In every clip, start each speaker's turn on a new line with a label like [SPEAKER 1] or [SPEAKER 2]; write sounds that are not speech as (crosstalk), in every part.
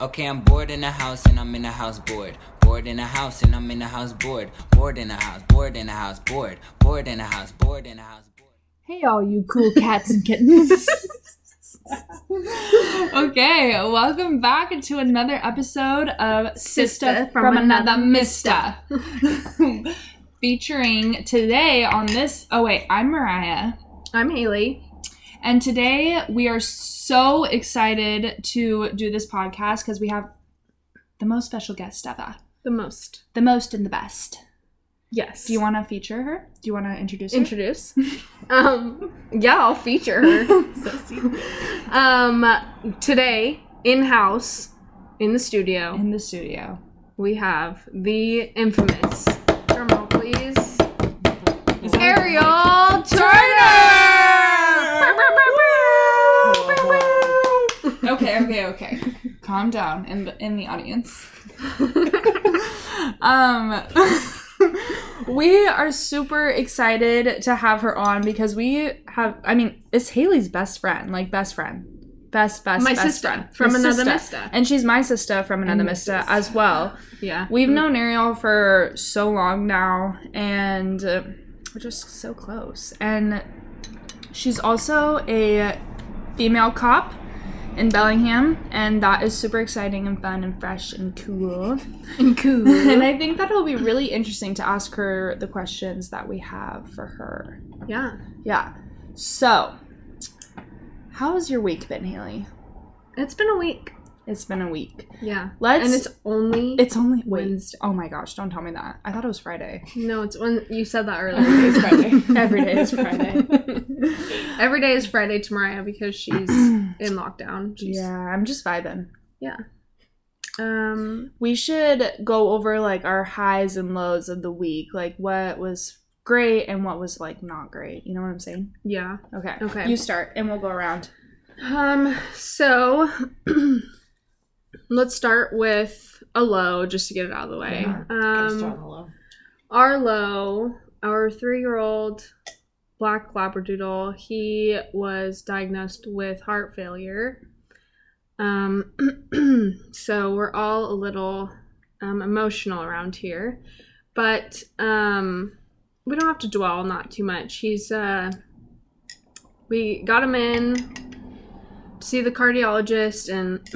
[SPEAKER 1] Okay, I'm bored in a house and I'm in a house bored. Bored in a house and I'm in a house bored. Bored in a house, bored in a house, bored. Bored in a house, bored in a house, bored.
[SPEAKER 2] Hey, all you cool cats and kittens.
[SPEAKER 3] (laughs) okay, welcome back to another episode of Sister from, Another
[SPEAKER 2] (laughs)
[SPEAKER 3] Mister. Featuring today on this. Oh, wait, I'm Mariah.
[SPEAKER 2] I'm Haley.
[SPEAKER 3] And today we are so excited to do this podcast because we have the most special guest ever.
[SPEAKER 2] The most.
[SPEAKER 3] The most and the best.
[SPEAKER 2] Yes.
[SPEAKER 3] Do you want to feature her? Do you want to introduce her?
[SPEAKER 2] introduce? um, yeah, I'll feature her. (laughs) um, today in house, in the studio,
[SPEAKER 3] In the studio.
[SPEAKER 2] we have the infamous drumroll, please.
[SPEAKER 3] Is it-
[SPEAKER 2] Ariel Turner.
[SPEAKER 3] okay, okay, okay. Calm down in the in the
[SPEAKER 2] (laughs)
[SPEAKER 3] audience. um (laughs) we are super excited to have her on because we have I mean, it's Haley's best friend, like best friend. Best best
[SPEAKER 2] My
[SPEAKER 3] best
[SPEAKER 2] sister
[SPEAKER 3] friend.
[SPEAKER 2] from
[SPEAKER 3] My
[SPEAKER 2] another
[SPEAKER 3] sister.
[SPEAKER 2] mister.
[SPEAKER 3] And she's my sister from another
[SPEAKER 2] And your
[SPEAKER 3] mister
[SPEAKER 2] sister.
[SPEAKER 3] as well.
[SPEAKER 2] yeah,
[SPEAKER 3] We've known Ariel for so long now, and uh, we're just so close. And she's also a female cop in Bellingham, and that is super exciting and fun and fresh and cool.
[SPEAKER 2] and cool.
[SPEAKER 3] And I think that it'll be really interesting to ask her the questions that we have for her.
[SPEAKER 2] yeah,
[SPEAKER 3] Yeah. So, how has your week been, Haley?
[SPEAKER 2] it's been a week.
[SPEAKER 3] It's been a week.
[SPEAKER 2] Yeah,
[SPEAKER 3] Let's.
[SPEAKER 2] and it's only
[SPEAKER 3] it's only wait.
[SPEAKER 2] Wednesday.
[SPEAKER 3] Oh my gosh! Don't tell me that. I thought it was Friday.
[SPEAKER 2] no, it's when you said that
[SPEAKER 3] Every
[SPEAKER 2] earlier.
[SPEAKER 3] day is Friday. Every day is (laughs) Friday.
[SPEAKER 2] Every day is Friday to Mariah because she's in lockdown. She's-
[SPEAKER 3] Yeah, I'm just vibing.
[SPEAKER 2] Um.
[SPEAKER 3] We should go over like our highs and lows of the week, like what was great and what was like not great. You know what I'm saying?
[SPEAKER 2] Yeah.
[SPEAKER 3] Okay.
[SPEAKER 2] Okay.
[SPEAKER 3] You start and we'll go around.
[SPEAKER 2] Um. So, (clears throat) let's start with a low, just to get it out of the way.
[SPEAKER 4] Yeah,
[SPEAKER 2] Um. Our low, our three-year-old black labradoodle, he was diagnosed with heart failure. Um, (clears throat) so we're all a little um, emotional around here, but um, we don't have to dwell on that too much. He's uh, we got him in to see the cardiologist, and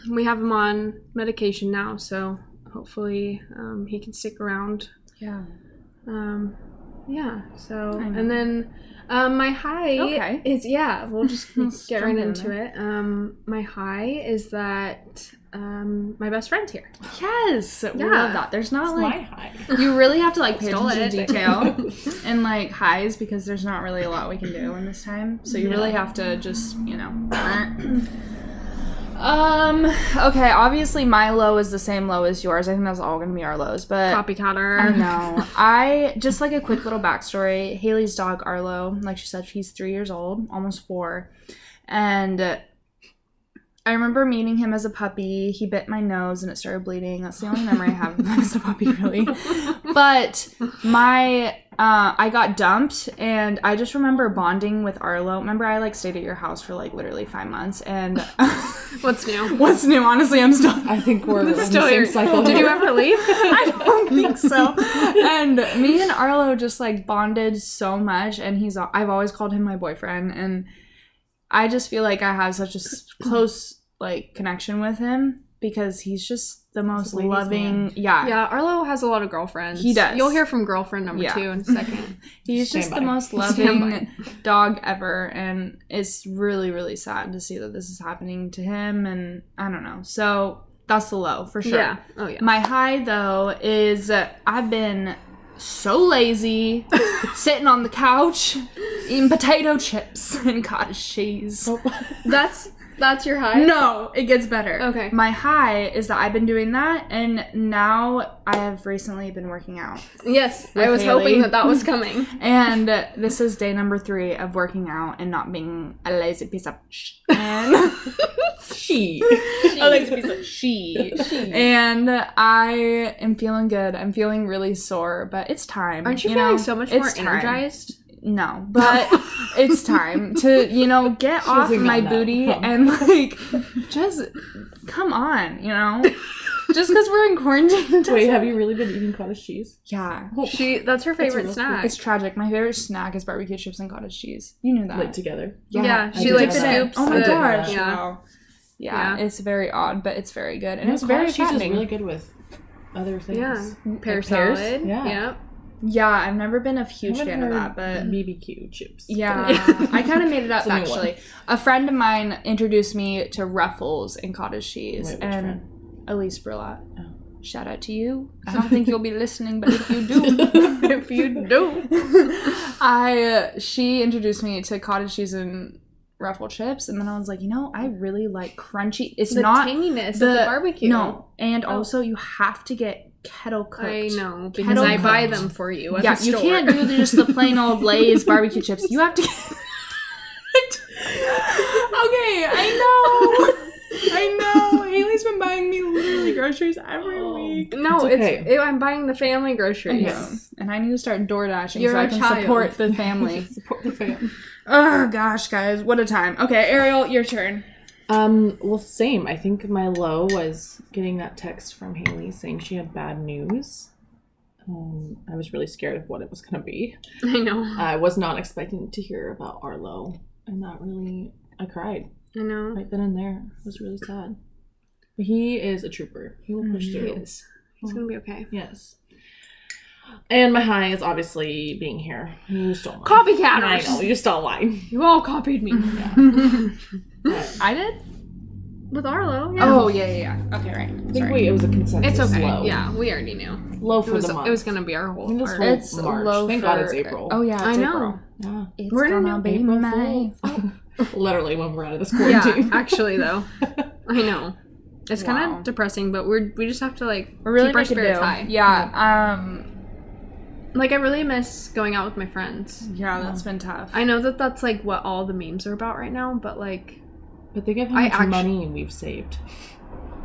[SPEAKER 2] (clears throat) we have him on medication now. So hopefully um, he can stick around.
[SPEAKER 3] Yeah.
[SPEAKER 2] Um, yeah. So
[SPEAKER 3] I know.
[SPEAKER 2] and then um, my high
[SPEAKER 3] Okay.
[SPEAKER 2] is yeah.
[SPEAKER 3] (laughs)
[SPEAKER 2] We'll just
[SPEAKER 3] Let's
[SPEAKER 2] get
[SPEAKER 3] jump
[SPEAKER 2] right
[SPEAKER 3] in
[SPEAKER 2] into
[SPEAKER 3] there.
[SPEAKER 2] it. Um, my high is that um, my best friend's here.
[SPEAKER 3] Yes. We
[SPEAKER 2] Yeah.
[SPEAKER 3] love that. There's not
[SPEAKER 4] That's
[SPEAKER 3] like
[SPEAKER 4] my high.
[SPEAKER 3] you
[SPEAKER 2] (laughs)
[SPEAKER 3] really have to like pay
[SPEAKER 2] Stole
[SPEAKER 3] attention to
[SPEAKER 2] it.
[SPEAKER 3] detail (laughs) and like highs because there's not really a lot we can do in this time. So you really have to just, you know. (clears throat) um, okay, obviously my low is the same low as yours. I think that's all gonna be our lows, but
[SPEAKER 2] Copycatter. (laughs)
[SPEAKER 3] I know. I just like a quick little backstory. Haley's dog Arlo, like she said, he's three years old, almost four, and I remember meeting him as a puppy. He bit my nose and it started bleeding. That's the only memory I have of him (laughs) as a puppy, really. But my, uh, I got dumped, and I just remember bonding with Arlo. Remember, I like stayed at your house for like literally five months, and (laughs)
[SPEAKER 2] What's (laughs) new?
[SPEAKER 3] what's new? Honestly, I'm still
[SPEAKER 4] I think we're on the
[SPEAKER 2] Still
[SPEAKER 4] same
[SPEAKER 2] here.
[SPEAKER 4] cycle.
[SPEAKER 2] Did
[SPEAKER 4] here.
[SPEAKER 2] you
[SPEAKER 3] (laughs)
[SPEAKER 2] ever leave?
[SPEAKER 3] I don't think so. And me and Arlo just like bonded so much, and he's I've always called him my boyfriend, and I just feel like I have such a s- close like connection with him because he's just the most
[SPEAKER 4] ladies'
[SPEAKER 3] loving.
[SPEAKER 4] man.
[SPEAKER 3] Yeah,
[SPEAKER 2] Yeah, Arlo has a lot of girlfriends.
[SPEAKER 3] He does.
[SPEAKER 2] You'll hear from girlfriend number
[SPEAKER 3] Yeah.
[SPEAKER 2] two in a second.
[SPEAKER 3] he's just
[SPEAKER 4] Stand
[SPEAKER 3] the
[SPEAKER 4] by.
[SPEAKER 3] most
[SPEAKER 2] Stand by.
[SPEAKER 3] loving dog ever, and it's really really sad to see that this is happening to him. And I don't know, so that's the low for (laughs) sure.
[SPEAKER 2] Yeah. Oh yeah.
[SPEAKER 3] My high though is uh, I've been so
[SPEAKER 2] (laughs)
[SPEAKER 3] lazy, sitting on the couch, eating potato chips (laughs) and cottage cheese.
[SPEAKER 2] Oh, That's that's your high.
[SPEAKER 3] No, it gets better.
[SPEAKER 2] Okay.
[SPEAKER 3] My high is that I've been doing that, and now I have recently been working out.
[SPEAKER 2] Yes,
[SPEAKER 3] With
[SPEAKER 2] I was
[SPEAKER 3] Haley.
[SPEAKER 2] hoping that that was coming.
[SPEAKER 3] And uh, this is day number three of working out and not being a lazy piece of sh-
[SPEAKER 2] (laughs)
[SPEAKER 3] and (laughs) she. A lazy piece of she. (laughs) And I am feeling good. I'm feeling really sore, but it's time.
[SPEAKER 2] Aren't you,
[SPEAKER 3] know?
[SPEAKER 2] feeling so much
[SPEAKER 3] It's
[SPEAKER 2] more
[SPEAKER 3] time.
[SPEAKER 2] energized?
[SPEAKER 3] no, (laughs) but it's time to
[SPEAKER 4] (laughs)
[SPEAKER 3] you know get
[SPEAKER 4] She's
[SPEAKER 3] off
[SPEAKER 4] like,
[SPEAKER 3] my
[SPEAKER 4] "No, no,
[SPEAKER 3] booty
[SPEAKER 4] no."
[SPEAKER 3] and like just come on,
[SPEAKER 4] (laughs)
[SPEAKER 3] you know. Just because we're in quarantine,
[SPEAKER 4] (laughs)
[SPEAKER 3] doesn't-
[SPEAKER 4] Wait, have you really been eating cottage cheese?
[SPEAKER 3] yeah,
[SPEAKER 2] She that's her
[SPEAKER 4] That's a
[SPEAKER 2] favorite
[SPEAKER 4] real
[SPEAKER 2] snack.
[SPEAKER 3] it's tragic. My favorite snack is barbecue chips and cottage cheese. You knew that.
[SPEAKER 4] Like together.
[SPEAKER 2] yeah,
[SPEAKER 3] Yeah,
[SPEAKER 4] I
[SPEAKER 2] she
[SPEAKER 4] did
[SPEAKER 2] like
[SPEAKER 4] know that.
[SPEAKER 2] scoops.
[SPEAKER 3] oh my
[SPEAKER 2] the,
[SPEAKER 4] did know
[SPEAKER 3] gosh,
[SPEAKER 4] that.
[SPEAKER 2] Yeah.
[SPEAKER 3] wow. Yeah,
[SPEAKER 2] Yeah.
[SPEAKER 3] it's very odd, but it's very good, and
[SPEAKER 4] No,
[SPEAKER 3] it's very
[SPEAKER 4] cottage cheese is
[SPEAKER 3] fattening.
[SPEAKER 4] really good with other things.
[SPEAKER 2] Yeah.
[SPEAKER 3] Like
[SPEAKER 2] Pear
[SPEAKER 4] pears?
[SPEAKER 2] salad.
[SPEAKER 4] Yeah.
[SPEAKER 2] yeah.
[SPEAKER 3] Yeah, I've never been a
[SPEAKER 4] I
[SPEAKER 3] huge
[SPEAKER 4] haven't
[SPEAKER 3] fan of
[SPEAKER 4] heard
[SPEAKER 3] that, but
[SPEAKER 4] BBQ chips.
[SPEAKER 3] yeah,
[SPEAKER 4] (laughs)
[SPEAKER 3] I kind of made it up
[SPEAKER 4] It's a new one.
[SPEAKER 3] actually. A friend of mine introduced me to Ruffles and cottage cheese,
[SPEAKER 4] Wait, which
[SPEAKER 3] and
[SPEAKER 4] friend?
[SPEAKER 3] Elise Brillat.
[SPEAKER 4] Oh.
[SPEAKER 3] Shout out to you. I don't
[SPEAKER 4] (laughs)
[SPEAKER 3] think you'll be listening, but if you do, (laughs)
[SPEAKER 2] if you (laughs) do.
[SPEAKER 3] I uh, she introduced me to cottage cheese and ruffle chips, and then I was like, you know, I really like crunchy. It's
[SPEAKER 2] the
[SPEAKER 3] not
[SPEAKER 2] tanginess of
[SPEAKER 3] the-
[SPEAKER 2] the barbecue.
[SPEAKER 3] no, and
[SPEAKER 2] Oh.
[SPEAKER 3] also you have to get kettle cooked.
[SPEAKER 2] I know because
[SPEAKER 3] Kettle
[SPEAKER 2] I buy
[SPEAKER 4] cooked.
[SPEAKER 2] them for you. At
[SPEAKER 3] yeah,
[SPEAKER 2] the
[SPEAKER 3] you
[SPEAKER 2] store. (laughs)
[SPEAKER 3] can't do the- just the plain (laughs) old Lay's barbecue chips. You have to. Get... (laughs) okay, I know. (laughs) I know. Haley's been buying me literally groceries every
[SPEAKER 4] Oh.
[SPEAKER 3] week.
[SPEAKER 2] No,
[SPEAKER 4] It's
[SPEAKER 2] it's,
[SPEAKER 4] okay.
[SPEAKER 2] it- I'm buying the family groceries.
[SPEAKER 4] Yeah.
[SPEAKER 3] Yeah. And I need to start door dashing
[SPEAKER 2] You're
[SPEAKER 3] so I
[SPEAKER 2] a
[SPEAKER 3] can
[SPEAKER 2] child.
[SPEAKER 3] support the family. (laughs)
[SPEAKER 4] Support the fam.
[SPEAKER 3] oh gosh, guys, what a time. Okay, Ariel, your turn.
[SPEAKER 4] Um, well, same. I think my low was getting that text from Haley saying she had bad news. Um, I was really scared of what it was going to be.
[SPEAKER 2] (laughs) I know.
[SPEAKER 4] I was not expecting to hear about Arlo, and that really, I cried
[SPEAKER 2] I know.
[SPEAKER 4] right then and there. It was really sad. But he is a trooper. He
[SPEAKER 2] Mm,
[SPEAKER 4] will push
[SPEAKER 3] Mhm.
[SPEAKER 4] through.
[SPEAKER 2] He's, he's gonna be okay.
[SPEAKER 4] Yes. And my high is obviously being here. You stole mine. I know
[SPEAKER 2] Copycatters.
[SPEAKER 4] you stole mine.
[SPEAKER 2] You all copied me.
[SPEAKER 3] I did?
[SPEAKER 2] With Arlo. Yeah.
[SPEAKER 3] Oh yeah, yeah, yeah. Okay, right.
[SPEAKER 4] I think
[SPEAKER 3] Sorry.
[SPEAKER 4] we, it was a consensus.
[SPEAKER 2] It's okay.
[SPEAKER 4] Low.
[SPEAKER 2] Yeah, we already knew.
[SPEAKER 4] Low
[SPEAKER 2] It
[SPEAKER 4] for
[SPEAKER 2] was
[SPEAKER 4] the month.
[SPEAKER 2] it was gonna be our whole.
[SPEAKER 4] We just
[SPEAKER 2] our-
[SPEAKER 4] went-
[SPEAKER 3] it's
[SPEAKER 4] March.
[SPEAKER 3] low
[SPEAKER 4] Thank
[SPEAKER 3] for,
[SPEAKER 4] God it's April.
[SPEAKER 3] Oh yeah, it's
[SPEAKER 2] I know.
[SPEAKER 3] April.
[SPEAKER 4] Yeah.
[SPEAKER 3] It's
[SPEAKER 2] We're in a
[SPEAKER 3] gonna
[SPEAKER 2] new
[SPEAKER 3] be
[SPEAKER 4] April
[SPEAKER 3] May.
[SPEAKER 4] Fools. (laughs) Literally when we're out of this
[SPEAKER 2] Oh. Yeah,
[SPEAKER 4] quarantine. (laughs)
[SPEAKER 2] actually though, I know. It's kind
[SPEAKER 3] Wow.
[SPEAKER 2] of depressing, but we're we just have to like
[SPEAKER 3] We're really
[SPEAKER 2] keep our
[SPEAKER 3] making
[SPEAKER 2] spirits
[SPEAKER 3] do.
[SPEAKER 2] high.
[SPEAKER 3] Yeah. Um.
[SPEAKER 2] Like I really miss going out with my friends.
[SPEAKER 3] Yeah, that's been tough.
[SPEAKER 2] I know that that's like what all the memes are about right now, but like,
[SPEAKER 4] but think of how
[SPEAKER 2] I
[SPEAKER 4] much
[SPEAKER 2] actu-
[SPEAKER 4] money we've saved.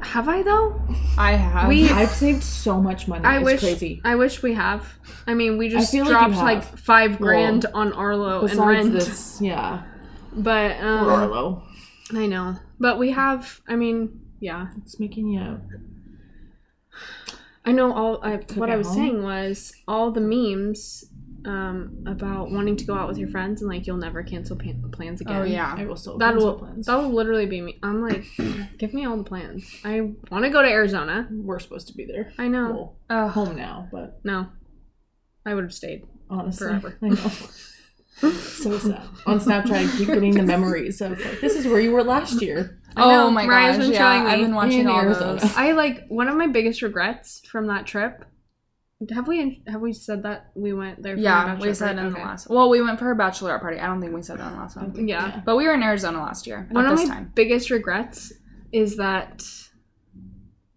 [SPEAKER 2] have I though?
[SPEAKER 3] I have.
[SPEAKER 2] We-
[SPEAKER 4] I've saved so much money.
[SPEAKER 2] I
[SPEAKER 4] Mm, it's
[SPEAKER 2] wish
[SPEAKER 4] crazy.
[SPEAKER 2] I wish we have. I mean, we just
[SPEAKER 4] feel like you
[SPEAKER 2] dropped
[SPEAKER 4] have.
[SPEAKER 2] like, five
[SPEAKER 4] Well,
[SPEAKER 2] grand on Arlo and
[SPEAKER 4] Besides
[SPEAKER 2] rent,
[SPEAKER 4] this, yeah.
[SPEAKER 2] but um,
[SPEAKER 4] Arlo.
[SPEAKER 2] I know. But we have. I mean, yeah.
[SPEAKER 4] It's making you.
[SPEAKER 2] I know all. I, what I
[SPEAKER 4] at
[SPEAKER 2] was
[SPEAKER 4] home?
[SPEAKER 2] saying was all the memes um, about wanting to go out with your friends and like you'll never cancel pa- plans again.
[SPEAKER 3] oh yeah.
[SPEAKER 4] I will so.
[SPEAKER 2] That will
[SPEAKER 4] plans.
[SPEAKER 2] that will literally be me. I'm like, give me all the plans. I want to go to Arizona.
[SPEAKER 4] We're supposed to be there.
[SPEAKER 2] I know.
[SPEAKER 4] Well,
[SPEAKER 3] Ugh.
[SPEAKER 4] home now, but
[SPEAKER 2] No, I would have stayed.
[SPEAKER 4] honestly,
[SPEAKER 2] Forever.
[SPEAKER 4] I know. so sad. On Snapchat, I keep getting the memories of like, this is where you were last year.
[SPEAKER 2] I know,
[SPEAKER 3] Oh my
[SPEAKER 2] Mariah's
[SPEAKER 3] gosh.
[SPEAKER 2] been
[SPEAKER 3] yeah,
[SPEAKER 2] showing me
[SPEAKER 3] I've been watching
[SPEAKER 4] in
[SPEAKER 3] all
[SPEAKER 4] Arizona.
[SPEAKER 3] those.
[SPEAKER 2] I like one of my biggest regrets from that trip. Have we have we said that we went there? For
[SPEAKER 3] Yeah,
[SPEAKER 2] our
[SPEAKER 3] we
[SPEAKER 2] bachelorette
[SPEAKER 3] said
[SPEAKER 2] party?
[SPEAKER 3] in the
[SPEAKER 2] Okay.
[SPEAKER 3] last. Well, we went for her bachelorette party. I don't think we said that in the last one,
[SPEAKER 2] Yeah.
[SPEAKER 3] but we were in Arizona last year
[SPEAKER 2] One
[SPEAKER 3] at
[SPEAKER 2] of
[SPEAKER 3] this
[SPEAKER 2] my (laughs)
[SPEAKER 3] time.
[SPEAKER 2] biggest regrets is that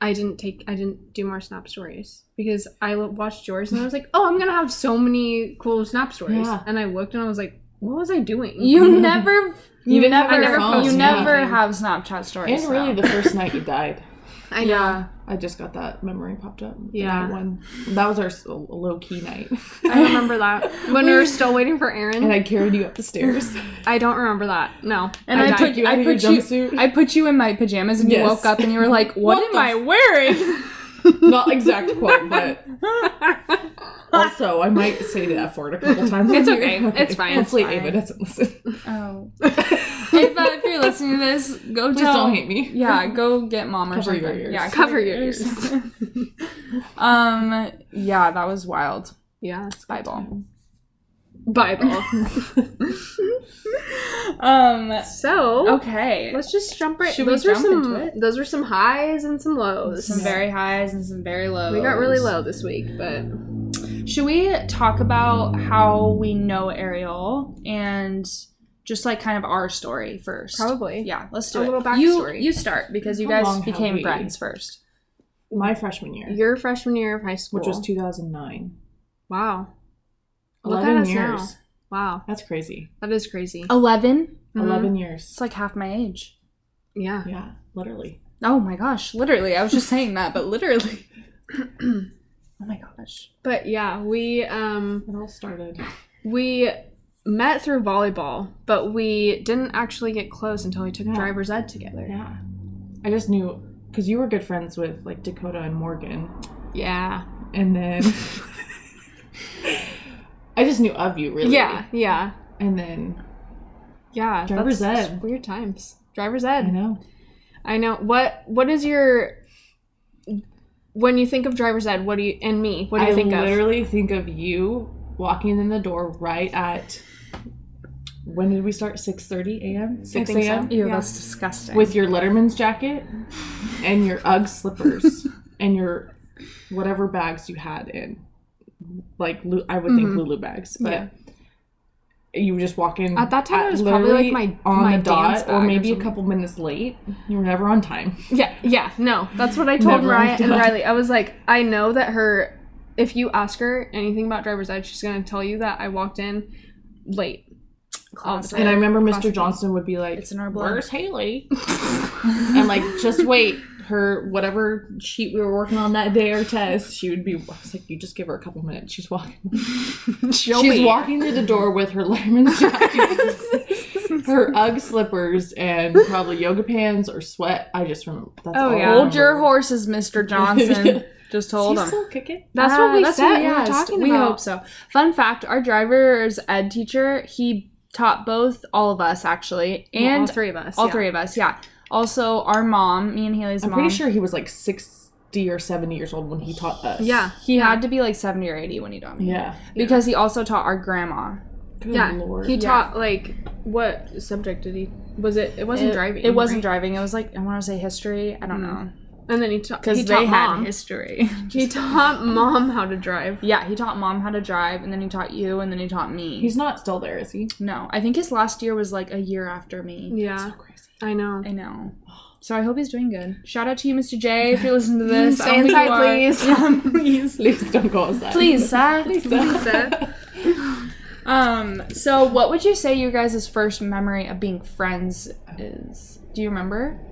[SPEAKER 2] I didn't take I didn't do more snap stories because I lo- watched yours and I was like, oh, I'm gonna have so many cool snap stories.
[SPEAKER 4] Yeah.
[SPEAKER 2] And I looked and I was like, what was I doing?
[SPEAKER 3] You never. You,
[SPEAKER 4] didn't
[SPEAKER 3] never.
[SPEAKER 4] have your
[SPEAKER 2] I never phone,
[SPEAKER 3] you
[SPEAKER 2] post
[SPEAKER 3] never
[SPEAKER 2] anything.
[SPEAKER 3] have Snapchat stories.
[SPEAKER 4] And really,
[SPEAKER 3] though.
[SPEAKER 4] the first night you died.
[SPEAKER 2] I
[SPEAKER 3] (laughs)
[SPEAKER 2] know.
[SPEAKER 3] yeah.
[SPEAKER 4] I just got that memory popped up. The
[SPEAKER 2] Yeah.
[SPEAKER 4] night One that was our s- low key night,
[SPEAKER 2] (laughs)
[SPEAKER 4] (laughs)
[SPEAKER 2] I remember that when we were still waiting for Aaron.
[SPEAKER 4] and
[SPEAKER 2] I,
[SPEAKER 4] I carried you up the stairs.
[SPEAKER 2] don't remember that. No,
[SPEAKER 3] And
[SPEAKER 4] I
[SPEAKER 3] I,
[SPEAKER 4] died.
[SPEAKER 3] put you.
[SPEAKER 4] You
[SPEAKER 3] I
[SPEAKER 4] out of
[SPEAKER 3] put
[SPEAKER 4] your
[SPEAKER 3] you.
[SPEAKER 4] jumpsuit?
[SPEAKER 3] I put you in my pajamas, and you
[SPEAKER 4] Yes.
[SPEAKER 3] woke up, and you were like, "What,
[SPEAKER 4] What
[SPEAKER 3] am
[SPEAKER 4] the
[SPEAKER 3] I wearing?" (laughs)
[SPEAKER 4] Not exact quote, but
[SPEAKER 2] (laughs)
[SPEAKER 4] also I might say the F word a couple times.
[SPEAKER 2] It's
[SPEAKER 4] on here.
[SPEAKER 2] okay. It's fine.
[SPEAKER 4] Hopefully,
[SPEAKER 3] It's fine.
[SPEAKER 4] Ava doesn't listen.
[SPEAKER 2] (laughs)
[SPEAKER 3] oh. If, uh, if you're listening to this, go
[SPEAKER 4] Just
[SPEAKER 3] tell-
[SPEAKER 4] don't hate me.
[SPEAKER 3] Yeah, go get mom or
[SPEAKER 4] Cover
[SPEAKER 3] something.
[SPEAKER 4] your ears.
[SPEAKER 3] Yeah,
[SPEAKER 2] Cover your ears.
[SPEAKER 3] (laughs) um. Yeah, that was wild.
[SPEAKER 2] yeah,
[SPEAKER 3] Bible. (laughs)
[SPEAKER 2] Bible.
[SPEAKER 3] Um.
[SPEAKER 2] so
[SPEAKER 3] Okay.
[SPEAKER 2] let's just jump right.
[SPEAKER 3] Should we
[SPEAKER 2] those were
[SPEAKER 3] jump into
[SPEAKER 2] some.
[SPEAKER 3] it?
[SPEAKER 2] Those were some highs and some lows.
[SPEAKER 3] some very highs and some very lows.
[SPEAKER 2] We got really low this week, but
[SPEAKER 3] Should we talk about how we know Ariel and just like kind of our story first?
[SPEAKER 2] probably
[SPEAKER 3] Yeah, let's do
[SPEAKER 2] A
[SPEAKER 3] it.
[SPEAKER 2] little
[SPEAKER 3] You
[SPEAKER 2] backstory.
[SPEAKER 3] you start because you
[SPEAKER 4] How long
[SPEAKER 3] guys
[SPEAKER 4] have
[SPEAKER 3] became
[SPEAKER 4] we-
[SPEAKER 3] friends first.
[SPEAKER 4] My freshman year,
[SPEAKER 2] your freshman year of high school,
[SPEAKER 4] which was 2009,
[SPEAKER 2] wow. Look at
[SPEAKER 4] 11
[SPEAKER 2] us
[SPEAKER 4] years.
[SPEAKER 2] now. Wow,
[SPEAKER 4] That's crazy.
[SPEAKER 2] that is crazy.
[SPEAKER 4] Oh,
[SPEAKER 3] 11
[SPEAKER 2] Mhm.
[SPEAKER 4] 11 years.
[SPEAKER 3] It's like half my age.
[SPEAKER 2] Yeah,
[SPEAKER 4] Yeah, literally.
[SPEAKER 3] Oh my gosh, literally. I was just saying that, but
[SPEAKER 2] (coughs)
[SPEAKER 3] literally. oh my gosh.
[SPEAKER 2] but yeah, we um
[SPEAKER 4] It all started.
[SPEAKER 2] we met through volleyball, but we didn't actually get close until we took
[SPEAKER 4] Yeah.
[SPEAKER 2] driver's ed together.
[SPEAKER 4] Yeah. I just knew because you were good friends with like Dakota and Morgan,
[SPEAKER 2] Yeah.
[SPEAKER 4] and
[SPEAKER 2] (laughs)
[SPEAKER 4] then I just knew of you really.
[SPEAKER 2] Yeah. Yeah.
[SPEAKER 4] And then
[SPEAKER 2] Yeah.
[SPEAKER 4] Driver's
[SPEAKER 2] that's-
[SPEAKER 4] ed.
[SPEAKER 2] Weird times. Driver's
[SPEAKER 4] I
[SPEAKER 2] ed.
[SPEAKER 4] know.
[SPEAKER 2] I know. What What is your when you think of driver's ed? What do you and me? What do you
[SPEAKER 4] I
[SPEAKER 2] think of?
[SPEAKER 4] literally think of you walking in the door right at when did we start? Six thirty a.m. Six
[SPEAKER 2] think so.
[SPEAKER 4] a.m.
[SPEAKER 3] Ew,
[SPEAKER 2] Yeah.
[SPEAKER 3] that's disgusting.
[SPEAKER 4] with your Letterman's jacket and your UGG
[SPEAKER 2] (laughs)
[SPEAKER 4] slippers and your whatever bags you had in, like Lu- I would think
[SPEAKER 2] Mhm.
[SPEAKER 4] Lulu bags, but
[SPEAKER 2] Yeah.
[SPEAKER 4] you were just walk in
[SPEAKER 2] At that time, it was probably,
[SPEAKER 4] literally
[SPEAKER 2] like, my-
[SPEAKER 4] on
[SPEAKER 2] my
[SPEAKER 4] the dot
[SPEAKER 2] dance
[SPEAKER 4] or
[SPEAKER 2] bag or
[SPEAKER 4] maybe a
[SPEAKER 2] something.
[SPEAKER 4] couple minutes late. You were never on time.
[SPEAKER 2] Yeah. Yeah. No, that's what I told
[SPEAKER 4] Never
[SPEAKER 2] Mariah and
[SPEAKER 4] understood.
[SPEAKER 2] Riley. I was like, I know that her. If you ask her anything about driver's ed, she's gonna tell you that I walked in late. all the
[SPEAKER 3] Classic.
[SPEAKER 2] time.
[SPEAKER 4] And I remember Mr.
[SPEAKER 2] Classic.
[SPEAKER 4] Johnson would be like,
[SPEAKER 3] It's in our blood.
[SPEAKER 4] "Where's
[SPEAKER 2] (laughs)
[SPEAKER 4] Haley?" and like, just wait. Her whatever sheet we were working on that day or test, she would be. I was like, "You just give her a couple minutes. She's walking.
[SPEAKER 2] She'll
[SPEAKER 4] She's
[SPEAKER 2] be.
[SPEAKER 4] walking to the door with her
[SPEAKER 2] (laughs)
[SPEAKER 4] Letterman's jacket, her UGG slippers, and probably yoga pants or sweat. I just remember. That's
[SPEAKER 2] Oh,
[SPEAKER 4] all I
[SPEAKER 2] yeah.
[SPEAKER 3] Hold your
[SPEAKER 4] remember.
[SPEAKER 3] horses,
[SPEAKER 2] (laughs)
[SPEAKER 3] Mr. Johnson.
[SPEAKER 4] Does
[SPEAKER 3] Just hold
[SPEAKER 4] he
[SPEAKER 3] them.
[SPEAKER 4] still kick it?
[SPEAKER 2] That's
[SPEAKER 3] Ah,
[SPEAKER 2] what we said.
[SPEAKER 3] he
[SPEAKER 2] we were
[SPEAKER 3] asked.
[SPEAKER 2] talking
[SPEAKER 3] We
[SPEAKER 2] about.
[SPEAKER 3] hope so. Fun fact: our driver's ed teacher, he taught both all of us actually,
[SPEAKER 2] Well,
[SPEAKER 3] and
[SPEAKER 2] all three of us.
[SPEAKER 3] all
[SPEAKER 2] yeah.
[SPEAKER 3] three of us. Yeah. Also, our mom, me and Haley's
[SPEAKER 4] I'm
[SPEAKER 3] mom.
[SPEAKER 4] pretty sure he was like sixty or seventy years old when he taught us.
[SPEAKER 2] Yeah.
[SPEAKER 3] he
[SPEAKER 2] Yeah.
[SPEAKER 3] had to be like seventy or eighty when he taught me.
[SPEAKER 4] Yeah.
[SPEAKER 3] Because he also taught our grandma.
[SPEAKER 4] Good
[SPEAKER 2] yeah.
[SPEAKER 4] lord.
[SPEAKER 2] He
[SPEAKER 3] Yeah.
[SPEAKER 2] taught like what subject did he? Was it? It wasn't
[SPEAKER 3] It-
[SPEAKER 2] driving.
[SPEAKER 3] It wasn't
[SPEAKER 2] right?
[SPEAKER 3] driving. It was like I want to say history. I don't know
[SPEAKER 2] And then he, ta- he
[SPEAKER 3] because
[SPEAKER 2] taught
[SPEAKER 3] they had
[SPEAKER 2] mom.
[SPEAKER 3] history. (laughs)
[SPEAKER 2] He taught mom how to drive.
[SPEAKER 3] yeah, he taught mom how to drive, and then he taught you, and then he taught me.
[SPEAKER 4] He's not still there, is he?
[SPEAKER 3] no, I think his last year was like a year after me.
[SPEAKER 2] Yeah,
[SPEAKER 4] crazy.
[SPEAKER 2] I know.
[SPEAKER 3] I know. So I hope he's doing good. Shout out to you, Mr. J, if you're listening to this.
[SPEAKER 2] Stay
[SPEAKER 3] I hope you
[SPEAKER 2] inside,
[SPEAKER 3] are.
[SPEAKER 2] please.
[SPEAKER 3] Yeah, (laughs) please.
[SPEAKER 4] Please don't go outside.
[SPEAKER 3] Please, sir.
[SPEAKER 2] Lisa.
[SPEAKER 3] Um, so what would you say your guys' first memory of being friends is? Do you remember?
[SPEAKER 2] (laughs)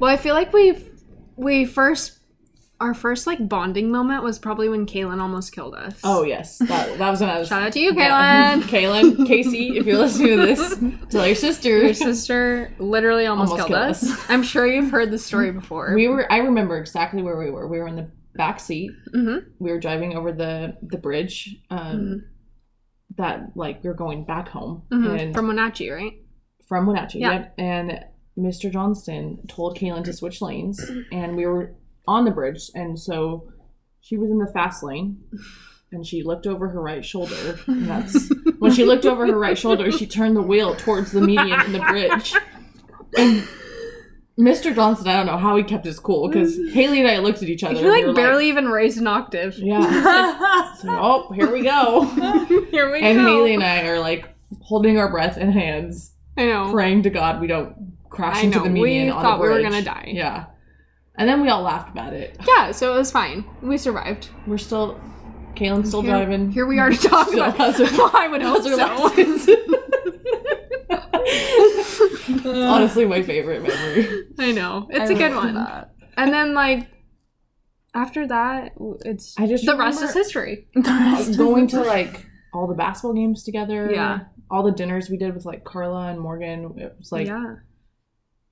[SPEAKER 2] Well, I feel like we we first our first like bonding moment was probably when Kaylin almost killed us.
[SPEAKER 4] Oh yes, that, that was when I was.
[SPEAKER 2] shout out to you,
[SPEAKER 4] Yeah.
[SPEAKER 3] (laughs)
[SPEAKER 2] Kaylin.
[SPEAKER 4] Kaylin, Casey, if you're listening to
[SPEAKER 2] (laughs)
[SPEAKER 4] this, tell your (laughs)
[SPEAKER 2] Your
[SPEAKER 4] sisters.
[SPEAKER 2] sister literally almost,
[SPEAKER 4] Almost
[SPEAKER 2] killed,
[SPEAKER 4] killed
[SPEAKER 2] us.
[SPEAKER 4] us.
[SPEAKER 2] I'm sure you've heard this story before.
[SPEAKER 4] We were. I remember exactly where we were. We were in the back seat.
[SPEAKER 2] Mhm.
[SPEAKER 4] We were driving over the the bridge. Um,
[SPEAKER 2] Mhm.
[SPEAKER 4] That like we were going back home
[SPEAKER 2] Mhm.
[SPEAKER 4] and from,
[SPEAKER 2] from Wenatchee, right?
[SPEAKER 4] from Wenatchee.
[SPEAKER 2] Yeah.
[SPEAKER 4] Yep. And Mr. Johnston told Kaylin to switch lanes,
[SPEAKER 2] (clears throat)
[SPEAKER 4] and we were on the bridge, and so she was in the fast lane. And she looked over her right shoulder. And
[SPEAKER 2] (laughs)
[SPEAKER 4] that's when she looked over her right shoulder. She turned the wheel towards the median in the bridge. And Mr. Johnston, I don't know how he kept his cool
[SPEAKER 2] (laughs)
[SPEAKER 4] because Haley and I looked at each other.
[SPEAKER 2] He
[SPEAKER 4] and we
[SPEAKER 2] like
[SPEAKER 4] were
[SPEAKER 2] barely even raised an octave.
[SPEAKER 4] yeah. So, oh, here we go.
[SPEAKER 2] (laughs) Here we
[SPEAKER 4] And
[SPEAKER 2] go.
[SPEAKER 4] Haley and I are like holding our breath and hands,
[SPEAKER 2] I know.
[SPEAKER 4] praying to God we don't crash
[SPEAKER 2] I
[SPEAKER 4] into
[SPEAKER 2] know.
[SPEAKER 4] the
[SPEAKER 2] We
[SPEAKER 4] median on the
[SPEAKER 2] thought we were
[SPEAKER 4] bridge.
[SPEAKER 2] gonna die.
[SPEAKER 4] Yeah. And then we all laughed about it.
[SPEAKER 2] Yeah, so it was fine. We survived.
[SPEAKER 4] We're still, Kaylin's still
[SPEAKER 2] Here-
[SPEAKER 4] driving.
[SPEAKER 2] Here we are (laughs) to talk
[SPEAKER 4] Still
[SPEAKER 2] about.
[SPEAKER 4] has
[SPEAKER 2] (laughs)
[SPEAKER 4] her-
[SPEAKER 2] I would hope
[SPEAKER 4] How's her
[SPEAKER 2] so.
[SPEAKER 4] license? It's (laughs) honestly my favorite memory.
[SPEAKER 2] (laughs) (laughs) I know
[SPEAKER 3] I
[SPEAKER 2] it's a good
[SPEAKER 3] remember
[SPEAKER 2] one.
[SPEAKER 3] that.
[SPEAKER 2] And then like after that, w- it's
[SPEAKER 4] I just
[SPEAKER 2] the rest is
[SPEAKER 4] remember
[SPEAKER 2] history.
[SPEAKER 4] going to like all the basketball games together.
[SPEAKER 2] Yeah.
[SPEAKER 4] All the dinners we did with like Carla and Morgan. It was like
[SPEAKER 2] yeah,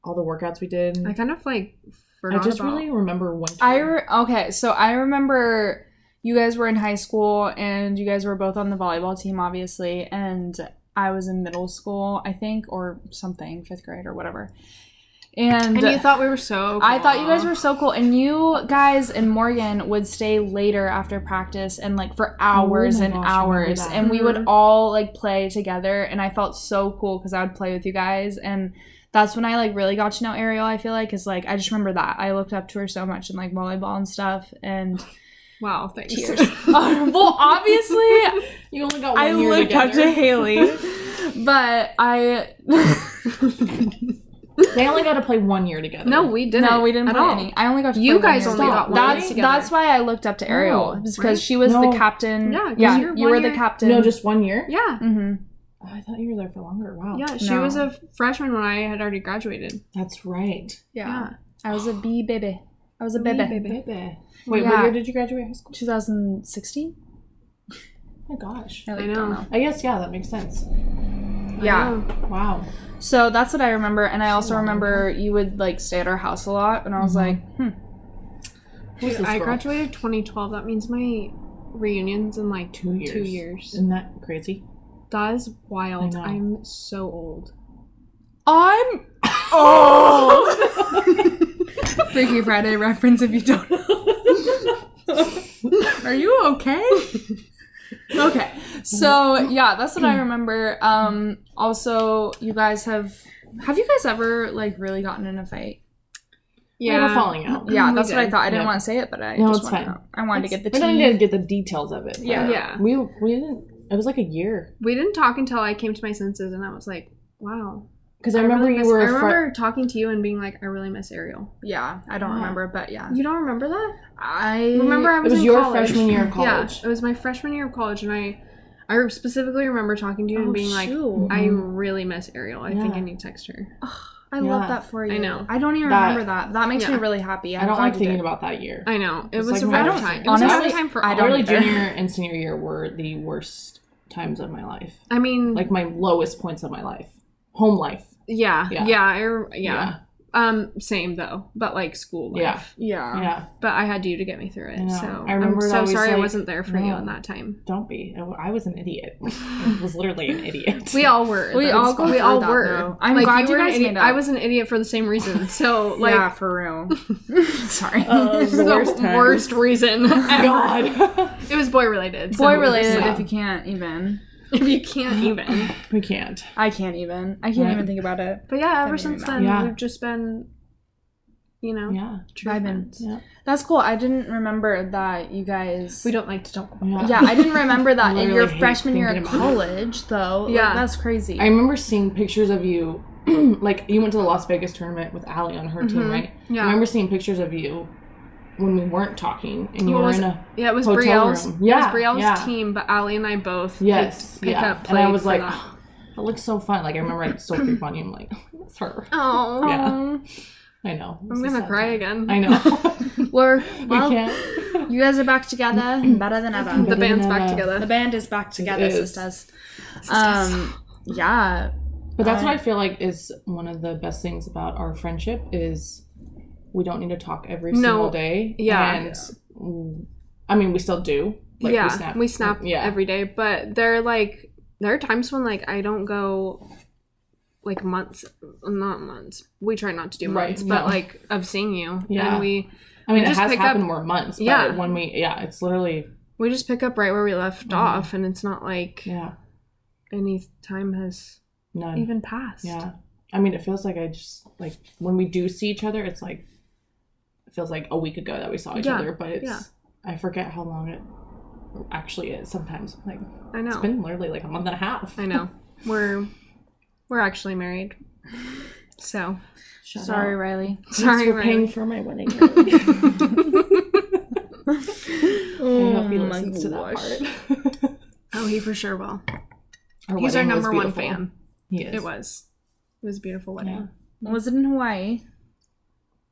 [SPEAKER 4] all the workouts we did.
[SPEAKER 2] I kind of like
[SPEAKER 4] I
[SPEAKER 2] forgot
[SPEAKER 4] just
[SPEAKER 2] about.
[SPEAKER 4] really remember winter.
[SPEAKER 3] (laughs) I re- okay, so I remember you guys were in high school and you guys were both on the volleyball team, obviously, and I was in middle school, I think, or something, fifth grade or whatever. And,
[SPEAKER 2] and you thought we were so.
[SPEAKER 3] I thought you guys
[SPEAKER 2] cool.
[SPEAKER 3] were so cool, and you guys and Morgan would stay later after practice and like for hours
[SPEAKER 4] Oh my
[SPEAKER 3] and
[SPEAKER 4] gosh, I remember
[SPEAKER 3] hours,
[SPEAKER 4] that.
[SPEAKER 3] and we
[SPEAKER 2] Mhm.
[SPEAKER 3] would all like play together, and I felt so cool because I would play with you guys, and that's when I like really got to know Ariel. I feel like is like I just remember that I looked up to her so much in like volleyball and stuff,
[SPEAKER 4] (laughs)
[SPEAKER 3] and (laughs)
[SPEAKER 2] wow. Thanks.
[SPEAKER 3] Tears.
[SPEAKER 2] (laughs)
[SPEAKER 3] well, obviously
[SPEAKER 4] you only got one
[SPEAKER 3] I
[SPEAKER 4] year
[SPEAKER 3] looked up to
[SPEAKER 4] together. (laughs)
[SPEAKER 3] Haley, but I (laughs)
[SPEAKER 4] They only got to play one year together.
[SPEAKER 2] no, we didn't.
[SPEAKER 3] No, we didn't
[SPEAKER 2] at
[SPEAKER 3] play
[SPEAKER 2] all.
[SPEAKER 3] any. I only got to
[SPEAKER 2] You
[SPEAKER 3] play one
[SPEAKER 2] guys
[SPEAKER 3] year.
[SPEAKER 2] only
[SPEAKER 4] got one
[SPEAKER 3] That's
[SPEAKER 2] year together.
[SPEAKER 3] that's why I looked up to Ariel
[SPEAKER 4] No,
[SPEAKER 3] because
[SPEAKER 2] right?
[SPEAKER 3] she was
[SPEAKER 4] No.
[SPEAKER 3] the captain.
[SPEAKER 2] Yeah, 'cause
[SPEAKER 3] yeah,
[SPEAKER 2] you're
[SPEAKER 3] you
[SPEAKER 2] one
[SPEAKER 3] were the
[SPEAKER 2] year-
[SPEAKER 3] captain.
[SPEAKER 4] no, just one year.
[SPEAKER 2] Yeah,
[SPEAKER 3] hmm
[SPEAKER 4] Oh, I thought you were there for longer. Wow.
[SPEAKER 2] yeah. She
[SPEAKER 3] No.
[SPEAKER 2] was a freshman when I had already graduated.
[SPEAKER 4] That's right.
[SPEAKER 2] Yeah.
[SPEAKER 3] I was a bee baby. I was a baby.
[SPEAKER 4] Baby. Wait, what
[SPEAKER 3] Yeah.
[SPEAKER 4] year did you graduate high school?
[SPEAKER 3] 2016.
[SPEAKER 4] my gosh.
[SPEAKER 3] I, like,
[SPEAKER 2] I
[SPEAKER 3] don't
[SPEAKER 2] know.
[SPEAKER 3] know.
[SPEAKER 4] I guess yeah, that makes sense.
[SPEAKER 3] Yeah.
[SPEAKER 2] I know.
[SPEAKER 4] Wow.
[SPEAKER 3] So that's what I remember. And I also remember you would like stay at our house a lot. And I was
[SPEAKER 4] Mhm.
[SPEAKER 3] like, hmm.
[SPEAKER 4] Who's
[SPEAKER 2] Dude,
[SPEAKER 4] this
[SPEAKER 2] I
[SPEAKER 4] girl?
[SPEAKER 2] graduated 2012. That means my reunions in like
[SPEAKER 4] Two years.
[SPEAKER 2] Two years.
[SPEAKER 4] Isn't that crazy?
[SPEAKER 2] That is wild.
[SPEAKER 4] I know.
[SPEAKER 2] I'm so old.
[SPEAKER 3] I'm
[SPEAKER 4] (laughs)
[SPEAKER 3] old. Freaky Friday reference if you don't know. Are you okay? okay. So yeah, that's what I remember. Um also you guys have have you guys ever like really gotten in a fight?
[SPEAKER 4] Mm, We had a falling out.
[SPEAKER 3] Yeah,
[SPEAKER 2] We
[SPEAKER 3] that's what I
[SPEAKER 2] did.
[SPEAKER 3] thought. I didn't
[SPEAKER 4] Yeah.
[SPEAKER 3] want to say it, but I
[SPEAKER 4] No,
[SPEAKER 3] just
[SPEAKER 4] it's
[SPEAKER 3] wanted
[SPEAKER 4] fine.
[SPEAKER 3] to know. I wanted to get the
[SPEAKER 4] We don't need
[SPEAKER 3] tea.
[SPEAKER 4] to get the details of it. but
[SPEAKER 3] Yeah.
[SPEAKER 2] Yeah.
[SPEAKER 4] We we didn't. It was like a year
[SPEAKER 2] We didn't talk until I came to my senses and I was like, wow.
[SPEAKER 4] because I remember
[SPEAKER 2] really
[SPEAKER 4] you
[SPEAKER 2] miss-
[SPEAKER 4] were.
[SPEAKER 2] I
[SPEAKER 4] a fri-
[SPEAKER 2] remember talking to you and being like, I really miss Ariel.
[SPEAKER 3] Yeah, I don't
[SPEAKER 4] Yeah.
[SPEAKER 3] remember, but yeah.
[SPEAKER 2] You don't remember that?
[SPEAKER 3] I
[SPEAKER 2] Remember I
[SPEAKER 4] It
[SPEAKER 2] was,
[SPEAKER 4] was
[SPEAKER 2] in
[SPEAKER 4] your
[SPEAKER 2] college.
[SPEAKER 4] freshman year of college.
[SPEAKER 2] (laughs) Yeah, it was my freshman year of college and I I specifically remember talking to you
[SPEAKER 3] Oh,
[SPEAKER 2] and being like,
[SPEAKER 3] shoot.
[SPEAKER 2] I really miss Ariel. I think
[SPEAKER 4] Yeah.
[SPEAKER 2] I need to text her.
[SPEAKER 3] I
[SPEAKER 4] Yeah.
[SPEAKER 3] love that for you.
[SPEAKER 2] I know.
[SPEAKER 3] I don't even
[SPEAKER 4] That-
[SPEAKER 3] remember that. That makes me
[SPEAKER 2] Yeah.
[SPEAKER 3] really happy.
[SPEAKER 4] I don't
[SPEAKER 3] glad
[SPEAKER 4] like
[SPEAKER 3] you
[SPEAKER 4] thinking
[SPEAKER 3] did.
[SPEAKER 4] about that year.
[SPEAKER 2] I know. It
[SPEAKER 4] It's
[SPEAKER 2] was
[SPEAKER 4] like my
[SPEAKER 2] a rough
[SPEAKER 4] first
[SPEAKER 2] time.
[SPEAKER 4] year.
[SPEAKER 2] It was a
[SPEAKER 3] Honestly,
[SPEAKER 2] rough time for
[SPEAKER 3] I
[SPEAKER 2] all
[SPEAKER 3] don't
[SPEAKER 2] of
[SPEAKER 4] Early
[SPEAKER 2] us.
[SPEAKER 3] either.
[SPEAKER 4] junior and senior year were the worst times of my life.
[SPEAKER 2] I mean,
[SPEAKER 4] Like my lowest points of my life, home life.
[SPEAKER 2] yeah,
[SPEAKER 4] Yeah.
[SPEAKER 2] yeah, I re- yeah, Um, same though, but like school life.
[SPEAKER 4] Yeah.
[SPEAKER 3] Yeah.
[SPEAKER 4] yeah. yeah.
[SPEAKER 2] But I had you to get me through it,
[SPEAKER 4] I know.
[SPEAKER 2] so
[SPEAKER 4] I
[SPEAKER 2] I
[SPEAKER 4] remember
[SPEAKER 2] am
[SPEAKER 4] it
[SPEAKER 2] so
[SPEAKER 4] always,
[SPEAKER 2] sorry I
[SPEAKER 4] like,
[SPEAKER 2] wasn't there for you
[SPEAKER 4] no.
[SPEAKER 2] in
[SPEAKER 4] (laughs)
[SPEAKER 2] that time.
[SPEAKER 4] Don't be. I I was an idiot. (laughs) I was literally an idiot.
[SPEAKER 2] We all were.
[SPEAKER 3] We
[SPEAKER 2] though.
[SPEAKER 3] all go
[SPEAKER 2] we
[SPEAKER 3] through
[SPEAKER 2] all
[SPEAKER 3] that,
[SPEAKER 2] were.
[SPEAKER 3] though. I'm
[SPEAKER 2] like,
[SPEAKER 3] glad
[SPEAKER 2] you
[SPEAKER 3] you
[SPEAKER 2] were an
[SPEAKER 3] guys
[SPEAKER 2] idiot.
[SPEAKER 3] made up.
[SPEAKER 2] I was an idiot for the same reason. So like,
[SPEAKER 3] yeah, for real. (laughs) Sorry.
[SPEAKER 4] Oh,
[SPEAKER 3] (laughs)
[SPEAKER 2] this is the
[SPEAKER 4] worst
[SPEAKER 2] worst,
[SPEAKER 4] time.
[SPEAKER 2] reason. ever.
[SPEAKER 4] (laughs) God.
[SPEAKER 2] (laughs) It was boy related. so-
[SPEAKER 3] Boy related
[SPEAKER 4] Yeah.
[SPEAKER 3] if you can't even.
[SPEAKER 2] (laughs) If you can't even.
[SPEAKER 4] we can't.
[SPEAKER 3] I can't even. I can't
[SPEAKER 4] Right.
[SPEAKER 3] even think about it.
[SPEAKER 2] But yeah, ever
[SPEAKER 3] Can't
[SPEAKER 2] since
[SPEAKER 3] even
[SPEAKER 2] then
[SPEAKER 4] imagine.
[SPEAKER 2] we've just been, you know,
[SPEAKER 4] Yeah.
[SPEAKER 2] true
[SPEAKER 3] Vibing.
[SPEAKER 2] friends.
[SPEAKER 4] Yeah.
[SPEAKER 3] That's cool. I didn't remember that you guys
[SPEAKER 2] We don't like to talk.
[SPEAKER 3] (laughs)
[SPEAKER 2] about
[SPEAKER 3] Yeah, I didn't remember that in your
[SPEAKER 4] Literally hate
[SPEAKER 3] freshman year at
[SPEAKER 4] thinking about it.
[SPEAKER 3] college though. Like,
[SPEAKER 2] Yeah.
[SPEAKER 3] that's crazy.
[SPEAKER 4] I remember seeing pictures of you, (clears throat) like you went to the Las Vegas tournament with Allie on her team,
[SPEAKER 2] Mhm.
[SPEAKER 4] right? I
[SPEAKER 2] Yeah.
[SPEAKER 4] remember seeing pictures of you when we weren't talking, and you
[SPEAKER 2] What
[SPEAKER 4] were
[SPEAKER 2] was
[SPEAKER 4] in a
[SPEAKER 2] Yeah, it was
[SPEAKER 4] hotel
[SPEAKER 2] Brielle's.
[SPEAKER 4] room.
[SPEAKER 2] it was
[SPEAKER 4] Yeah,
[SPEAKER 2] Brielle's
[SPEAKER 4] yeah.
[SPEAKER 2] team, but Allie and I both
[SPEAKER 4] yes,
[SPEAKER 2] picked, picked
[SPEAKER 4] yeah.
[SPEAKER 2] up
[SPEAKER 4] and
[SPEAKER 2] play.
[SPEAKER 4] I was like,
[SPEAKER 2] that.
[SPEAKER 4] (gasps) oh, that looks so fun. Like I remember I still
[SPEAKER 2] (clears throat)
[SPEAKER 4] creep on you. I'm like, (laughs) oh, that's her.
[SPEAKER 2] oh,
[SPEAKER 4] Yeah. (laughs) I know.
[SPEAKER 2] I'm gonna cry again.
[SPEAKER 4] I
[SPEAKER 2] (laughs)
[SPEAKER 4] know. (laughs)
[SPEAKER 3] We're
[SPEAKER 4] we
[SPEAKER 3] well,
[SPEAKER 4] can't.
[SPEAKER 3] you guys are back together and better than ever.
[SPEAKER 2] The
[SPEAKER 4] Better
[SPEAKER 2] band's
[SPEAKER 4] than
[SPEAKER 2] back
[SPEAKER 4] ever.
[SPEAKER 3] The
[SPEAKER 2] together.
[SPEAKER 3] band is back together,
[SPEAKER 4] is.
[SPEAKER 3] sisters. Um, yeah,
[SPEAKER 4] But that's what
[SPEAKER 3] I-
[SPEAKER 4] I feel like is one of the best things about our friendship is we don't need to talk every
[SPEAKER 2] No.
[SPEAKER 4] single day.
[SPEAKER 2] Yeah.
[SPEAKER 4] And mm, I mean, we still do.
[SPEAKER 2] yeah, we snap,
[SPEAKER 4] Yeah.
[SPEAKER 2] every day, but they're like there are times when like I don't go like months, not months. We try not to do
[SPEAKER 4] Right,
[SPEAKER 2] months, but
[SPEAKER 4] no.
[SPEAKER 2] like of seeing you,
[SPEAKER 4] Yeah.
[SPEAKER 2] and we
[SPEAKER 4] I mean,
[SPEAKER 2] we
[SPEAKER 4] it
[SPEAKER 2] just
[SPEAKER 4] has
[SPEAKER 2] pick up-
[SPEAKER 4] happened more months. Yeah.
[SPEAKER 2] Yeah.
[SPEAKER 4] when we, yeah, it's literally,
[SPEAKER 2] we just pick up right where we left
[SPEAKER 4] Mhm.
[SPEAKER 2] off, and it's not like
[SPEAKER 4] yeah,
[SPEAKER 2] any time has
[SPEAKER 4] none.
[SPEAKER 2] even passed.
[SPEAKER 4] yeah. I mean, it feels like I just, like, when we do see each other, it's like, it feels like a week ago that we saw each
[SPEAKER 2] Yeah,
[SPEAKER 4] other, but it's, I forget how long it actually is sometimes. Like,
[SPEAKER 2] I know.
[SPEAKER 4] it's been literally like a month and a half.
[SPEAKER 2] I know. We're we're actually married. So
[SPEAKER 4] Shut
[SPEAKER 3] sorry,
[SPEAKER 4] up.
[SPEAKER 3] Riley.
[SPEAKER 4] Sorry,
[SPEAKER 2] sorry,
[SPEAKER 4] for paying
[SPEAKER 2] Ryan.
[SPEAKER 4] for my wedding.
[SPEAKER 2] (laughs)
[SPEAKER 3] Oh
[SPEAKER 4] I hope he
[SPEAKER 3] my
[SPEAKER 4] Mm, listens to that
[SPEAKER 3] gosh.
[SPEAKER 4] part.
[SPEAKER 2] Oh, he for sure will.
[SPEAKER 4] (laughs) Our
[SPEAKER 2] He's our
[SPEAKER 4] wedding was
[SPEAKER 2] number one
[SPEAKER 4] beautiful.
[SPEAKER 2] fan.
[SPEAKER 4] He is.
[SPEAKER 2] It was. It was a beautiful wedding.
[SPEAKER 4] Yeah.
[SPEAKER 3] Was it in Hawaii?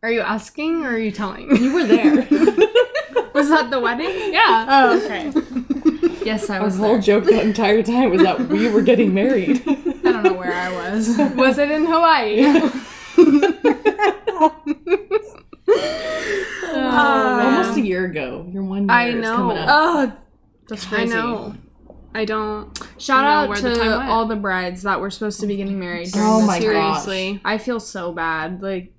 [SPEAKER 2] Are you asking or are you telling?
[SPEAKER 4] You were there.
[SPEAKER 3] Was that
[SPEAKER 4] (laughs)
[SPEAKER 3] the wedding?
[SPEAKER 2] yeah. uh,
[SPEAKER 3] Oh, okay. yes, I
[SPEAKER 4] Our
[SPEAKER 3] was.
[SPEAKER 4] whole
[SPEAKER 3] There.
[SPEAKER 4] joke the entire time was that we were getting
[SPEAKER 2] (laughs)
[SPEAKER 4] married.
[SPEAKER 3] I don't know where I was.
[SPEAKER 2] (laughs) Was it
[SPEAKER 4] (laughs)
[SPEAKER 2] in Hawaii?
[SPEAKER 4] Oh, Almost a
[SPEAKER 2] Oh, Um,
[SPEAKER 4] year ago. Your one year
[SPEAKER 2] I
[SPEAKER 4] is
[SPEAKER 2] know. Uh,
[SPEAKER 4] coming up.
[SPEAKER 3] Oh, that's
[SPEAKER 2] I
[SPEAKER 3] crazy.
[SPEAKER 2] know. I don't.
[SPEAKER 3] Shout
[SPEAKER 2] I know
[SPEAKER 3] out
[SPEAKER 2] where
[SPEAKER 3] to
[SPEAKER 2] the time went.
[SPEAKER 3] all the brides that were supposed to be getting married during
[SPEAKER 4] Oh
[SPEAKER 3] this
[SPEAKER 4] my
[SPEAKER 3] year.
[SPEAKER 4] gosh.
[SPEAKER 2] seriously.
[SPEAKER 3] I feel so bad. Like,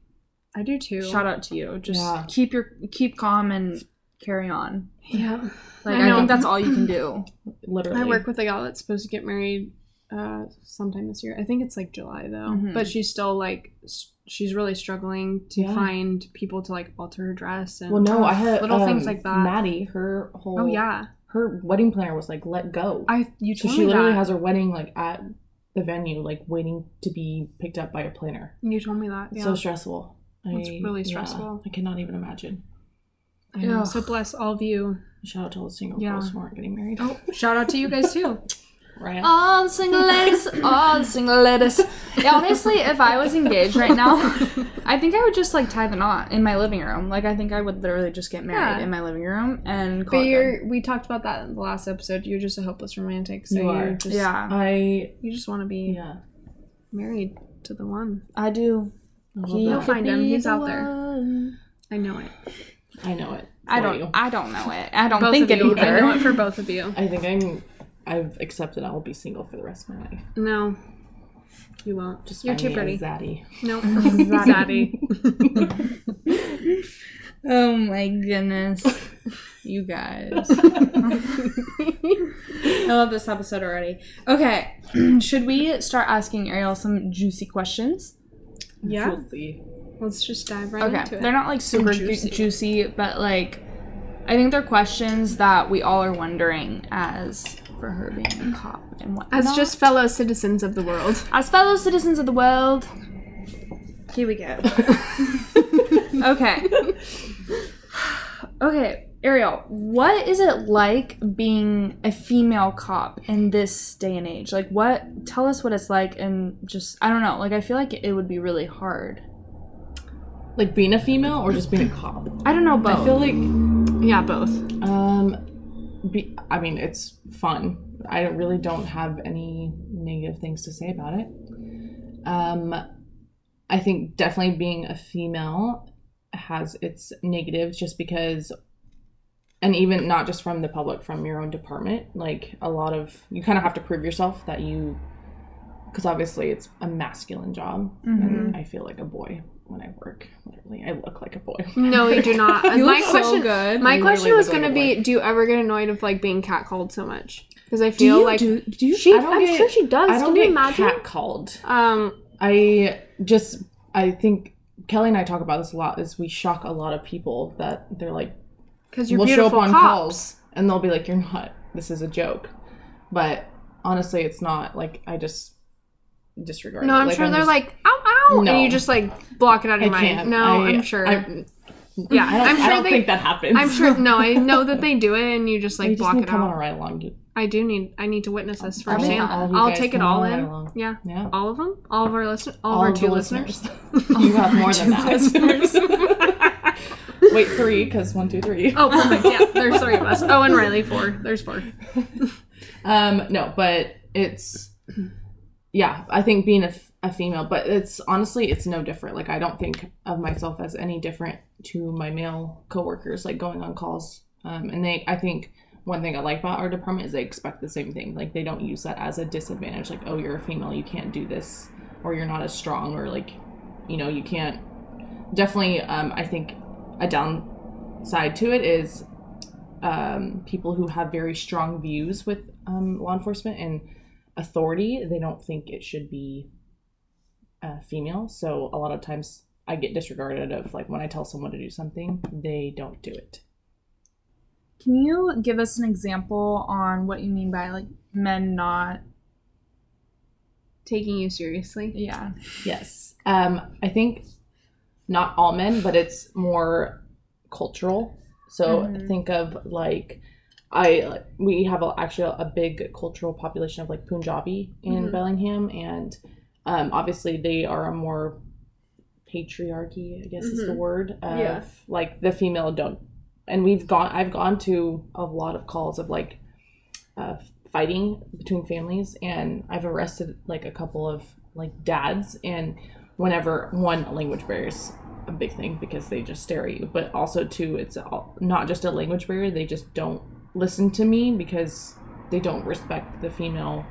[SPEAKER 2] I do too.
[SPEAKER 3] shout out to you. Just
[SPEAKER 4] Yeah.
[SPEAKER 3] keep your keep calm and carry on.
[SPEAKER 2] Yeah.
[SPEAKER 3] Like,
[SPEAKER 2] I
[SPEAKER 3] I,
[SPEAKER 2] know.
[SPEAKER 3] think that's all you can
[SPEAKER 2] (laughs)
[SPEAKER 3] do.
[SPEAKER 4] Literally.
[SPEAKER 2] I work with a gal that's supposed to get married uh sometime this year. I think it's like July though.
[SPEAKER 3] Mhm.
[SPEAKER 2] But she's still like s- she's really struggling to
[SPEAKER 4] Mm-hmm. Yeah.
[SPEAKER 2] find people to like alter her dress and
[SPEAKER 4] Well, no, I had
[SPEAKER 2] uh, little
[SPEAKER 4] um,
[SPEAKER 2] things like that.
[SPEAKER 4] Maddie, her whole
[SPEAKER 2] Oh yeah.
[SPEAKER 4] her wedding planner was like let go.
[SPEAKER 2] I you
[SPEAKER 4] so
[SPEAKER 2] told
[SPEAKER 4] she
[SPEAKER 2] me
[SPEAKER 4] literally
[SPEAKER 2] that.
[SPEAKER 4] has her wedding like at the venue, like waiting to be picked up by a planner.
[SPEAKER 2] you told me that.
[SPEAKER 4] It's
[SPEAKER 2] Yeah.
[SPEAKER 4] so stressful.
[SPEAKER 2] It's
[SPEAKER 4] I-
[SPEAKER 2] really
[SPEAKER 4] yeah,
[SPEAKER 2] stressful.
[SPEAKER 4] I cannot even imagine.
[SPEAKER 2] I know.
[SPEAKER 3] Ugh.
[SPEAKER 2] So bless all of you.
[SPEAKER 4] Shout out to all the single
[SPEAKER 2] Yeah. Oh. (laughs)
[SPEAKER 4] girls who aren't getting married. (laughs)
[SPEAKER 3] Oh, shout out to you guys too.
[SPEAKER 4] Right?
[SPEAKER 3] All the single ladies, all the single
[SPEAKER 2] (laughs)
[SPEAKER 3] ladies. Yeah, honestly, if I was engaged right now, I think I would just like tie the knot in my living room. Like, I think I would literally just get married
[SPEAKER 2] Yeah.
[SPEAKER 3] in my living room and call it
[SPEAKER 2] But
[SPEAKER 3] good.
[SPEAKER 2] you're, we talked about that in the last episode. You're just a hopeless romantic, so
[SPEAKER 4] You
[SPEAKER 2] you
[SPEAKER 4] are.
[SPEAKER 2] are just
[SPEAKER 3] Yeah,
[SPEAKER 4] I
[SPEAKER 2] you just want to be
[SPEAKER 4] yeah.
[SPEAKER 2] married to the one.
[SPEAKER 3] I do.
[SPEAKER 4] I love
[SPEAKER 3] He
[SPEAKER 2] You'll
[SPEAKER 4] that.
[SPEAKER 3] could
[SPEAKER 2] find him.
[SPEAKER 3] be
[SPEAKER 2] He's
[SPEAKER 3] the
[SPEAKER 2] out there.
[SPEAKER 3] one.
[SPEAKER 2] I know it.
[SPEAKER 4] I know it.
[SPEAKER 3] I
[SPEAKER 4] for
[SPEAKER 3] don't.
[SPEAKER 4] you.
[SPEAKER 3] I don't know it. I don't
[SPEAKER 2] Both
[SPEAKER 3] think
[SPEAKER 2] of
[SPEAKER 3] it
[SPEAKER 2] you. I know
[SPEAKER 3] (laughs)
[SPEAKER 2] it
[SPEAKER 3] either.
[SPEAKER 2] for both of you.
[SPEAKER 4] I think I'm. I've accepted. I will be single for the rest of my life.
[SPEAKER 2] No, you won't. Just you're
[SPEAKER 4] Find
[SPEAKER 2] too
[SPEAKER 4] me a
[SPEAKER 2] pretty.
[SPEAKER 4] zaddy. (laughs)
[SPEAKER 2] No,
[SPEAKER 3] Zaddy.
[SPEAKER 2] zaddy.
[SPEAKER 3] Oh my goodness,
[SPEAKER 2] (laughs)
[SPEAKER 3] you guys.
[SPEAKER 4] (laughs)
[SPEAKER 3] I love this episode already. Okay, (clears throat) should we start asking Ariel some juicy questions?
[SPEAKER 2] Yeah.
[SPEAKER 4] We'll see.
[SPEAKER 2] Let's just dive right
[SPEAKER 3] Okay,
[SPEAKER 2] into it.
[SPEAKER 3] they're not like super ju- juicy.
[SPEAKER 2] Juicy.
[SPEAKER 3] but like I think they're questions that we all are wondering as for her being a cop and whatnot.
[SPEAKER 2] As just fellow citizens of the world.
[SPEAKER 3] as fellow citizens of the world. Here
[SPEAKER 4] (laughs)
[SPEAKER 3] we go. okay. Okay, Ariel, what is it like being a female cop in this day and age? Like, what? Tell us what it's like, and just I don't know. Like, I feel like it would be really hard.
[SPEAKER 4] Like being a female or just being a cop.
[SPEAKER 3] I don't know, both.
[SPEAKER 4] I feel like
[SPEAKER 2] Yeah, both.
[SPEAKER 4] Um, be, I mean, it's fun. I don't- really don't have any negative things to say about it. Um, I think definitely being a female has its negatives just because, and even not just from the public, from your own department, like a lot of, you kind of have to prove yourself that you, because obviously it's a masculine job. And
[SPEAKER 2] Mm-hmm.
[SPEAKER 4] I feel like a boy when I work. Literally, I look like a boy.
[SPEAKER 2] (laughs) No, you do
[SPEAKER 4] (laughs)
[SPEAKER 2] not.
[SPEAKER 3] You
[SPEAKER 2] my
[SPEAKER 3] look so
[SPEAKER 2] question,
[SPEAKER 3] good.
[SPEAKER 2] my
[SPEAKER 4] You
[SPEAKER 2] question
[SPEAKER 4] really
[SPEAKER 2] was
[SPEAKER 4] look like
[SPEAKER 2] going to
[SPEAKER 4] a
[SPEAKER 2] be:
[SPEAKER 4] boy.
[SPEAKER 2] Do you ever get annoyed of like being catcalled so much? Because I
[SPEAKER 3] Do
[SPEAKER 2] feel
[SPEAKER 3] you
[SPEAKER 2] like
[SPEAKER 3] do, do you
[SPEAKER 2] she.
[SPEAKER 4] I
[SPEAKER 2] I
[SPEAKER 4] don't
[SPEAKER 2] am
[SPEAKER 4] get-
[SPEAKER 2] sure she does.
[SPEAKER 4] I don't
[SPEAKER 2] can you
[SPEAKER 4] get
[SPEAKER 2] imagine?
[SPEAKER 4] catcalled.
[SPEAKER 2] um,
[SPEAKER 4] I just I think Kelly and I talk about this a lot is we shock a lot of people that they're like
[SPEAKER 2] because you're
[SPEAKER 4] we'll show
[SPEAKER 2] beautiful
[SPEAKER 4] up on
[SPEAKER 2] cops.
[SPEAKER 4] calls and they'll be like you're not this is a joke. But honestly it's not like I just disregard
[SPEAKER 2] No,
[SPEAKER 4] it.
[SPEAKER 2] I'm sure
[SPEAKER 4] I'm (laughs)
[SPEAKER 2] they're
[SPEAKER 4] just-
[SPEAKER 2] like, ow, ow,
[SPEAKER 4] No.
[SPEAKER 2] and you just like block it out of your
[SPEAKER 4] I
[SPEAKER 2] mind.
[SPEAKER 4] can't.
[SPEAKER 2] No,
[SPEAKER 4] I-
[SPEAKER 2] I, am sure.
[SPEAKER 4] I-
[SPEAKER 2] yeah,
[SPEAKER 4] I don't,
[SPEAKER 2] I'm sure
[SPEAKER 4] I don't
[SPEAKER 2] they.
[SPEAKER 4] think that happens. (laughs)
[SPEAKER 2] I'm sure. No, I know that they do it, and you just like
[SPEAKER 4] you just
[SPEAKER 2] block
[SPEAKER 4] need
[SPEAKER 2] it
[SPEAKER 4] to come on a
[SPEAKER 2] out.
[SPEAKER 4] ride along. You-
[SPEAKER 2] I do need. I need to witness this
[SPEAKER 4] I'll make
[SPEAKER 2] firsthand.
[SPEAKER 4] all of
[SPEAKER 2] I'll,
[SPEAKER 4] you guys
[SPEAKER 2] take it
[SPEAKER 4] come
[SPEAKER 2] all
[SPEAKER 4] on a ride
[SPEAKER 2] in.
[SPEAKER 4] along.
[SPEAKER 2] Yeah,
[SPEAKER 4] Yeah.
[SPEAKER 2] all of them. All of our listeners. All, of our
[SPEAKER 4] the
[SPEAKER 2] two listeners.
[SPEAKER 4] you
[SPEAKER 2] (laughs)
[SPEAKER 4] have more than (laughs) that. (laughs) Wait, three, because one, two, three.
[SPEAKER 2] Oh, perfect. Yeah, there's three of
[SPEAKER 4] (laughs)
[SPEAKER 2] us. Oh, and Riley, four. There's four.
[SPEAKER 4] Um, no, but it's yeah. I think being a, f- a female, but it's honestly it's no different. Like I don't think of myself as any different to my male coworkers. Like going on calls, um, and they I think one thing I like about our department is they expect the same thing. Like they don't use that as a disadvantage. Like oh, you're a female, you can't do this, or you're not as strong, or like you know you can't. Definitely, um, I think a downside to it is um, people who have very strong views with um, law enforcement and authority, they don't think it should be uh, female. So a lot of times I get disregarded of like when I tell someone to do something, they don't do it.
[SPEAKER 3] Can you give us an example on what you mean by like men not?
[SPEAKER 2] Taking you seriously.
[SPEAKER 3] Yeah.
[SPEAKER 4] Yes. Um, I think not all men, but it's more cultural. So
[SPEAKER 3] Mhm.
[SPEAKER 4] think of like I we have a, actually a big cultural population of like Punjabi in
[SPEAKER 2] Mhm.
[SPEAKER 4] Bellingham, and um, obviously they are a more patriarchy, I guess is the
[SPEAKER 2] Mhm.
[SPEAKER 4] word. Of,
[SPEAKER 2] Yeah.
[SPEAKER 4] Like the female don't, and we've gone. I've gone to a lot of calls of like uh, fighting between families and i've arrested like a couple of like dads and whenever one language barrier is a big thing because they just stare at you but also two it's all, not just a language barrier they just don't listen to me because they don't respect the female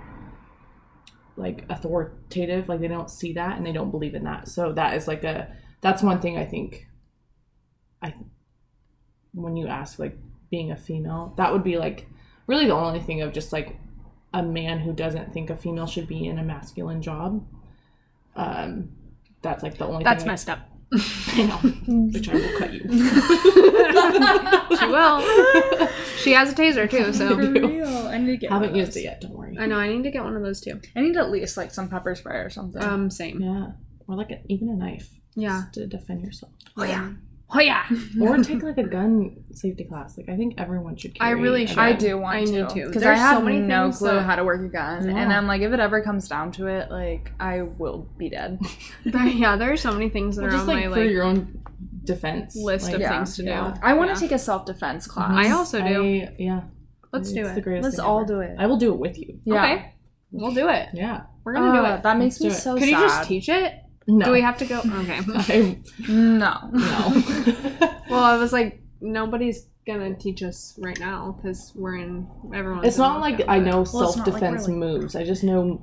[SPEAKER 4] like authoritative like they don't see that and they don't believe in that so that is like a that's one thing i think i when you ask like being a female that would be like really the only thing of just like a man who doesn't think a female should be in a masculine job um that's like the only thing I-
[SPEAKER 2] (laughs) up.
[SPEAKER 4] I know, which I will cut you.
[SPEAKER 2] (laughs)
[SPEAKER 4] (laughs)
[SPEAKER 2] She will. She has a taser too, so
[SPEAKER 3] real. I need to
[SPEAKER 4] (laughs)
[SPEAKER 3] get.
[SPEAKER 4] Haven't used it yet. Don't worry.
[SPEAKER 2] I know I need to get one of those too.
[SPEAKER 3] I need at least like some pepper spray or something.
[SPEAKER 2] Um, same.
[SPEAKER 4] Yeah, or like a, even a knife.
[SPEAKER 2] Yeah.
[SPEAKER 4] just to defend yourself.
[SPEAKER 2] Oh yeah. Oh yeah.
[SPEAKER 4] or take like a gun safety class. Like I think everyone should.
[SPEAKER 2] I
[SPEAKER 4] Carry
[SPEAKER 2] really
[SPEAKER 4] a
[SPEAKER 2] should.
[SPEAKER 3] I
[SPEAKER 4] gun.
[SPEAKER 3] do want
[SPEAKER 2] I
[SPEAKER 3] to.
[SPEAKER 2] need to.
[SPEAKER 3] Because I
[SPEAKER 2] There's
[SPEAKER 3] have
[SPEAKER 2] so many
[SPEAKER 3] no
[SPEAKER 2] things
[SPEAKER 3] clue
[SPEAKER 2] that-
[SPEAKER 3] how to work a gun. And
[SPEAKER 4] Yeah.
[SPEAKER 3] I'm like, if it ever comes down to it, like, I will be
[SPEAKER 2] (laughs)
[SPEAKER 3] dead.
[SPEAKER 2] There- yeah, there are so many things that
[SPEAKER 4] Well,
[SPEAKER 2] are
[SPEAKER 4] just
[SPEAKER 2] on
[SPEAKER 4] like
[SPEAKER 2] my
[SPEAKER 4] for
[SPEAKER 2] like
[SPEAKER 4] your own defense
[SPEAKER 2] list of
[SPEAKER 4] Like,
[SPEAKER 3] yeah,
[SPEAKER 2] things to
[SPEAKER 4] yeah.
[SPEAKER 2] do.
[SPEAKER 3] I want to
[SPEAKER 2] Yeah. Mm-hmm.
[SPEAKER 3] take a self defense class.
[SPEAKER 2] I also do.
[SPEAKER 4] I- yeah,
[SPEAKER 2] Let's do
[SPEAKER 4] it's The
[SPEAKER 2] it.
[SPEAKER 4] greatest
[SPEAKER 3] Let's
[SPEAKER 4] thing
[SPEAKER 3] all
[SPEAKER 4] ever.
[SPEAKER 3] do it.
[SPEAKER 4] I will do it with you.
[SPEAKER 3] yeah.
[SPEAKER 2] Okay. We'll do it.
[SPEAKER 4] Yeah.
[SPEAKER 2] We're gonna
[SPEAKER 3] Uh,
[SPEAKER 2] do it.
[SPEAKER 3] That makes
[SPEAKER 4] Let's do
[SPEAKER 3] me
[SPEAKER 4] it.
[SPEAKER 3] so sad.
[SPEAKER 2] Could you just teach it?
[SPEAKER 4] No.
[SPEAKER 2] Do we have to go? Okay.
[SPEAKER 4] (laughs) I,
[SPEAKER 3] (laughs)
[SPEAKER 4] no.
[SPEAKER 3] No.
[SPEAKER 4] (laughs)
[SPEAKER 2] (laughs) well, I was like, nobody's gonna teach us right now because we're in everyone's.
[SPEAKER 4] it's
[SPEAKER 2] in
[SPEAKER 4] not like
[SPEAKER 2] lockdown,
[SPEAKER 4] I
[SPEAKER 2] but-
[SPEAKER 4] know
[SPEAKER 3] not like
[SPEAKER 4] self defense
[SPEAKER 3] we're, like-
[SPEAKER 4] moves. I just know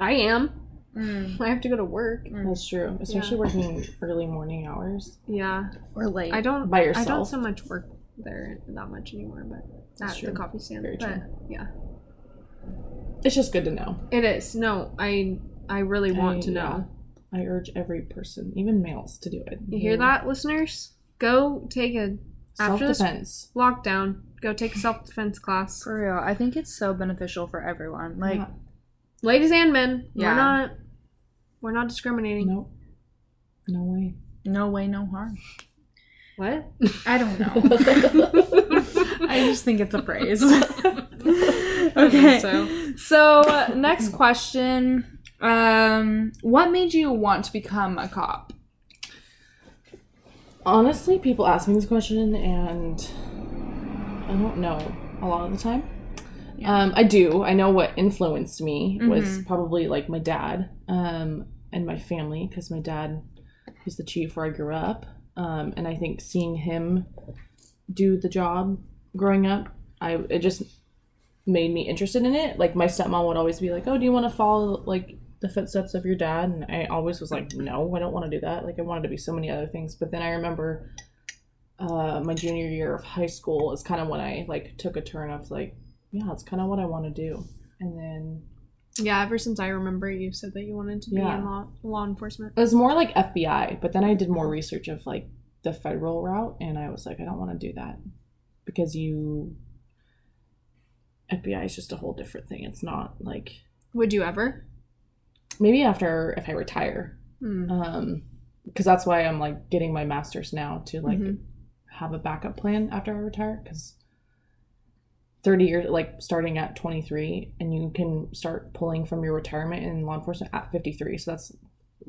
[SPEAKER 2] I am.
[SPEAKER 3] (laughs) Mm.
[SPEAKER 2] I have to go to work.
[SPEAKER 4] that's true, especially working early morning hours
[SPEAKER 2] Yeah,
[SPEAKER 3] Or late.
[SPEAKER 2] I don't.
[SPEAKER 4] by
[SPEAKER 2] I
[SPEAKER 4] yourself.
[SPEAKER 2] don't so much work there that much anymore, but
[SPEAKER 4] That's
[SPEAKER 2] at the
[SPEAKER 4] true.
[SPEAKER 2] coffee stand.
[SPEAKER 4] Very
[SPEAKER 2] but
[SPEAKER 4] true.
[SPEAKER 2] yeah,
[SPEAKER 4] it's just good to know.
[SPEAKER 2] it is. No, I I really want
[SPEAKER 4] I-
[SPEAKER 2] to know.
[SPEAKER 4] I urge every person, even males, to do it.
[SPEAKER 2] You hear that, listeners? Go take a
[SPEAKER 4] Self
[SPEAKER 2] After this-
[SPEAKER 4] defense.
[SPEAKER 2] lockdown. Go take a self defense class,
[SPEAKER 3] For real. I think it's so beneficial for everyone. Like,
[SPEAKER 4] Yeah.
[SPEAKER 2] ladies and men.
[SPEAKER 3] Yeah.
[SPEAKER 2] We're not. We're not discriminating.
[SPEAKER 4] Nope. No way.
[SPEAKER 3] no way, no harm.
[SPEAKER 2] (laughs)
[SPEAKER 4] (laughs)
[SPEAKER 2] What?
[SPEAKER 3] I don't know. (laughs) I just think it's a
[SPEAKER 2] (laughs)
[SPEAKER 3] phrase. (laughs) okay.
[SPEAKER 2] so.
[SPEAKER 3] So. uh, next question. Um, what made you want to become a cop?
[SPEAKER 4] Honestly, people ask me this question, and I don't know a lot of the time. Um, I do. I know what influenced me was probably like my dad um, and my family, because my dad was the chief where I grew up. Um, and I think seeing him do the job growing up, I it just made me interested in it. Like my stepmom would always be like, "Oh, do you want to follow like the footsteps of your dad?" And I always was like, "No, I don't want to do that." Like I wanted to be so many other things. But then I remember uh, my junior year of high school is kind of when I like took a turn of like, yeah, it's kind of what I want to do. And then
[SPEAKER 2] Yeah, ever since I remember, you said that you wanted to be
[SPEAKER 4] Yeah.
[SPEAKER 2] in law, law enforcement.
[SPEAKER 4] it was more like FBI, but then I did more research of like the federal route, and I was like, I don't want to do that because you FBI is just a whole different thing. It's not like
[SPEAKER 2] Would you ever?
[SPEAKER 4] maybe after if I retire,
[SPEAKER 2] Hmm.
[SPEAKER 4] um, because that's why I'm like getting my master's now to like have a backup plan after I retire because. 30 years like starting at 23 and you can start pulling from your retirement in law enforcement at 53 so that's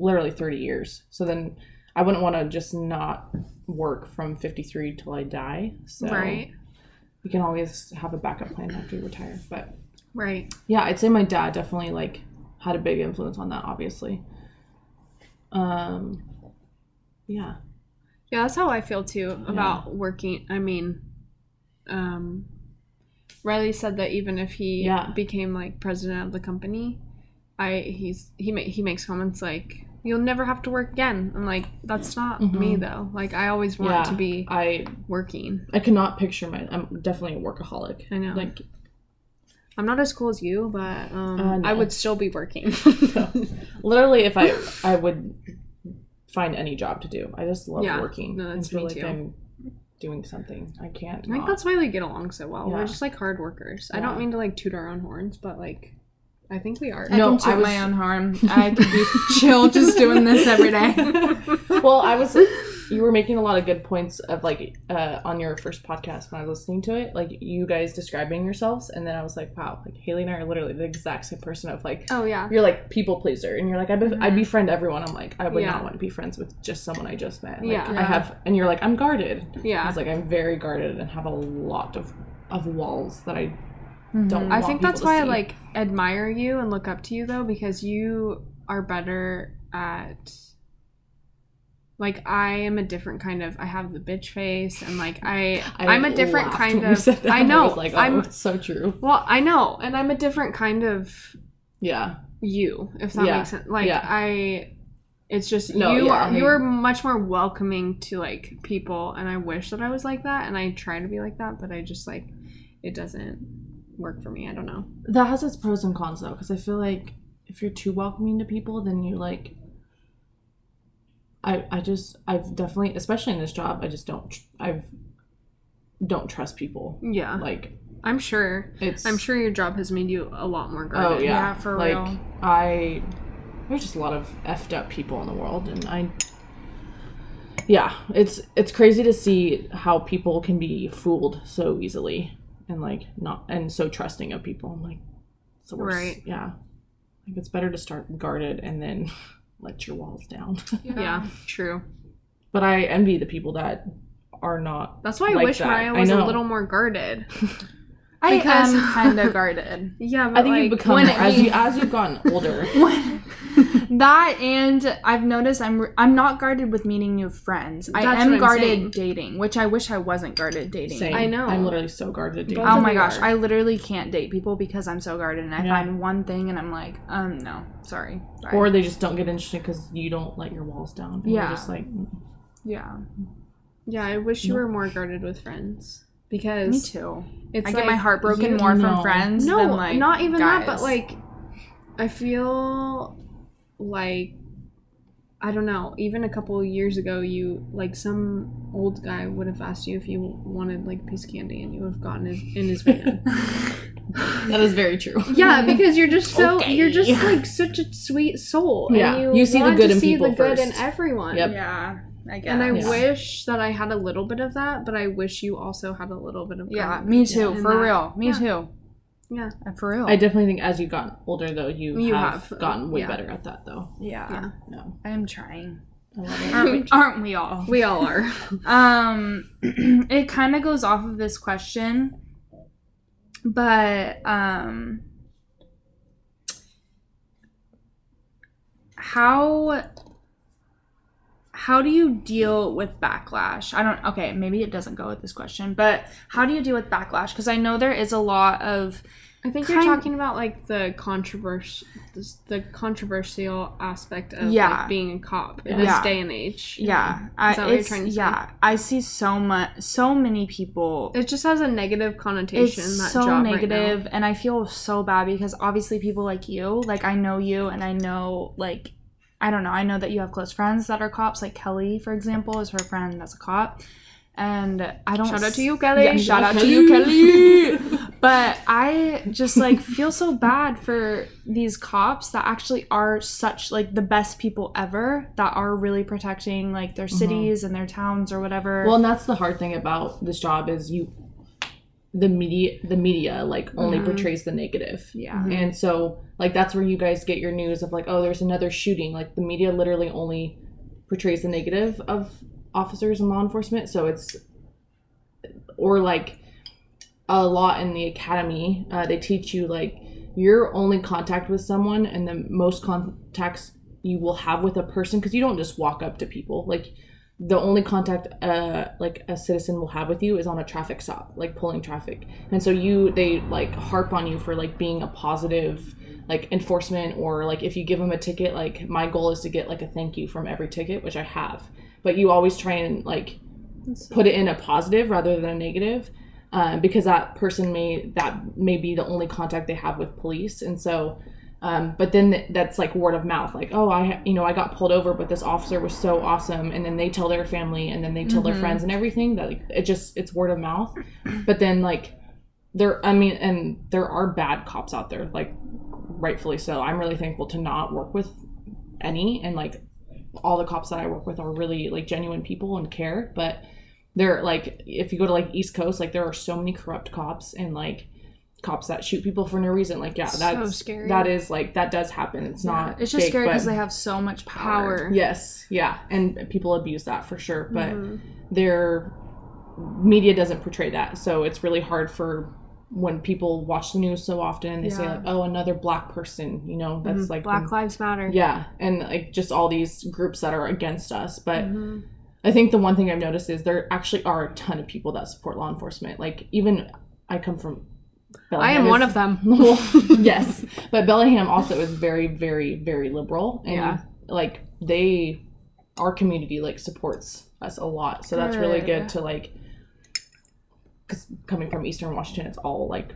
[SPEAKER 4] literally 30 years so then i wouldn't want to just not work from 53 till i die so
[SPEAKER 2] Right.
[SPEAKER 4] you can always have a backup plan after you retire but
[SPEAKER 2] Right.
[SPEAKER 4] yeah i'd say my dad definitely like had a big influence on that obviously um yeah
[SPEAKER 2] Yeah, that's how I feel too about working. I mean, um, Riley said that even if he
[SPEAKER 4] Yeah.
[SPEAKER 2] became like president of the company, I he's he ma- he makes comments like you'll never have to work again. I'm like that's not me though. Like I always want
[SPEAKER 4] Mm-hmm. yeah
[SPEAKER 2] to be
[SPEAKER 4] i
[SPEAKER 2] working.
[SPEAKER 4] i cannot picture my i'm definitely a workaholic
[SPEAKER 2] I know.
[SPEAKER 4] like (laughs)
[SPEAKER 2] I'm not as cool as you, but um,
[SPEAKER 4] Uh, no.
[SPEAKER 2] I would still be
[SPEAKER 4] (laughs)
[SPEAKER 2] working.
[SPEAKER 4] literally if i i would find any job to do i just love
[SPEAKER 2] Yeah.
[SPEAKER 4] working
[SPEAKER 2] No,
[SPEAKER 4] and
[SPEAKER 2] that's
[SPEAKER 4] feel
[SPEAKER 2] me
[SPEAKER 4] like
[SPEAKER 2] too.
[SPEAKER 4] i'm doing something i can't
[SPEAKER 2] I think
[SPEAKER 4] not.
[SPEAKER 2] that's why we get along so well.
[SPEAKER 4] Yeah.
[SPEAKER 2] We're just like hard workers. I
[SPEAKER 4] Yeah.
[SPEAKER 2] don't mean to like toot our own horns, but like, I think we are.
[SPEAKER 4] No,
[SPEAKER 3] I can toot
[SPEAKER 4] I was-
[SPEAKER 3] my own harm. I could be chill just doing this every
[SPEAKER 2] (laughs)
[SPEAKER 3] day.
[SPEAKER 4] well i was you were making a lot of good points of like uh, on your first podcast when i was listening to it like you guys describing yourselves and then i was like wow like haley and i are literally the exact same person of like
[SPEAKER 2] Oh yeah,
[SPEAKER 4] you're like people pleaser and you're like I, bef- I befriend everyone i'm like i would
[SPEAKER 2] Mm-hmm. Yeah.
[SPEAKER 4] not want to be friends with just someone i just met like,
[SPEAKER 2] Yeah.
[SPEAKER 4] i have and you're like i'm guarded i
[SPEAKER 2] yeah.
[SPEAKER 4] was like i'm very guarded and have a lot of of walls that i don't
[SPEAKER 3] Mm-hmm.
[SPEAKER 2] I
[SPEAKER 4] want
[SPEAKER 2] think
[SPEAKER 4] people
[SPEAKER 2] that's
[SPEAKER 4] to
[SPEAKER 2] why I
[SPEAKER 4] see.
[SPEAKER 2] like admire you and look up to you though, because you are better at. Like I am a different kind of. I have the bitch face, and like I, I am a different
[SPEAKER 4] laughed
[SPEAKER 2] kind
[SPEAKER 4] when you
[SPEAKER 2] of.
[SPEAKER 4] said that.
[SPEAKER 2] I know. I
[SPEAKER 4] was like oh,
[SPEAKER 2] am
[SPEAKER 4] it's so true
[SPEAKER 2] well. I know, and I'm a different kind of
[SPEAKER 4] yeah
[SPEAKER 2] you, if that
[SPEAKER 4] Yeah.
[SPEAKER 2] makes sense. Like
[SPEAKER 4] Yeah.
[SPEAKER 2] I, it's just
[SPEAKER 4] No,
[SPEAKER 2] you
[SPEAKER 4] yeah,
[SPEAKER 2] are
[SPEAKER 4] I-
[SPEAKER 2] you are much more welcoming to like people, and I wish that I was like that, and I try to be like that, but I just like it doesn't work for me. I don't know.
[SPEAKER 4] that has its pros and cons though because i feel like if you're too welcoming to people then you like i i just i've definitely especially in this job i just don't tr- i've don't trust people
[SPEAKER 2] Yeah,
[SPEAKER 4] like
[SPEAKER 2] I'm sure.
[SPEAKER 4] it's
[SPEAKER 2] I'm sure your job has made you a lot more
[SPEAKER 4] oh
[SPEAKER 2] guarded.
[SPEAKER 4] yeah,
[SPEAKER 3] Yeah, for
[SPEAKER 4] like
[SPEAKER 3] real.
[SPEAKER 4] i there's just a lot of effed up people in the world and i yeah, it's it's crazy to see how people can be fooled so easily and like not and so trusting of people. I'm like, it's the worst.
[SPEAKER 2] Right.
[SPEAKER 4] Yeah, like it's better to start guarded and then (laughs) let your walls down. (laughs)
[SPEAKER 2] Yeah, true.
[SPEAKER 4] but I envy the people that are not.
[SPEAKER 2] That's why I
[SPEAKER 4] Like
[SPEAKER 2] wish
[SPEAKER 4] that.
[SPEAKER 2] Mariah
[SPEAKER 4] I
[SPEAKER 2] was a
[SPEAKER 4] know.
[SPEAKER 2] little more guarded.
[SPEAKER 3] I
[SPEAKER 2] Because-
[SPEAKER 3] am kind (laughs) of guarded.
[SPEAKER 2] Yeah, but
[SPEAKER 4] I think you've
[SPEAKER 2] like,
[SPEAKER 4] become
[SPEAKER 3] when it
[SPEAKER 4] as you
[SPEAKER 3] means-
[SPEAKER 4] as you've gotten
[SPEAKER 2] (laughs)
[SPEAKER 4] older.
[SPEAKER 3] When- that and I've noticed I'm I'm not guarded with meeting new friends.
[SPEAKER 2] That's
[SPEAKER 3] I am
[SPEAKER 2] what I'm
[SPEAKER 3] guarded
[SPEAKER 2] saying.
[SPEAKER 3] dating, which I wish I wasn't guarded dating.
[SPEAKER 4] Same.
[SPEAKER 2] I know.
[SPEAKER 4] I'm literally so guarded. dude.
[SPEAKER 2] Both
[SPEAKER 3] Oh
[SPEAKER 2] of
[SPEAKER 3] my
[SPEAKER 2] you
[SPEAKER 3] gosh,
[SPEAKER 2] are.
[SPEAKER 3] I literally can't date people because I'm so guarded, and I
[SPEAKER 4] Yeah.
[SPEAKER 3] find one thing and I'm like, um, no, sorry. Bye.
[SPEAKER 4] Or they just don't get interested because you don't let your walls down. And
[SPEAKER 3] Yeah.
[SPEAKER 4] You're just like, mm.
[SPEAKER 3] yeah,
[SPEAKER 2] (laughs) yeah, I wish you were more guarded with friends because
[SPEAKER 3] me too.
[SPEAKER 2] It's
[SPEAKER 3] I get my
[SPEAKER 2] like,
[SPEAKER 3] heart broken
[SPEAKER 4] you-
[SPEAKER 3] more
[SPEAKER 4] no.
[SPEAKER 3] from friends
[SPEAKER 2] No,
[SPEAKER 3] than like
[SPEAKER 2] not even that, but
[SPEAKER 3] guys.
[SPEAKER 2] like I feel like I don't know, even a couple of years ago you like some old guy would have asked you if you wanted like piece of candy and you would have gotten it in his van.
[SPEAKER 4] that is very true.
[SPEAKER 2] yeah, because you're just so
[SPEAKER 3] Okay.
[SPEAKER 2] you're just like such a sweet soul.
[SPEAKER 4] Yeah,
[SPEAKER 2] And you, see the good to in see the good in everyone.
[SPEAKER 4] Yep.
[SPEAKER 3] yeah, I guess.
[SPEAKER 2] And I
[SPEAKER 4] Yeah.
[SPEAKER 2] wish that I had a little bit of that, but I wish you also had a little bit of
[SPEAKER 3] yeah,
[SPEAKER 2] that.
[SPEAKER 3] me too,
[SPEAKER 2] And
[SPEAKER 3] for
[SPEAKER 2] that-
[SPEAKER 3] real, me
[SPEAKER 2] yeah.
[SPEAKER 3] too,
[SPEAKER 2] Yeah.
[SPEAKER 3] Uh, for real.
[SPEAKER 4] I definitely think as you've gotten older, though, you,
[SPEAKER 2] You
[SPEAKER 4] have, uh,
[SPEAKER 2] have,
[SPEAKER 4] gotten way
[SPEAKER 2] yeah.
[SPEAKER 4] better at that, though.
[SPEAKER 3] yeah.
[SPEAKER 2] Yeah.
[SPEAKER 4] No,
[SPEAKER 3] I am trying.
[SPEAKER 4] I love it.
[SPEAKER 2] (laughs)
[SPEAKER 3] Aren't we, aren't (laughs) we all?
[SPEAKER 2] We all (laughs) are.
[SPEAKER 3] Um, (clears throat) it kind of goes off of this question, but um, how how do you deal with backlash? I don't. Okay, maybe it doesn't go with this question, but how do you deal with backlash? Because I know there is a lot of
[SPEAKER 2] I think
[SPEAKER 3] kind-
[SPEAKER 2] you're talking about like the controversial, the controversial aspect of
[SPEAKER 3] Yeah.
[SPEAKER 2] like, being a cop in
[SPEAKER 3] Yeah.
[SPEAKER 2] this day and age.
[SPEAKER 3] yeah.
[SPEAKER 2] Is that
[SPEAKER 3] I,
[SPEAKER 2] what you're
[SPEAKER 3] it's,
[SPEAKER 2] trying to say?
[SPEAKER 3] yeah, I see so much, so many people
[SPEAKER 2] it just has a negative connotation.
[SPEAKER 3] it's
[SPEAKER 2] that
[SPEAKER 3] so
[SPEAKER 2] job
[SPEAKER 3] negative
[SPEAKER 2] Right
[SPEAKER 3] and i feel so bad because obviously people like you like i know you and i know like i don't know i know that you have close friends that are cops like kelly for example is her friend that's a cop and i don't
[SPEAKER 2] now. Shout out
[SPEAKER 3] s-
[SPEAKER 2] to you, Kelly.
[SPEAKER 3] yeah, shout out to you
[SPEAKER 4] (laughs)
[SPEAKER 3] kelly but i just
[SPEAKER 2] (laughs)
[SPEAKER 3] like feel so bad for these cops that actually are such like the best people ever that are really protecting like
[SPEAKER 2] Mm-hmm.
[SPEAKER 3] their cities and their towns or whatever
[SPEAKER 4] Well, and that's the hard thing about this job is you, the media, the media like only portrays the negative.
[SPEAKER 3] yeah
[SPEAKER 4] And so, like, that's where you guys get your news of, like, oh, there's another shooting. Like, the media literally only portrays the negative of officers and law enforcement. So it's, or like, a lot in the academy, uh, they teach you, like, your only contact with someone and the most contacts you will have with a person, because you don't just walk up to people. Like, the only contact uh like a citizen will have with you is on a traffic stop like pulling traffic and so you they like harp on you for like being a positive like enforcement or like if you give them a ticket like my goal is to get like a thank you from every ticket which i have but you always try and like put it in a positive rather than a negative uh, because that person may that may be the only contact they have with police and so um, but then th- that's like word of mouth like oh i you know i got pulled over but this officer was so awesome and then they tell their family and then they tell their friends and everything that like it just it's word of mouth but then like there i mean and there are bad cops out there like rightfully so i'm really thankful to not work with any and like all the cops that i work with are really like genuine people and care but they're like if you go to like east coast like there are so many corrupt cops and like cops that shoot people for no reason like yeah
[SPEAKER 2] So
[SPEAKER 4] that's
[SPEAKER 2] scary.
[SPEAKER 4] that is like that does happen it's not
[SPEAKER 3] it's just
[SPEAKER 4] fake,
[SPEAKER 3] scary
[SPEAKER 4] but-
[SPEAKER 3] because they have so much power. Mm-hmm.
[SPEAKER 2] Power.
[SPEAKER 4] yes yeah and people abuse that for sure but
[SPEAKER 2] Mhm.
[SPEAKER 4] their media doesn't portray that. So it's really hard for when people watch the news so often, they say
[SPEAKER 3] Yeah. Mm-hmm.
[SPEAKER 4] like, "Oh, another black person," you know, that's like
[SPEAKER 2] Black Lives Matter.
[SPEAKER 4] yeah, and like just all these groups that are against us. But
[SPEAKER 3] Mm-hmm.
[SPEAKER 2] Mhm.
[SPEAKER 4] I think the one thing I've noticed is there actually are a ton of people that support law enforcement. Like even I come from
[SPEAKER 2] I am
[SPEAKER 4] Bellingham
[SPEAKER 2] one
[SPEAKER 4] is- (laughs)
[SPEAKER 2] of them.
[SPEAKER 4] well,
[SPEAKER 2] (laughs)
[SPEAKER 4] yes, but Bellingham also is very, very, very liberal, and
[SPEAKER 2] Yeah.
[SPEAKER 4] like they, our community like supports us a lot, so that's really
[SPEAKER 3] Good.
[SPEAKER 4] good to like. Because coming from Eastern Washington, it's all like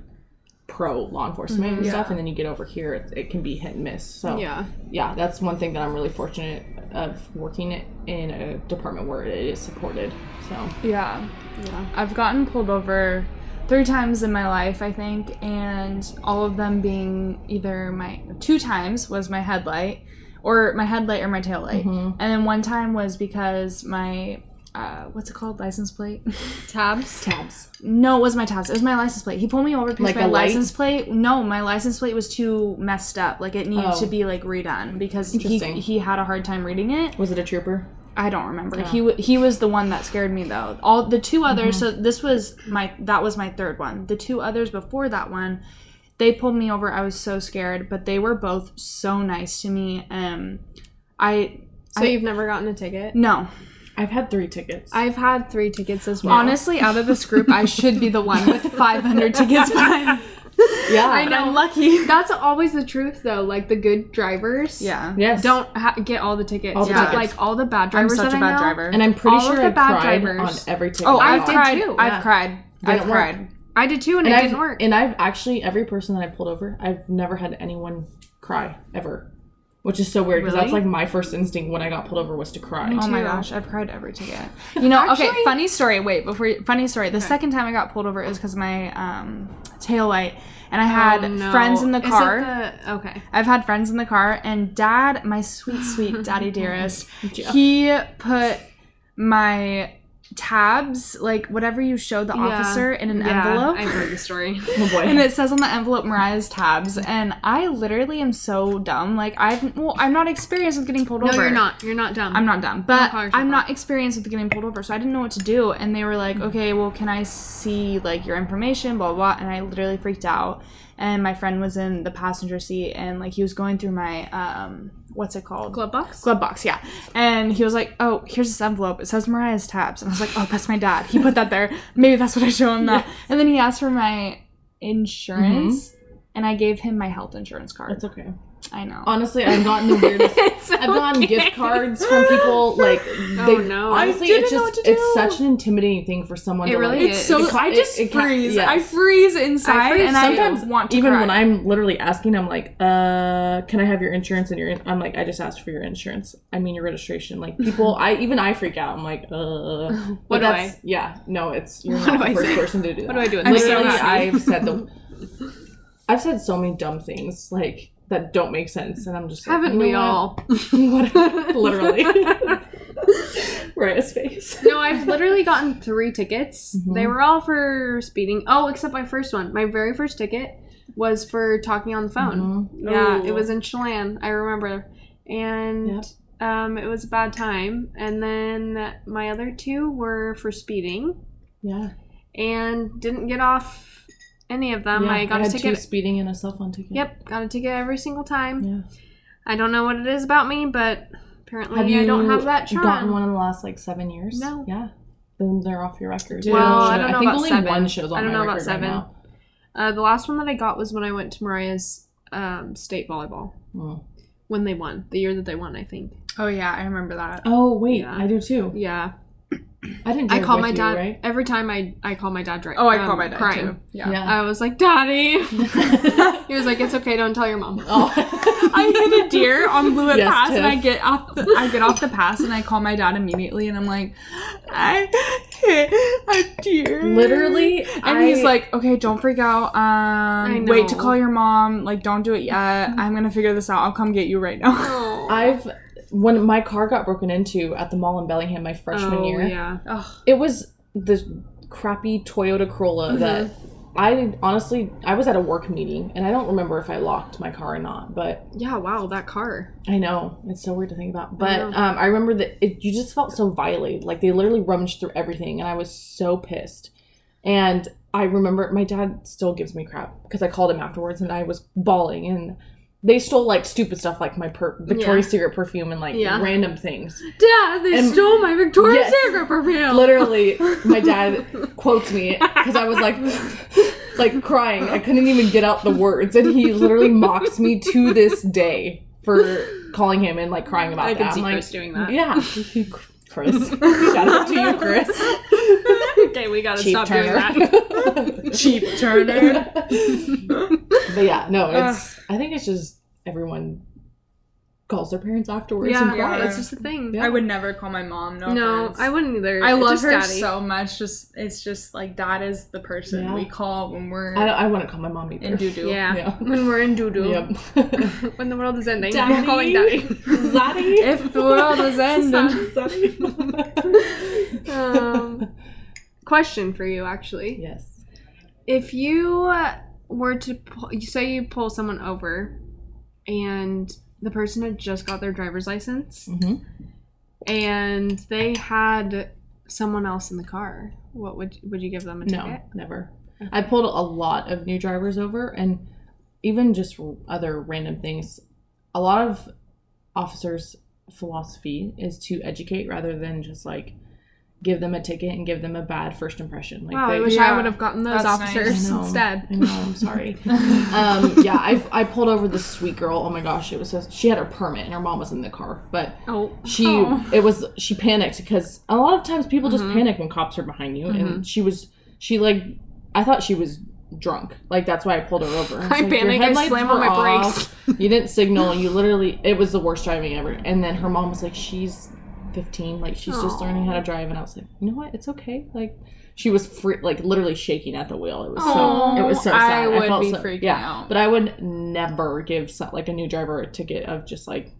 [SPEAKER 4] pro law enforcement and stuff, and then you get over here, it, it can be hit and miss. So
[SPEAKER 2] Mm-hmm. Yeah.
[SPEAKER 4] yeah, that's one thing that I'm really fortunate of working in a department where it is supported. So
[SPEAKER 3] Yeah.
[SPEAKER 2] Yeah.
[SPEAKER 3] I've gotten pulled over three times in my life, I think, and all of them being either my two times was my headlight or my headlight or my tail light.
[SPEAKER 4] Mhm.
[SPEAKER 3] And then one time was because my uh, what's it called? License plate? (laughs)
[SPEAKER 2] Tabs.
[SPEAKER 4] Tabs.
[SPEAKER 3] No, it was my tabs. It was my license plate. He pulled me over because
[SPEAKER 4] Like
[SPEAKER 3] my
[SPEAKER 4] a light?
[SPEAKER 3] license plate. No, my license plate was too messed up. Like it needed
[SPEAKER 4] Oh.
[SPEAKER 3] to be like redone because he
[SPEAKER 4] Interesting.
[SPEAKER 3] he had a hard time reading it.
[SPEAKER 4] Was it a trooper?
[SPEAKER 3] I don't remember. He w- he was the one that scared me though. All the two others. So this was my that was my third one. The two others before that one, they pulled me over. I was so scared, but they were both so nice to me. Um, I
[SPEAKER 2] So you've never gotten a ticket?
[SPEAKER 3] no
[SPEAKER 4] I've had three tickets.
[SPEAKER 2] I've had three tickets as well.
[SPEAKER 3] honestly out of this (laughs)
[SPEAKER 2] (laughs)
[SPEAKER 3] group I should be the one with 500 tickets behind.
[SPEAKER 4] yeah.
[SPEAKER 3] I know. I'm lucky.
[SPEAKER 2] That's always the truth, though. Like the good drivers,
[SPEAKER 3] Yeah.
[SPEAKER 4] Yes.
[SPEAKER 2] don't ha- get all the tickets.
[SPEAKER 4] All the
[SPEAKER 2] but,
[SPEAKER 4] tickets.
[SPEAKER 2] like all the bad drivers.
[SPEAKER 3] I'm such
[SPEAKER 2] that
[SPEAKER 3] a bad
[SPEAKER 2] I know,
[SPEAKER 3] driver.
[SPEAKER 4] And I'm pretty
[SPEAKER 2] All of
[SPEAKER 4] sure
[SPEAKER 2] the
[SPEAKER 4] I
[SPEAKER 2] bad
[SPEAKER 4] cried
[SPEAKER 2] drivers.
[SPEAKER 4] on every ticket.
[SPEAKER 3] oh,
[SPEAKER 2] I
[SPEAKER 3] I've
[SPEAKER 2] did
[SPEAKER 3] cried.
[SPEAKER 2] too.
[SPEAKER 3] I've
[SPEAKER 2] Yeah.
[SPEAKER 3] cried. I've
[SPEAKER 4] Didn't work.
[SPEAKER 3] cried.
[SPEAKER 2] I did too, and,
[SPEAKER 4] and
[SPEAKER 2] it
[SPEAKER 4] I've,
[SPEAKER 2] didn't work.
[SPEAKER 4] And I've actually every person that I pulled over, I've never had anyone cry ever, which is so weird because that's
[SPEAKER 2] Really?
[SPEAKER 4] like my first instinct when I got pulled over was to cry.
[SPEAKER 3] Oh my
[SPEAKER 2] too.
[SPEAKER 3] gosh, I've cried every ticket. You know, okay,
[SPEAKER 2] Actually-
[SPEAKER 3] funny story. Wait, before you, funny story. The second time I got pulled over is because my um, tail light, and I had
[SPEAKER 2] Oh, no.
[SPEAKER 3] friends in the
[SPEAKER 2] Is it
[SPEAKER 3] car.
[SPEAKER 2] the- okay.
[SPEAKER 3] I've had friends in the car, and dad, my sweet, sweet
[SPEAKER 2] (laughs)
[SPEAKER 3] daddy dearest, he put my tabs, like whatever you show the officer, in an
[SPEAKER 2] Yeah,
[SPEAKER 3] envelope.
[SPEAKER 2] I've heard the story.
[SPEAKER 4] Oh boy.
[SPEAKER 3] (laughs) and it says on the envelope Mariah's tabs, and I literally am so dumb. Like I've well, I'm not experienced with getting pulled
[SPEAKER 2] no,
[SPEAKER 3] over.
[SPEAKER 2] you're not. You're not dumb.
[SPEAKER 3] I'm not dumb, but
[SPEAKER 2] cars are
[SPEAKER 3] I'm not experienced with getting pulled over, so I didn't know what to do. And they were like,
[SPEAKER 4] Mm-hmm.
[SPEAKER 3] "Okay, well, can I see like your information?" Blah blah. blah," And I literally freaked out. And my friend was in the passenger seat, and like he was going through my um, what's it called?
[SPEAKER 2] Glove box.
[SPEAKER 3] Glove box, yeah. And he was like, "Oh, here's this envelope. It says Mariah's tabs." And I was like, "Oh, that's my dad. He put that there. Maybe that's what I show him now." And then he asked for my insurance,
[SPEAKER 4] Mm-hmm.
[SPEAKER 3] and I gave him my health insurance card.
[SPEAKER 4] It's okay.
[SPEAKER 3] I know.
[SPEAKER 4] Honestly, I've gotten the
[SPEAKER 3] (laughs)
[SPEAKER 4] weirdest. I've gotten gift cards from people like.
[SPEAKER 2] (laughs) Oh no.
[SPEAKER 4] Honestly,
[SPEAKER 3] didn't
[SPEAKER 4] it's
[SPEAKER 3] know
[SPEAKER 4] just
[SPEAKER 3] what to
[SPEAKER 4] it's
[SPEAKER 3] do.
[SPEAKER 4] such an intimidating thing for someone.
[SPEAKER 2] It
[SPEAKER 4] to,
[SPEAKER 2] really
[SPEAKER 4] like,
[SPEAKER 2] is.
[SPEAKER 3] It's so
[SPEAKER 4] It-
[SPEAKER 3] I
[SPEAKER 4] it-
[SPEAKER 3] just
[SPEAKER 4] it ca-
[SPEAKER 3] freeze.
[SPEAKER 4] yes.
[SPEAKER 3] I freeze inside,
[SPEAKER 2] I freeze
[SPEAKER 3] and
[SPEAKER 4] Sometimes,
[SPEAKER 3] I want to
[SPEAKER 4] even
[SPEAKER 3] cry.
[SPEAKER 4] when I'm literally asking, I'm like, "Uh, can I have your insurance?" And your, in-? I'm like, "I just asked for your insurance. I mean, your registration." Like people, I even I freak out. I'm like, "Uh,
[SPEAKER 2] (laughs) What
[SPEAKER 4] but
[SPEAKER 2] do
[SPEAKER 4] that's-
[SPEAKER 2] I-
[SPEAKER 4] Yeah, no, it's you're
[SPEAKER 2] What
[SPEAKER 4] not
[SPEAKER 2] do
[SPEAKER 4] the
[SPEAKER 2] I
[SPEAKER 4] first
[SPEAKER 2] say?
[SPEAKER 4] person to do. That.
[SPEAKER 2] do I do? I'm
[SPEAKER 4] Literally,
[SPEAKER 2] so happy.
[SPEAKER 4] I've said
[SPEAKER 2] (laughs)
[SPEAKER 4] the, I've said so many dumb things like that don't make sense, and I'm just like,
[SPEAKER 2] Haven't
[SPEAKER 4] you know
[SPEAKER 2] we
[SPEAKER 4] what? (laughs)
[SPEAKER 2] all?
[SPEAKER 3] (laughs)
[SPEAKER 2] (laughs)
[SPEAKER 4] What- literally (laughs) Raya's face.
[SPEAKER 2] no, I've literally gotten three tickets.
[SPEAKER 3] Mm-hmm.
[SPEAKER 2] They were all for speeding. Oh, except my first one. My very first ticket was for talking on the
[SPEAKER 3] Mm-hmm.
[SPEAKER 2] phone.
[SPEAKER 4] Mm-hmm.
[SPEAKER 2] Yeah,
[SPEAKER 4] Ooh.
[SPEAKER 2] it was in Chelan. I remember, and. Um, it was a bad time, and then my other two were for speeding,
[SPEAKER 4] Yeah,
[SPEAKER 2] and didn't get off any of them.
[SPEAKER 4] yeah.
[SPEAKER 2] Um, I got a
[SPEAKER 4] had two
[SPEAKER 2] ticket.
[SPEAKER 4] speeding and a cell phone ticket.
[SPEAKER 2] Yep, got a ticket every single time.
[SPEAKER 4] Yeah.
[SPEAKER 2] I don't know what it is about me, but apparently
[SPEAKER 4] Have you
[SPEAKER 2] I don't have that charm.
[SPEAKER 4] gotten one in the last like seven years?
[SPEAKER 2] No.
[SPEAKER 4] Yeah. Then they're off your record.
[SPEAKER 3] Well, I
[SPEAKER 2] don't know
[SPEAKER 4] think
[SPEAKER 2] about
[SPEAKER 4] only
[SPEAKER 2] seven.
[SPEAKER 4] one shows on
[SPEAKER 2] I don't
[SPEAKER 4] my
[SPEAKER 2] know about
[SPEAKER 4] record right
[SPEAKER 2] seven.
[SPEAKER 4] now.
[SPEAKER 2] Uh, the last one that I got was when I went to Mariah's um, state volleyball
[SPEAKER 4] Mm.
[SPEAKER 2] when they won the year that they won. I think.
[SPEAKER 3] oh yeah, I remember that.
[SPEAKER 4] Oh wait,
[SPEAKER 2] Yeah.
[SPEAKER 4] I do too.
[SPEAKER 2] Yeah,
[SPEAKER 4] I didn't.
[SPEAKER 2] I
[SPEAKER 4] Drive
[SPEAKER 2] call
[SPEAKER 4] with
[SPEAKER 2] my
[SPEAKER 4] you,
[SPEAKER 2] dad
[SPEAKER 4] Right?
[SPEAKER 2] every time I I call my dad. Dry,
[SPEAKER 3] Oh, I
[SPEAKER 2] um,
[SPEAKER 3] called my dad
[SPEAKER 2] crying.
[SPEAKER 3] too. Yeah.
[SPEAKER 2] (laughs) I was like, Daddy. he was like, It's okay. Don't tell your mom.
[SPEAKER 4] (laughs) oh.
[SPEAKER 3] I hit a deer on Blewett
[SPEAKER 4] (laughs) Yes,
[SPEAKER 3] Pass,
[SPEAKER 4] Tiff.
[SPEAKER 3] and I get off. The, I get off the pass, and I call my dad immediately, and I'm like, I hit a
[SPEAKER 4] (laughs)
[SPEAKER 3] deer.
[SPEAKER 4] Literally,
[SPEAKER 3] and
[SPEAKER 4] I-
[SPEAKER 3] he's like, "Okay, don't freak out. Um, wait to
[SPEAKER 2] know.
[SPEAKER 3] call your mom. Like, don't do it yet.
[SPEAKER 4] (laughs)
[SPEAKER 3] I'm gonna figure this out. I'll come get you right now."
[SPEAKER 4] I've when my car got broken into at the mall in Bellingham my freshman
[SPEAKER 2] oh,
[SPEAKER 4] year.
[SPEAKER 2] yeah.
[SPEAKER 4] It was the crappy Toyota Corolla that I honestly I was at a work meeting and I don't remember if I locked my car or not, but
[SPEAKER 2] Yeah, wow, that car.
[SPEAKER 4] I know it's so weird to think about, but
[SPEAKER 2] know.
[SPEAKER 4] um, I remember that it, you just felt so violated. Like they literally rummaged through everything, and I was so pissed. And I remember my dad still gives me crap because I called him afterwards, and I was bawling. And they stole like stupid stuff, like my per- Victoria's Secret perfume and like
[SPEAKER 2] Yeah.
[SPEAKER 4] random things.
[SPEAKER 2] Dad, they
[SPEAKER 4] And-
[SPEAKER 2] stole my Victoria's
[SPEAKER 4] Yes.
[SPEAKER 2] Secret perfume.
[SPEAKER 4] (laughs) Literally, my dad quotes me because I was like, like crying. I couldn't even get out the words, and he literally mocks me to this day for calling him and like crying about
[SPEAKER 2] I
[SPEAKER 4] that.
[SPEAKER 2] can
[SPEAKER 4] I'm
[SPEAKER 2] see
[SPEAKER 4] like,
[SPEAKER 2] Chris doing that.
[SPEAKER 4] Yeah. Chris. Shout out to you, Chris.
[SPEAKER 2] Okay, we gotta
[SPEAKER 4] Chief
[SPEAKER 2] (laughs) stop
[SPEAKER 4] (laughs)
[SPEAKER 2] doing that.
[SPEAKER 4] Turner.
[SPEAKER 3] Cheap Turner.
[SPEAKER 2] (laughs)
[SPEAKER 4] but yeah, no, it's I think it's just everyone calls their parents afterwards and
[SPEAKER 2] yeah,
[SPEAKER 4] cries.
[SPEAKER 2] that's just the thing.
[SPEAKER 4] Yeah.
[SPEAKER 3] (laughs) I would never call my mom. No,
[SPEAKER 2] no,
[SPEAKER 3] offense.
[SPEAKER 2] I wouldn't either.
[SPEAKER 3] I love
[SPEAKER 2] Just
[SPEAKER 3] her
[SPEAKER 2] daddy.
[SPEAKER 3] so much. Just it's just like dad is the person
[SPEAKER 4] Yeah.
[SPEAKER 3] we call when we're
[SPEAKER 4] I, don't, I wouldn't call my mom either.
[SPEAKER 3] in doo doo.
[SPEAKER 2] Yeah.
[SPEAKER 4] Yeah.
[SPEAKER 2] (laughs) When we're in doo doo.
[SPEAKER 4] Yep.
[SPEAKER 2] (laughs) when the world is ending,
[SPEAKER 4] Daddy.
[SPEAKER 2] we're calling daddy. (laughs)
[SPEAKER 4] Zaddy.
[SPEAKER 3] If the
[SPEAKER 4] (laughs)
[SPEAKER 3] world was (laughs) ending,
[SPEAKER 4] Zaddy.
[SPEAKER 2] um, question for you, actually.
[SPEAKER 4] yes.
[SPEAKER 2] If you uh, were to pull, you say you pull someone over, and the person had just got their driver's license,
[SPEAKER 4] Mhm.
[SPEAKER 2] and they had someone else in the car, what would would you give them a
[SPEAKER 4] No,
[SPEAKER 2] ticket?
[SPEAKER 4] never. I pulled a lot of new drivers over and even just r- other random things. A lot of officers' philosophy is to educate rather than just like give them a ticket and give them a bad first impression. Like
[SPEAKER 2] Wow, I
[SPEAKER 4] they-
[SPEAKER 2] wish I
[SPEAKER 3] Yeah,
[SPEAKER 2] would have gotten those
[SPEAKER 3] that's nice.
[SPEAKER 2] officers
[SPEAKER 4] I know.
[SPEAKER 2] instead.
[SPEAKER 4] I know. I'm
[SPEAKER 2] (laughs)
[SPEAKER 4] sorry. um, yeah, I, I pulled over this sweet girl. Oh my gosh, it was so, she had her permit and her mom was in the car, but
[SPEAKER 2] Oh,
[SPEAKER 4] she
[SPEAKER 3] Oh.
[SPEAKER 4] it was she panicked because a lot of times people just
[SPEAKER 2] Mhm.
[SPEAKER 4] panic when cops are behind you,
[SPEAKER 2] Mm-hmm.
[SPEAKER 4] and she was she like I thought she was drunk, like that's why I pulled her over. It's like,
[SPEAKER 2] I
[SPEAKER 4] your
[SPEAKER 2] panic. I
[SPEAKER 4] headlights
[SPEAKER 2] slam on
[SPEAKER 4] were
[SPEAKER 2] my brakes.
[SPEAKER 4] off, you didn't signal. You literally it was the worst driving ever. And then her mom was like, she's 15, like she's just
[SPEAKER 2] Aw.
[SPEAKER 4] learning how to drive, and I was like, you know what, it's okay, like. She was free, like literally shaking at the wheel. It was so. It was so
[SPEAKER 3] Aw, I
[SPEAKER 4] sad.
[SPEAKER 3] would
[SPEAKER 4] felt
[SPEAKER 3] be
[SPEAKER 4] so-
[SPEAKER 3] freaking
[SPEAKER 4] yeah.
[SPEAKER 3] out.
[SPEAKER 4] But I would never give so- like a new driver a ticket of just like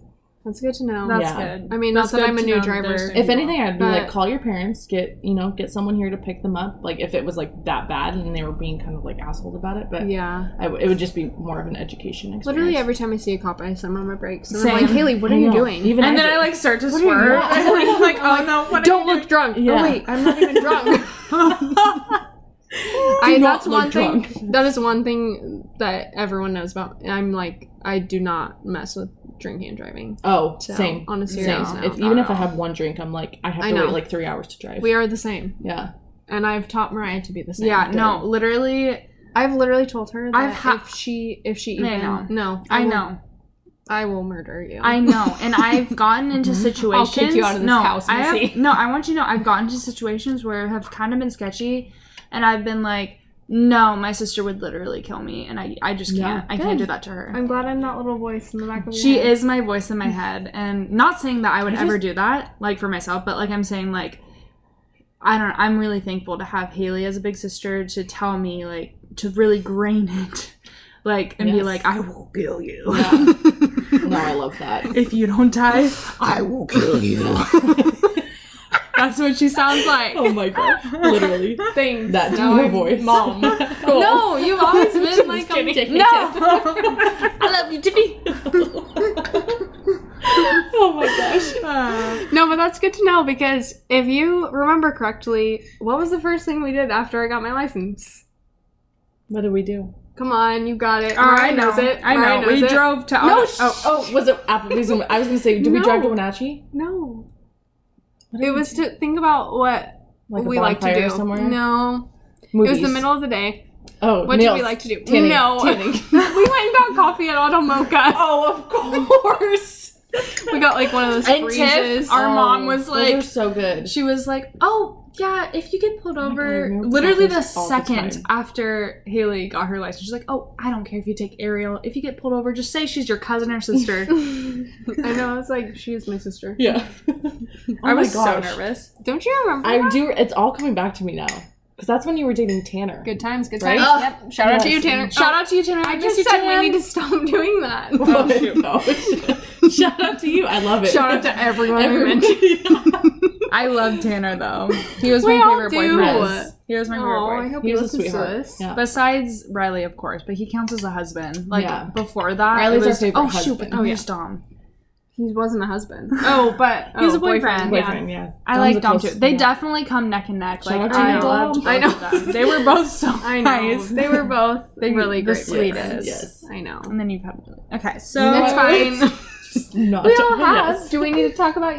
[SPEAKER 2] That's good to know.
[SPEAKER 3] that's
[SPEAKER 4] um, Yeah.
[SPEAKER 3] good.
[SPEAKER 2] I mean,
[SPEAKER 3] That's
[SPEAKER 2] not that
[SPEAKER 3] good
[SPEAKER 2] I'm a
[SPEAKER 3] to
[SPEAKER 2] new
[SPEAKER 3] know that
[SPEAKER 2] driver.
[SPEAKER 3] there's-
[SPEAKER 4] if anything, I'd be like,
[SPEAKER 2] But-
[SPEAKER 4] call your parents, get you know, get someone here to pick them up. Like if it was like that bad and they were being kind of like assholes about it, but yeah,
[SPEAKER 2] Yeah.
[SPEAKER 4] I w- it would just be more of an education. Experience.
[SPEAKER 2] Literally every time I see a cop, I slam on my brakes. And
[SPEAKER 3] Same.
[SPEAKER 2] I'm like, Haley, what are
[SPEAKER 4] I
[SPEAKER 2] you
[SPEAKER 4] know.
[SPEAKER 2] doing?
[SPEAKER 4] Even
[SPEAKER 3] and then
[SPEAKER 4] did.
[SPEAKER 3] I like start to
[SPEAKER 4] What do you
[SPEAKER 3] swerve.
[SPEAKER 4] want?
[SPEAKER 3] I'm (laughs) like,
[SPEAKER 4] (laughs)
[SPEAKER 3] oh no, what?
[SPEAKER 2] (laughs) Don't look drunk.
[SPEAKER 4] Yeah.
[SPEAKER 2] Oh wait, I'm
[SPEAKER 4] (laughs)
[SPEAKER 2] not even drunk. I,
[SPEAKER 4] Do not
[SPEAKER 2] that's
[SPEAKER 4] look
[SPEAKER 2] one thing.
[SPEAKER 4] drunk.
[SPEAKER 2] That is one thing that everyone knows about. I'm like, I do not mess with drinking and driving.
[SPEAKER 4] oh
[SPEAKER 2] So,
[SPEAKER 4] same
[SPEAKER 2] on a
[SPEAKER 4] same.
[SPEAKER 2] serious note,
[SPEAKER 4] If,
[SPEAKER 2] not
[SPEAKER 4] even
[SPEAKER 2] at
[SPEAKER 4] if I
[SPEAKER 2] all.
[SPEAKER 4] have one drink, I'm like I have
[SPEAKER 2] I
[SPEAKER 4] to wait
[SPEAKER 2] know.
[SPEAKER 4] like three hours to drive.
[SPEAKER 2] We are the same,
[SPEAKER 4] yeah,
[SPEAKER 2] and I've taught Mariah to be the same.
[SPEAKER 3] Yeah, no, literally,
[SPEAKER 2] I've literally told her that
[SPEAKER 3] I've ha-
[SPEAKER 2] if she if she even
[SPEAKER 3] I know.
[SPEAKER 2] no,
[SPEAKER 3] I
[SPEAKER 2] will-
[SPEAKER 3] know,
[SPEAKER 2] I will murder you.
[SPEAKER 4] (laughs)
[SPEAKER 3] I know, and I've gotten into situations.
[SPEAKER 4] out of this
[SPEAKER 3] no,
[SPEAKER 4] house,
[SPEAKER 3] I have-
[SPEAKER 4] Missy.
[SPEAKER 3] no, I want you to know, I've gotten into situations where have kind of been sketchy, and I've been like, no, my sister would literally kill me, and I, I just can't, I can't do that to her.
[SPEAKER 2] I'm glad I'm that little voice in the back of your
[SPEAKER 3] she
[SPEAKER 2] head.
[SPEAKER 3] is my voice in my head and not saying that i would
[SPEAKER 4] I
[SPEAKER 3] ever
[SPEAKER 4] just-
[SPEAKER 3] do that like for myself but like i'm saying like i don't i'm really thankful to have haley as a big sister to tell me like to really grain it like and be
[SPEAKER 4] Yes.
[SPEAKER 3] like i will kill you
[SPEAKER 4] Yeah. no, I love
[SPEAKER 2] (laughs)
[SPEAKER 4] that.
[SPEAKER 3] (laughs) if you don't die i will kill you that's what she sounds like
[SPEAKER 4] Oh my gosh, literally
[SPEAKER 2] Thing.
[SPEAKER 4] that
[SPEAKER 2] Now
[SPEAKER 4] deep
[SPEAKER 2] I'm
[SPEAKER 4] voice.
[SPEAKER 2] mom.
[SPEAKER 4] (laughs) Cool.
[SPEAKER 3] no
[SPEAKER 2] (laughs)
[SPEAKER 3] you've always
[SPEAKER 4] Just
[SPEAKER 3] been like a
[SPEAKER 4] kidding.
[SPEAKER 3] no i love you tiffy (laughs)
[SPEAKER 4] oh my gosh.
[SPEAKER 3] Uh,
[SPEAKER 2] (laughs) No, but that's good to know because if you remember correctly, what was the first thing we did after I got my license?
[SPEAKER 4] What do we do?
[SPEAKER 2] Come on, you got it.
[SPEAKER 3] all
[SPEAKER 2] Mariah
[SPEAKER 3] right,
[SPEAKER 2] knows it.
[SPEAKER 3] Oh, I
[SPEAKER 2] Mariah
[SPEAKER 3] know.
[SPEAKER 2] knows
[SPEAKER 3] We
[SPEAKER 2] it.
[SPEAKER 3] drove to
[SPEAKER 4] No. sh- oh, oh, was it Applebee's? I was gonna say, did we drive to
[SPEAKER 2] No.
[SPEAKER 4] Wenatchee?
[SPEAKER 2] No.
[SPEAKER 4] What did
[SPEAKER 2] It
[SPEAKER 4] we
[SPEAKER 2] was
[SPEAKER 4] do?
[SPEAKER 2] to think about what
[SPEAKER 4] like a
[SPEAKER 2] we like to
[SPEAKER 4] bonfire
[SPEAKER 2] do.
[SPEAKER 4] somewhere.
[SPEAKER 2] No. It was
[SPEAKER 4] Movies.
[SPEAKER 2] the middle of the day.
[SPEAKER 4] Oh,
[SPEAKER 2] What
[SPEAKER 4] nails.
[SPEAKER 2] did we like to do?
[SPEAKER 4] Tanning.
[SPEAKER 2] No.
[SPEAKER 4] (laughs) Tanning.
[SPEAKER 2] (laughs) we went and got coffee at
[SPEAKER 4] (laughs)
[SPEAKER 2] Auto Mocha.
[SPEAKER 4] Oh, of course.
[SPEAKER 2] We got like one of those
[SPEAKER 3] And Tiff,
[SPEAKER 2] freezes.
[SPEAKER 3] our-
[SPEAKER 2] Oh,
[SPEAKER 3] mom was like-
[SPEAKER 4] Oh, those are so good.
[SPEAKER 3] she was like, "Oh yeah, if you get pulled
[SPEAKER 4] my God, I
[SPEAKER 3] over,
[SPEAKER 4] remember
[SPEAKER 3] literally the
[SPEAKER 4] that all the
[SPEAKER 3] second
[SPEAKER 4] time.
[SPEAKER 3] after Haley got her license, she's like, "Oh, I don't care if you take Ariel. If you get pulled over, just say she's your cousin or sister."
[SPEAKER 2] I know, I was like, she is my sister.
[SPEAKER 4] (laughs) yeah.
[SPEAKER 3] I
[SPEAKER 4] Oh my
[SPEAKER 3] was so
[SPEAKER 4] gosh.
[SPEAKER 3] nervous.
[SPEAKER 2] Don't you remember?
[SPEAKER 4] I
[SPEAKER 2] that?
[SPEAKER 4] do. It's all coming back to me now because that's when you were dating Tanner. (laughs)
[SPEAKER 2] Good times, good
[SPEAKER 4] Right?
[SPEAKER 2] times. Yep. Shout out to
[SPEAKER 4] Yes.
[SPEAKER 2] you, Tanner.
[SPEAKER 3] Shout out to you, Tanner. I,
[SPEAKER 2] I just
[SPEAKER 3] miss you,
[SPEAKER 2] said
[SPEAKER 3] Tanner.
[SPEAKER 2] we need to stop (laughs) doing that.
[SPEAKER 4] Oh, shoot. No. (laughs) Shout out to you. I love it.
[SPEAKER 3] Shout
[SPEAKER 4] (laughs)
[SPEAKER 3] out to everyone we
[SPEAKER 4] Everyone.
[SPEAKER 2] (laughs)
[SPEAKER 3] mentioned. (laughs) I love Tanner though. He was
[SPEAKER 2] We
[SPEAKER 3] my
[SPEAKER 2] all
[SPEAKER 3] favorite
[SPEAKER 2] do.
[SPEAKER 3] boyfriend. He was my
[SPEAKER 2] Oh,
[SPEAKER 3] favorite
[SPEAKER 2] I
[SPEAKER 3] boyfriend.
[SPEAKER 4] (laughs)
[SPEAKER 2] hope
[SPEAKER 4] he
[SPEAKER 2] you
[SPEAKER 4] was a
[SPEAKER 2] listen to
[SPEAKER 4] sweetheart.
[SPEAKER 2] this.
[SPEAKER 4] Yeah.
[SPEAKER 3] Besides Riley, of course, but he counts as a husband. Like
[SPEAKER 4] Yeah.
[SPEAKER 3] before that,
[SPEAKER 4] Riley's
[SPEAKER 3] it
[SPEAKER 4] our
[SPEAKER 3] was,
[SPEAKER 4] favorite
[SPEAKER 3] Oh
[SPEAKER 4] husband.
[SPEAKER 3] shoot! Oh,
[SPEAKER 4] Oh,
[SPEAKER 3] yeah. Dom.
[SPEAKER 2] He wasn't a husband.
[SPEAKER 3] (laughs)
[SPEAKER 2] (laughs) Oh, but
[SPEAKER 3] He was
[SPEAKER 2] oh,
[SPEAKER 3] a boyfriend. Yeah.
[SPEAKER 4] Boyfriend, yeah.
[SPEAKER 3] I
[SPEAKER 4] Dom's a
[SPEAKER 3] like Dom too.
[SPEAKER 4] close-
[SPEAKER 3] They
[SPEAKER 4] yeah.
[SPEAKER 3] definitely come neck and neck.
[SPEAKER 4] Shout
[SPEAKER 3] like
[SPEAKER 4] out to
[SPEAKER 3] I
[SPEAKER 4] you,
[SPEAKER 3] loved
[SPEAKER 4] Dom.
[SPEAKER 3] both
[SPEAKER 2] I know.
[SPEAKER 3] of them. They were both so (laughs)
[SPEAKER 2] I know.
[SPEAKER 3] nice.
[SPEAKER 2] They were both
[SPEAKER 3] They-
[SPEAKER 2] really
[SPEAKER 3] the
[SPEAKER 2] great.
[SPEAKER 3] sweetest.
[SPEAKER 4] Yes.
[SPEAKER 2] I know.
[SPEAKER 3] And then you've had okay. So
[SPEAKER 4] No,
[SPEAKER 2] It's fine.
[SPEAKER 4] Just not
[SPEAKER 2] We all have.
[SPEAKER 4] Yes.
[SPEAKER 2] Do we need to talk
[SPEAKER 3] (laughs)
[SPEAKER 2] about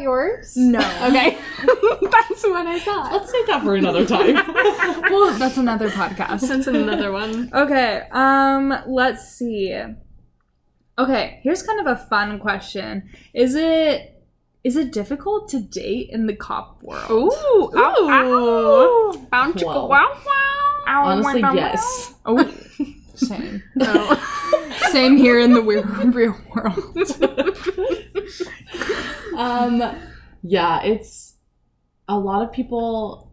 [SPEAKER 4] (laughs)
[SPEAKER 3] (laughs)
[SPEAKER 2] yours?
[SPEAKER 3] no.
[SPEAKER 2] Okay. That's what I thought.
[SPEAKER 4] Let's save that for another
[SPEAKER 3] (laughs)
[SPEAKER 4] time.
[SPEAKER 3] well, that's another podcast.
[SPEAKER 2] That's another one.
[SPEAKER 3] Okay. Um. Let's see. Okay. Here's kind of a fun question. Is it is it difficult to date in the cop world?
[SPEAKER 2] Ooh. Ooh. Ow, ow. Bound chicka
[SPEAKER 4] Well.
[SPEAKER 2] wow wow.
[SPEAKER 3] Ow,
[SPEAKER 4] Honestly,
[SPEAKER 3] wow, wow.
[SPEAKER 4] yes.
[SPEAKER 3] Oh, (laughs) same. (laughs)
[SPEAKER 2] No.
[SPEAKER 3] Oh, Same here in the weird, real world.
[SPEAKER 4] um, yeah, it's a lot of people.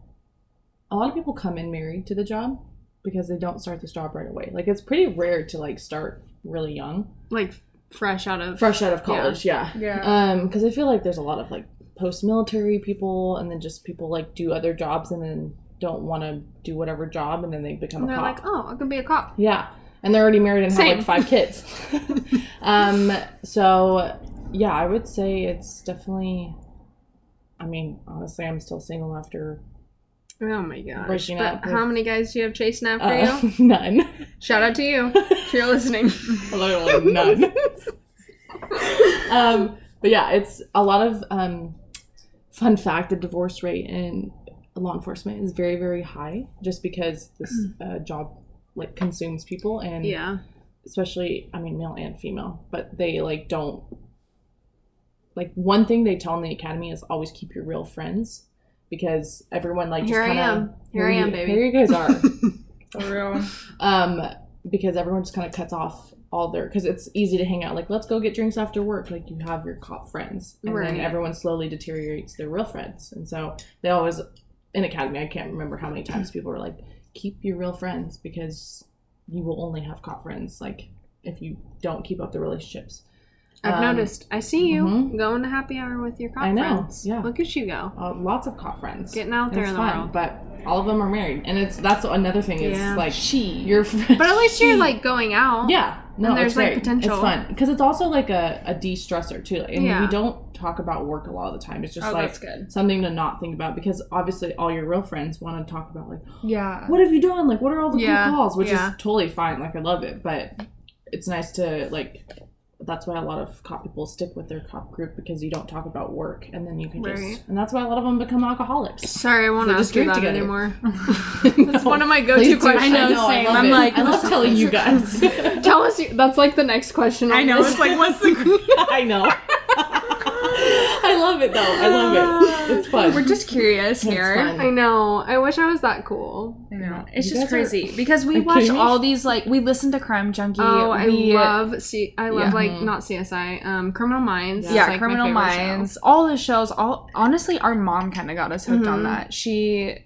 [SPEAKER 4] A lot of people come in married to the job because they don't start this job right away. Like it's pretty rare to like start really young,
[SPEAKER 2] like fresh out of
[SPEAKER 4] fresh out of college. Yeah.
[SPEAKER 3] Yeah.
[SPEAKER 4] Um, because I feel like there's a lot of like post-military people, and then just people like do other jobs and then don't want to do whatever job, and then they become
[SPEAKER 2] And
[SPEAKER 4] a
[SPEAKER 2] they're
[SPEAKER 4] cop.
[SPEAKER 2] like, oh, I can be a cop.
[SPEAKER 4] Yeah. And they're already married and
[SPEAKER 2] Same. (laughs)
[SPEAKER 4] have like five kids. (laughs) um, so yeah, I would say it's definitely I mean, honestly, I'm still single after
[SPEAKER 2] Oh my gosh.
[SPEAKER 4] Breaking
[SPEAKER 2] but
[SPEAKER 4] up with-
[SPEAKER 2] how many guys do you have chasing after
[SPEAKER 4] uh, (laughs)
[SPEAKER 2] you?
[SPEAKER 4] none.
[SPEAKER 2] Shout out
[SPEAKER 4] (laughs)
[SPEAKER 2] to you if you're listening.
[SPEAKER 4] Literally none. um, but yeah, it's a lot of um, fun fact. The divorce rate in law enforcement is very, very high, just because this uh, job like consumes people and
[SPEAKER 2] yeah.
[SPEAKER 4] especially I mean male and female, but they like don't like one thing they tell in the academy is always keep your real friends because everyone like
[SPEAKER 2] Here I
[SPEAKER 4] just kind of
[SPEAKER 2] am. Here I am, baby.
[SPEAKER 4] Here you guys
[SPEAKER 2] (laughs)
[SPEAKER 4] are.
[SPEAKER 3] For real.
[SPEAKER 4] um because everyone just kind of cuts off all their because it's easy to hang out like let's go get drinks after work like you have your cop friends and
[SPEAKER 2] Right.
[SPEAKER 4] then everyone slowly deteriorates their real friends and so they always in academy i can't remember how many times people were like keep your real friends because you will only have cop friends like if you don't keep up the relationships
[SPEAKER 2] I've
[SPEAKER 4] Um,
[SPEAKER 2] noticed. I see you
[SPEAKER 4] mhm.
[SPEAKER 2] going to happy hour with your cop
[SPEAKER 4] I know,
[SPEAKER 2] friends.
[SPEAKER 4] yeah.
[SPEAKER 2] Look at you go.
[SPEAKER 4] uh, lots of cop friends
[SPEAKER 2] Getting out
[SPEAKER 4] And
[SPEAKER 2] there
[SPEAKER 4] it's
[SPEAKER 2] in the
[SPEAKER 4] fun,
[SPEAKER 2] world.
[SPEAKER 4] but all of them are married and it's that's another thing is
[SPEAKER 2] Yeah.
[SPEAKER 4] like she your friend
[SPEAKER 2] But at least you're like going
[SPEAKER 4] (laughs)
[SPEAKER 2] out.
[SPEAKER 4] Yeah, no,
[SPEAKER 2] And
[SPEAKER 4] it's
[SPEAKER 2] there's, like,
[SPEAKER 4] great.
[SPEAKER 2] potential.
[SPEAKER 4] It's fun because it's also like a, a de stressor too. Like, and
[SPEAKER 2] Yeah.
[SPEAKER 4] we don't talk about work a lot of the time. It's just
[SPEAKER 3] Oh,
[SPEAKER 4] like
[SPEAKER 3] that's good.
[SPEAKER 4] something to not think about because obviously all your real friends want to talk about like
[SPEAKER 3] Yeah.
[SPEAKER 4] what have you done, like what are all the
[SPEAKER 2] Yeah,
[SPEAKER 4] cool calls, which
[SPEAKER 2] yeah.
[SPEAKER 4] is totally fine. Like I love it, but it's nice to like. That's why a lot of cop people stick with their cop group because you don't talk about work, and then you can
[SPEAKER 2] Right.
[SPEAKER 4] just. And that's why a lot of them become
[SPEAKER 2] (laughs)
[SPEAKER 4] alcoholics. (laughs)
[SPEAKER 2] Sorry, I won't
[SPEAKER 4] They just
[SPEAKER 2] ask you
[SPEAKER 4] drink
[SPEAKER 2] that
[SPEAKER 4] together. (laughs)
[SPEAKER 2] anymore.
[SPEAKER 4] that's
[SPEAKER 2] one of my go-to questions.
[SPEAKER 3] I know, same. I'm like,
[SPEAKER 4] I love
[SPEAKER 3] listen.
[SPEAKER 4] telling you guys. (laughs)
[SPEAKER 2] (laughs) Tell us. You, that's like the next question. on this.
[SPEAKER 3] like, what's (laughs) the.
[SPEAKER 4] I know. (laughs) I love it though. I
[SPEAKER 2] Ah.
[SPEAKER 4] love it. It's fun.
[SPEAKER 3] We're just curious here.
[SPEAKER 4] fun.
[SPEAKER 2] (laughs) I know. I wish I was that cool.
[SPEAKER 3] I know. It's
[SPEAKER 4] You guys
[SPEAKER 3] just
[SPEAKER 4] are-
[SPEAKER 3] crazy because we
[SPEAKER 4] you
[SPEAKER 3] watch
[SPEAKER 4] kidding me?
[SPEAKER 3] all these like we listen to Crime Junkie.
[SPEAKER 2] Oh, I
[SPEAKER 3] we,
[SPEAKER 2] love. See, I love
[SPEAKER 3] Yeah. Mm-hmm.
[SPEAKER 2] like not CSI. Um, Criminal Minds. is,
[SPEAKER 3] yeah,
[SPEAKER 2] like, my
[SPEAKER 3] Criminal
[SPEAKER 2] favorite show.
[SPEAKER 3] Minds. All the shows. All honestly, our mom kind of got us hooked
[SPEAKER 2] Mhm.
[SPEAKER 3] on that. She,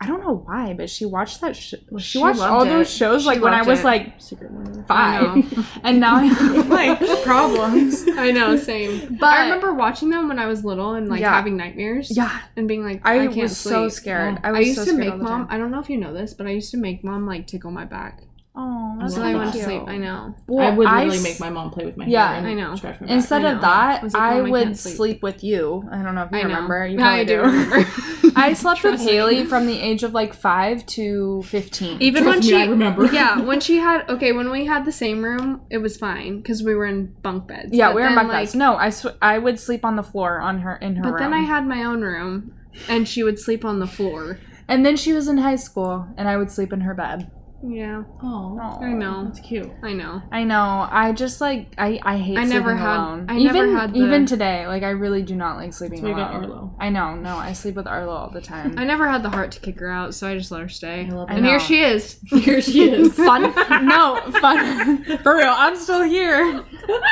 [SPEAKER 3] I don't know why, but she watched that. Sh- she,
[SPEAKER 2] She
[SPEAKER 3] watched
[SPEAKER 2] loved
[SPEAKER 3] all
[SPEAKER 2] it.
[SPEAKER 3] those shows
[SPEAKER 2] She
[SPEAKER 3] like when I
[SPEAKER 2] loved
[SPEAKER 3] was
[SPEAKER 2] it.
[SPEAKER 3] like
[SPEAKER 4] secret murder.
[SPEAKER 3] five, and now I'm like problems.
[SPEAKER 2] (laughs) I know, same.
[SPEAKER 3] But-
[SPEAKER 2] I remember watching them when I was little and like
[SPEAKER 3] Yeah.
[SPEAKER 2] having nightmares.
[SPEAKER 3] Yeah,
[SPEAKER 2] And being like, I,
[SPEAKER 3] I,
[SPEAKER 2] can't
[SPEAKER 3] was
[SPEAKER 2] sleep.
[SPEAKER 3] so scared.
[SPEAKER 4] Oh.
[SPEAKER 3] I
[SPEAKER 2] I,
[SPEAKER 3] was
[SPEAKER 2] used
[SPEAKER 3] so
[SPEAKER 2] to
[SPEAKER 3] scared
[SPEAKER 2] make
[SPEAKER 3] all the
[SPEAKER 2] mom.
[SPEAKER 3] time.
[SPEAKER 2] I don't know if you know this, but I used to make mom like tickle my back
[SPEAKER 3] Oh, that's
[SPEAKER 2] until
[SPEAKER 4] love
[SPEAKER 2] I
[SPEAKER 4] that.
[SPEAKER 2] went to
[SPEAKER 3] cute.
[SPEAKER 2] sleep. I know.
[SPEAKER 3] Well,
[SPEAKER 4] I would literally
[SPEAKER 3] s-
[SPEAKER 4] make my mom play with my
[SPEAKER 3] Yeah,
[SPEAKER 4] hair. and
[SPEAKER 2] I know.
[SPEAKER 4] Scratch my back.
[SPEAKER 3] Instead
[SPEAKER 2] I
[SPEAKER 3] of
[SPEAKER 2] know. I
[SPEAKER 3] that,
[SPEAKER 2] was like,
[SPEAKER 3] I,
[SPEAKER 2] Mom, I
[SPEAKER 3] would
[SPEAKER 2] can't sleep.
[SPEAKER 3] sleep. with you. I don't know if you
[SPEAKER 2] I know.
[SPEAKER 3] remember. You
[SPEAKER 2] (laughs) I
[SPEAKER 3] probably
[SPEAKER 2] do remember.
[SPEAKER 3] (laughs) I slept with
[SPEAKER 2] Trust me.
[SPEAKER 3] Haley from the age of like five to fifteen.
[SPEAKER 2] Even
[SPEAKER 4] Trust
[SPEAKER 2] when
[SPEAKER 4] me,
[SPEAKER 2] she,
[SPEAKER 4] I remember.
[SPEAKER 2] (laughs) yeah, when she had okay, when we had the same room, it was fine because we were in bunk beds.
[SPEAKER 3] yeah,
[SPEAKER 2] But
[SPEAKER 3] we were in
[SPEAKER 2] then,
[SPEAKER 3] bunk beds.
[SPEAKER 2] like-
[SPEAKER 3] No, I sw- I would sleep on the floor on her in her
[SPEAKER 2] But
[SPEAKER 3] room.
[SPEAKER 2] then I had my own room, and she would sleep on the floor.
[SPEAKER 3] and then she was in high school, and I would sleep in her bed.
[SPEAKER 2] Yeah,
[SPEAKER 4] oh,
[SPEAKER 3] Aw.
[SPEAKER 2] I know,
[SPEAKER 4] that's cute.
[SPEAKER 2] I know.
[SPEAKER 3] I know. I just like I I hate.
[SPEAKER 2] I
[SPEAKER 3] sleeping
[SPEAKER 2] never had-
[SPEAKER 3] Alone.
[SPEAKER 2] I
[SPEAKER 3] even
[SPEAKER 2] never had the-
[SPEAKER 3] even today. Like I really do not like sleeping
[SPEAKER 4] So we
[SPEAKER 3] alone.
[SPEAKER 4] got Arlo.
[SPEAKER 3] I know. No, I sleep with Arlo all the time.
[SPEAKER 2] I never had the heart to kick her out, so I just let her stay.
[SPEAKER 4] I love
[SPEAKER 2] and
[SPEAKER 3] it.
[SPEAKER 2] here she is.
[SPEAKER 4] (laughs) Here she
[SPEAKER 2] (laughs)
[SPEAKER 4] is.
[SPEAKER 3] (laughs) fun no fun (laughs) for real i'm still here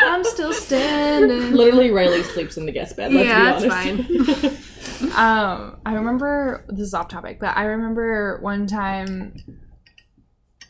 [SPEAKER 3] i'm still standing
[SPEAKER 4] Literally, Riley sleeps in the guest bed. Let's
[SPEAKER 2] yeah, that's
[SPEAKER 4] be honest. (laughs)
[SPEAKER 2] fine.
[SPEAKER 3] um i remember this is off topic but i remember one time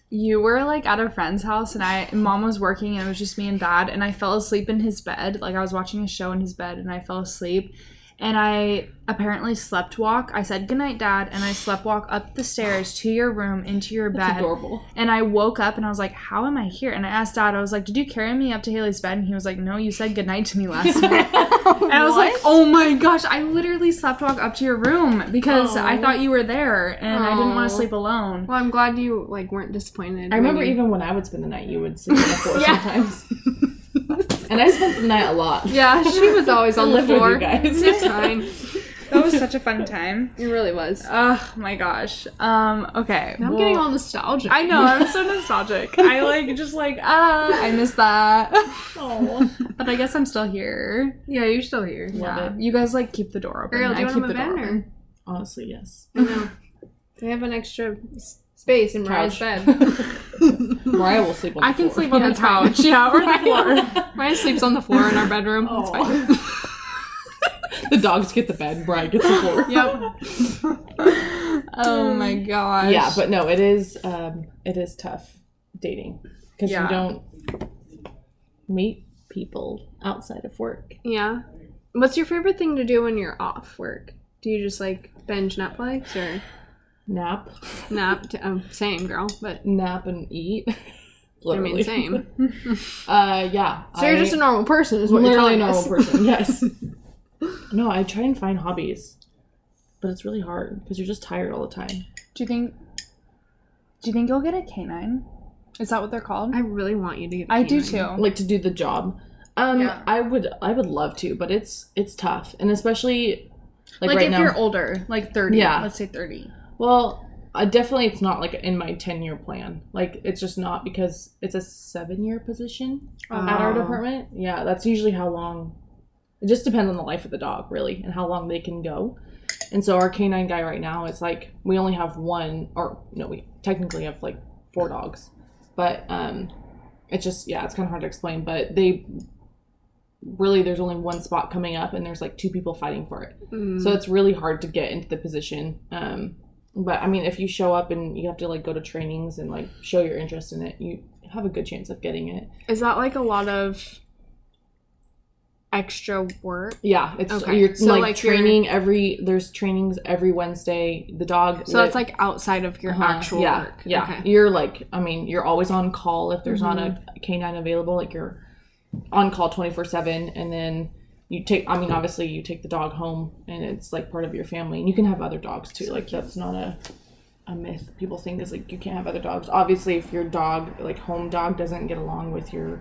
[SPEAKER 3] you were like at a friend's house and i mom was working and it was just me and dad and i fell asleep in his bed like i was watching a show in his bed and i fell asleep and i apparently slept walk i said goodnight dad and i slept walk up the stairs to your room into your
[SPEAKER 4] That's
[SPEAKER 3] bed
[SPEAKER 2] (laughs)
[SPEAKER 4] adorable.
[SPEAKER 3] And I woke up and I was like, How am I here? And I asked dad, I was like, Did you carry me up to Haley's bed? And he was like, No, you said goodnight to me
[SPEAKER 4] (laughs)
[SPEAKER 3] last night. and I was like, Oh my gosh, I literally slept walk up to your room because I
[SPEAKER 2] Aw.
[SPEAKER 3] thought you were there and I didn't want
[SPEAKER 2] Aw.
[SPEAKER 3] to sleep alone.
[SPEAKER 2] Well, I'm glad you like weren't disappointed.
[SPEAKER 4] I remember
[SPEAKER 2] when you-
[SPEAKER 4] even when I would spend the night, you would sleep on the floor
[SPEAKER 3] Yeah.
[SPEAKER 4] sometimes.
[SPEAKER 2] (laughs)
[SPEAKER 4] and I spent the night a lot.
[SPEAKER 2] (laughs) Yeah, she
[SPEAKER 4] (laughs)
[SPEAKER 2] was always on the
[SPEAKER 4] Lived with
[SPEAKER 2] floor.
[SPEAKER 4] you guys.
[SPEAKER 2] It's fine.
[SPEAKER 3] (laughs) That was such a fun time.
[SPEAKER 2] It really
[SPEAKER 4] (laughs)
[SPEAKER 2] was.
[SPEAKER 3] Oh my gosh. Um, okay.
[SPEAKER 2] I'm
[SPEAKER 3] well-
[SPEAKER 2] getting all nostalgic.
[SPEAKER 3] I know, I'm (laughs) so nostalgic. I like just like, ah, I miss that.
[SPEAKER 4] Oh,
[SPEAKER 3] (laughs) but I guess I'm still here.
[SPEAKER 2] (laughs) Yeah, you're still here.
[SPEAKER 3] yeah. You guys like keep the door open.
[SPEAKER 2] Ariel, do
[SPEAKER 3] I
[SPEAKER 2] you
[SPEAKER 3] (laughs) keep
[SPEAKER 2] want
[SPEAKER 3] the
[SPEAKER 2] to move
[SPEAKER 3] door
[SPEAKER 2] in
[SPEAKER 3] open.
[SPEAKER 2] or?
[SPEAKER 4] honestly, yes.
[SPEAKER 2] I know. They have an extra s- space in
[SPEAKER 4] (laughs)
[SPEAKER 2] Mariah's
[SPEAKER 4] Couch.
[SPEAKER 2] bed.
[SPEAKER 4] Mariah will sleep on the
[SPEAKER 5] I can
[SPEAKER 4] floor.
[SPEAKER 5] sleep on
[SPEAKER 2] Yeah,
[SPEAKER 5] the
[SPEAKER 2] it's fine.
[SPEAKER 5] couch. Yeah, or the
[SPEAKER 3] (laughs)
[SPEAKER 5] floor.
[SPEAKER 2] (laughs) Mariah sleeps on the floor in our bedroom. It's fine.
[SPEAKER 4] (laughs) Oh. (laughs) the dogs get the bed, Mariah gets
[SPEAKER 2] (laughs)
[SPEAKER 4] the floor.
[SPEAKER 2] Yep.
[SPEAKER 3] (laughs)
[SPEAKER 5] Oh my gosh.
[SPEAKER 4] yeah, but no, it is um, it is tough dating because
[SPEAKER 5] Yeah.
[SPEAKER 4] you don't meet people outside of work.
[SPEAKER 2] Yeah. What's your favorite thing to do when you're off work? Do you just like binge Netflix or
[SPEAKER 4] Nap,
[SPEAKER 2] nap? To, oh, same girl, but
[SPEAKER 4] nap, and eat.
[SPEAKER 2] I
[SPEAKER 4] Literally. (laughs)
[SPEAKER 2] mean same.
[SPEAKER 4] Uh, yeah.
[SPEAKER 2] So you're just a
[SPEAKER 4] I-
[SPEAKER 2] normal person, is what you're
[SPEAKER 4] literally
[SPEAKER 2] telling
[SPEAKER 4] a normal
[SPEAKER 2] us. (laughs)
[SPEAKER 4] person. Yes. no, I try and find hobbies, but it's really hard because you're just tired all the time.
[SPEAKER 3] Do you think? Do you think you'll get a canine? Is that what they're called?
[SPEAKER 2] I really want you to get. a
[SPEAKER 3] I do
[SPEAKER 2] canine.
[SPEAKER 3] too.
[SPEAKER 4] like to do the job. Um,
[SPEAKER 3] Yeah.
[SPEAKER 4] I would, I would love to, but it's it's tough, and especially like,
[SPEAKER 3] Like,
[SPEAKER 4] right
[SPEAKER 3] if
[SPEAKER 4] now.
[SPEAKER 3] you're older, like thirty.
[SPEAKER 4] Yeah.
[SPEAKER 3] Let's say thirty.
[SPEAKER 4] well, I definitely it's not like in my ten year plan. Like it's just not because it's a seven year position at our
[SPEAKER 2] Oh.
[SPEAKER 4] department. Yeah, that's usually how long. It just depends on the life of the dog, really, and how long they can go. And so our canine guy right now, it's like we only have one, or no, we technically have like four dogs, but um, it's just yeah, it's kind of hard to explain. But they really there's only one spot coming up, and there's like two people fighting for it.
[SPEAKER 2] Mm.
[SPEAKER 4] So it's really hard to get into the position. Um, but I mean, if you show up and you have to like go to trainings and like show your interest in it, you have a good chance of getting it.
[SPEAKER 2] Is that like a lot of extra work?
[SPEAKER 4] Yeah, it's
[SPEAKER 2] Okay.
[SPEAKER 4] you're
[SPEAKER 2] So,
[SPEAKER 4] like,
[SPEAKER 2] like, you're-
[SPEAKER 4] training every. There's trainings every Wednesday. The dog.
[SPEAKER 2] So that's like outside of your
[SPEAKER 4] Uh-huh,
[SPEAKER 2] actual
[SPEAKER 4] yeah,
[SPEAKER 2] work.
[SPEAKER 4] Yeah,
[SPEAKER 2] Okay. Mm-hmm.
[SPEAKER 4] you're like I mean, you're always on call if there's not a canine available. Like you're on call twenty four seven, and then you take. I mean, obviously you take the dog home, and it's like part of your family, and you can have other dogs too. Like that's not a a myth people think is like you can't have other dogs. Obviously, if your dog like home dog doesn't get along with your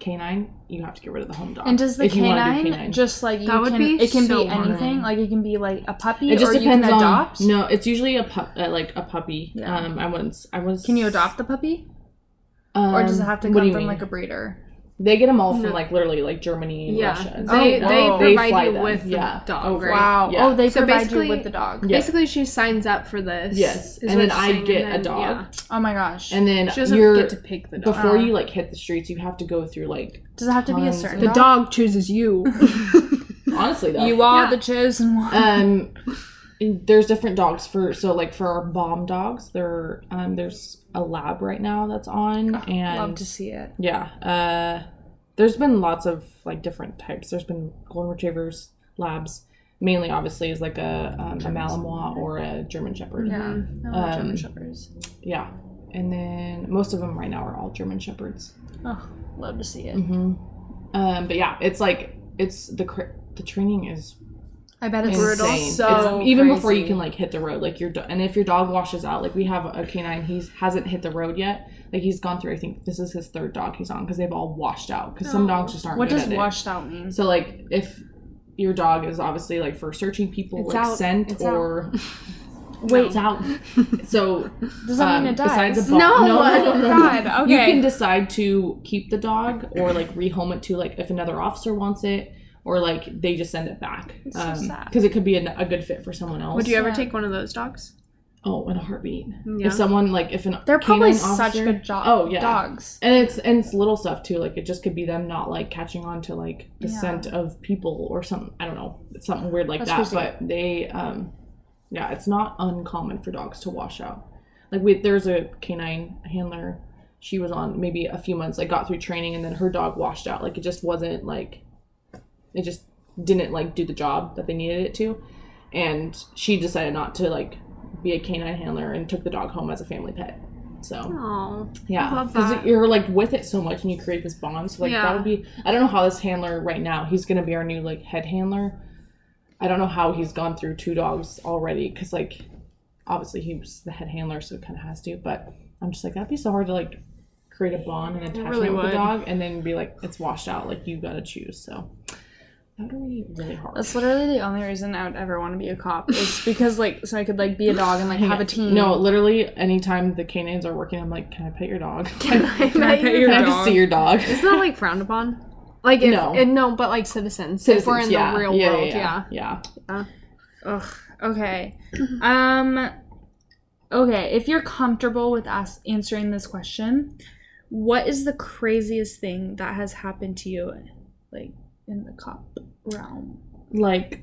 [SPEAKER 4] canine, you have to get rid of the home dog.
[SPEAKER 3] And does the
[SPEAKER 4] if you wanna do
[SPEAKER 3] canine, just like you
[SPEAKER 2] That would
[SPEAKER 3] can?
[SPEAKER 2] be
[SPEAKER 3] it can
[SPEAKER 2] so
[SPEAKER 3] be
[SPEAKER 2] hard.
[SPEAKER 3] anything. Like it can be like a puppy,
[SPEAKER 4] it just
[SPEAKER 3] or
[SPEAKER 4] depends
[SPEAKER 3] you can
[SPEAKER 4] on
[SPEAKER 3] adopt.
[SPEAKER 4] no it's usually a pup uh, like a puppy
[SPEAKER 3] Yeah.
[SPEAKER 4] um i once i was
[SPEAKER 3] Can you adopt the puppy,
[SPEAKER 4] um,
[SPEAKER 3] or does it have to
[SPEAKER 4] what do
[SPEAKER 3] come
[SPEAKER 4] you
[SPEAKER 3] from
[SPEAKER 4] mean?
[SPEAKER 3] like a breeder?
[SPEAKER 4] They get them all
[SPEAKER 2] No.
[SPEAKER 4] from like literally like Germany and
[SPEAKER 2] Yeah.
[SPEAKER 4] Russia. and stuff
[SPEAKER 2] They,
[SPEAKER 4] like
[SPEAKER 2] they
[SPEAKER 4] that.
[SPEAKER 3] Oh.
[SPEAKER 2] provide
[SPEAKER 4] fly
[SPEAKER 2] you
[SPEAKER 4] them.
[SPEAKER 2] with
[SPEAKER 4] yeah.
[SPEAKER 2] the dog.
[SPEAKER 4] Oh,
[SPEAKER 2] right?
[SPEAKER 3] Wow.
[SPEAKER 4] Yeah.
[SPEAKER 3] Oh, they
[SPEAKER 2] So
[SPEAKER 3] provide you
[SPEAKER 2] basically-
[SPEAKER 3] with the dog.
[SPEAKER 4] Yeah.
[SPEAKER 2] Basically, she signs up for this.
[SPEAKER 4] Yes,
[SPEAKER 2] is
[SPEAKER 4] and
[SPEAKER 2] what
[SPEAKER 4] then
[SPEAKER 2] she's
[SPEAKER 4] I
[SPEAKER 2] saying, and
[SPEAKER 4] get a
[SPEAKER 2] then-
[SPEAKER 4] dog.
[SPEAKER 2] yeah.
[SPEAKER 3] Oh my gosh.
[SPEAKER 4] And then
[SPEAKER 2] She doesn't
[SPEAKER 4] you're
[SPEAKER 2] get to pick the dog.
[SPEAKER 4] before you like hit the streets, you have to go through like
[SPEAKER 3] does it have to be a
[SPEAKER 4] Tons.
[SPEAKER 3] certain
[SPEAKER 4] The
[SPEAKER 3] dog?
[SPEAKER 2] dog chooses
[SPEAKER 4] (laughs)
[SPEAKER 2] you.
[SPEAKER 4] honestly though.
[SPEAKER 3] You are
[SPEAKER 2] Yeah.
[SPEAKER 3] the chosen one.
[SPEAKER 4] um there's different dogs for so like for our bomb dogs, there um there's a lab right now that's on Um, and
[SPEAKER 3] (laughs) Love to see it.
[SPEAKER 4] Yeah. Uh, there's been lots of like different types. There's been golden retrievers, labs, mainly obviously is like a, um, a Malinois or a German Shepherd.
[SPEAKER 3] Yeah. I love German
[SPEAKER 4] Um,
[SPEAKER 3] shepherds.
[SPEAKER 4] Yeah. And then most of them right now are all German Shepherds.
[SPEAKER 3] Oh, love to see it.
[SPEAKER 4] hmm Um, but yeah, it's like it's the cr- the training is
[SPEAKER 3] I bet it's
[SPEAKER 4] Mm-hmm. insane.
[SPEAKER 3] So
[SPEAKER 4] it's, even before
[SPEAKER 3] crazy.
[SPEAKER 4] you can like hit the road, like your do- and if your dog washes out, like we have a canine, he's hasn't hit the road yet. Like he's gone through. I think this is his third dog he's on because they've all washed out. Because some
[SPEAKER 2] No.
[SPEAKER 4] dogs just aren't.
[SPEAKER 3] What
[SPEAKER 4] good
[SPEAKER 3] does
[SPEAKER 4] at it.
[SPEAKER 3] washed out mean?
[SPEAKER 4] So like if your dog is obviously like for searching people
[SPEAKER 2] It's
[SPEAKER 4] like
[SPEAKER 2] out.
[SPEAKER 4] scent
[SPEAKER 2] It's
[SPEAKER 4] or
[SPEAKER 3] Wait.
[SPEAKER 4] it's out. So
[SPEAKER 3] (laughs) Does that
[SPEAKER 4] um,
[SPEAKER 3] mean it dies?
[SPEAKER 4] besides a
[SPEAKER 3] no, oh
[SPEAKER 4] bone- no, no, no, no.
[SPEAKER 3] (laughs) God. Okay.
[SPEAKER 4] you can decide to keep the dog or like rehome it to like if another officer wants it or like they just send it back
[SPEAKER 3] It's so sad.
[SPEAKER 4] because it could be a, a good fit for someone else.
[SPEAKER 2] Would you ever
[SPEAKER 3] Yeah.
[SPEAKER 2] take one of those dogs?
[SPEAKER 4] oh, in a heartbeat.
[SPEAKER 2] Yeah.
[SPEAKER 4] If someone like if an
[SPEAKER 3] They're probably
[SPEAKER 4] canine
[SPEAKER 3] such
[SPEAKER 4] officer-
[SPEAKER 3] good jo-
[SPEAKER 4] Oh yeah.
[SPEAKER 3] dogs.
[SPEAKER 4] And it's and it's little stuff too. Like it just could be them not like catching on to like the
[SPEAKER 3] Yeah.
[SPEAKER 4] scent of people or something. I don't know. It's something weird like
[SPEAKER 3] That's
[SPEAKER 4] that.
[SPEAKER 3] crazy.
[SPEAKER 4] But they, um, yeah, it's not uncommon for dogs to wash out. Like we, there's a canine handler. She was on maybe a few months. Like got through training and then her dog washed out. Like it just wasn't like, it just didn't like do the job that they needed it to, and she decided not to like be a canine handler and took the dog home as a family pet. So.
[SPEAKER 2] Oh,
[SPEAKER 4] Yeah,
[SPEAKER 2] I love that.
[SPEAKER 4] because you're like with it so much, and you create this bond. So like
[SPEAKER 2] Yeah.
[SPEAKER 4] that would be. I don't know how this handler right now. He's gonna be our new like head handler. I don't know how he's gone through two dogs already, because like obviously he was the head handler, so it kind of has to. But I'm just like that'd be so hard to like create a bond and attachment
[SPEAKER 2] really
[SPEAKER 4] with
[SPEAKER 2] would.
[SPEAKER 4] the dog, and then be like it's washed out. Like you gotta choose. So that would be really hard.
[SPEAKER 3] That's literally the only reason I would ever want to be a cop (laughs) is because like so I could like be a dog and like have a team. (laughs)
[SPEAKER 4] no, literally, anytime the canines are working, I'm like, can I pet your dog? (laughs) Can (laughs) I,
[SPEAKER 2] Can I pet your
[SPEAKER 4] just see your dog?
[SPEAKER 2] Is that like frowned upon? Like if,
[SPEAKER 4] No.
[SPEAKER 2] and no, but like citizens. if we're in
[SPEAKER 4] Citizens, yeah,
[SPEAKER 2] the real
[SPEAKER 4] yeah,
[SPEAKER 2] world, yeah.
[SPEAKER 4] yeah, yeah.
[SPEAKER 3] Ugh. Okay. Um. Okay, if you're comfortable with us answering this question, what is the craziest thing that has happened to you, like in the cop realm?
[SPEAKER 4] like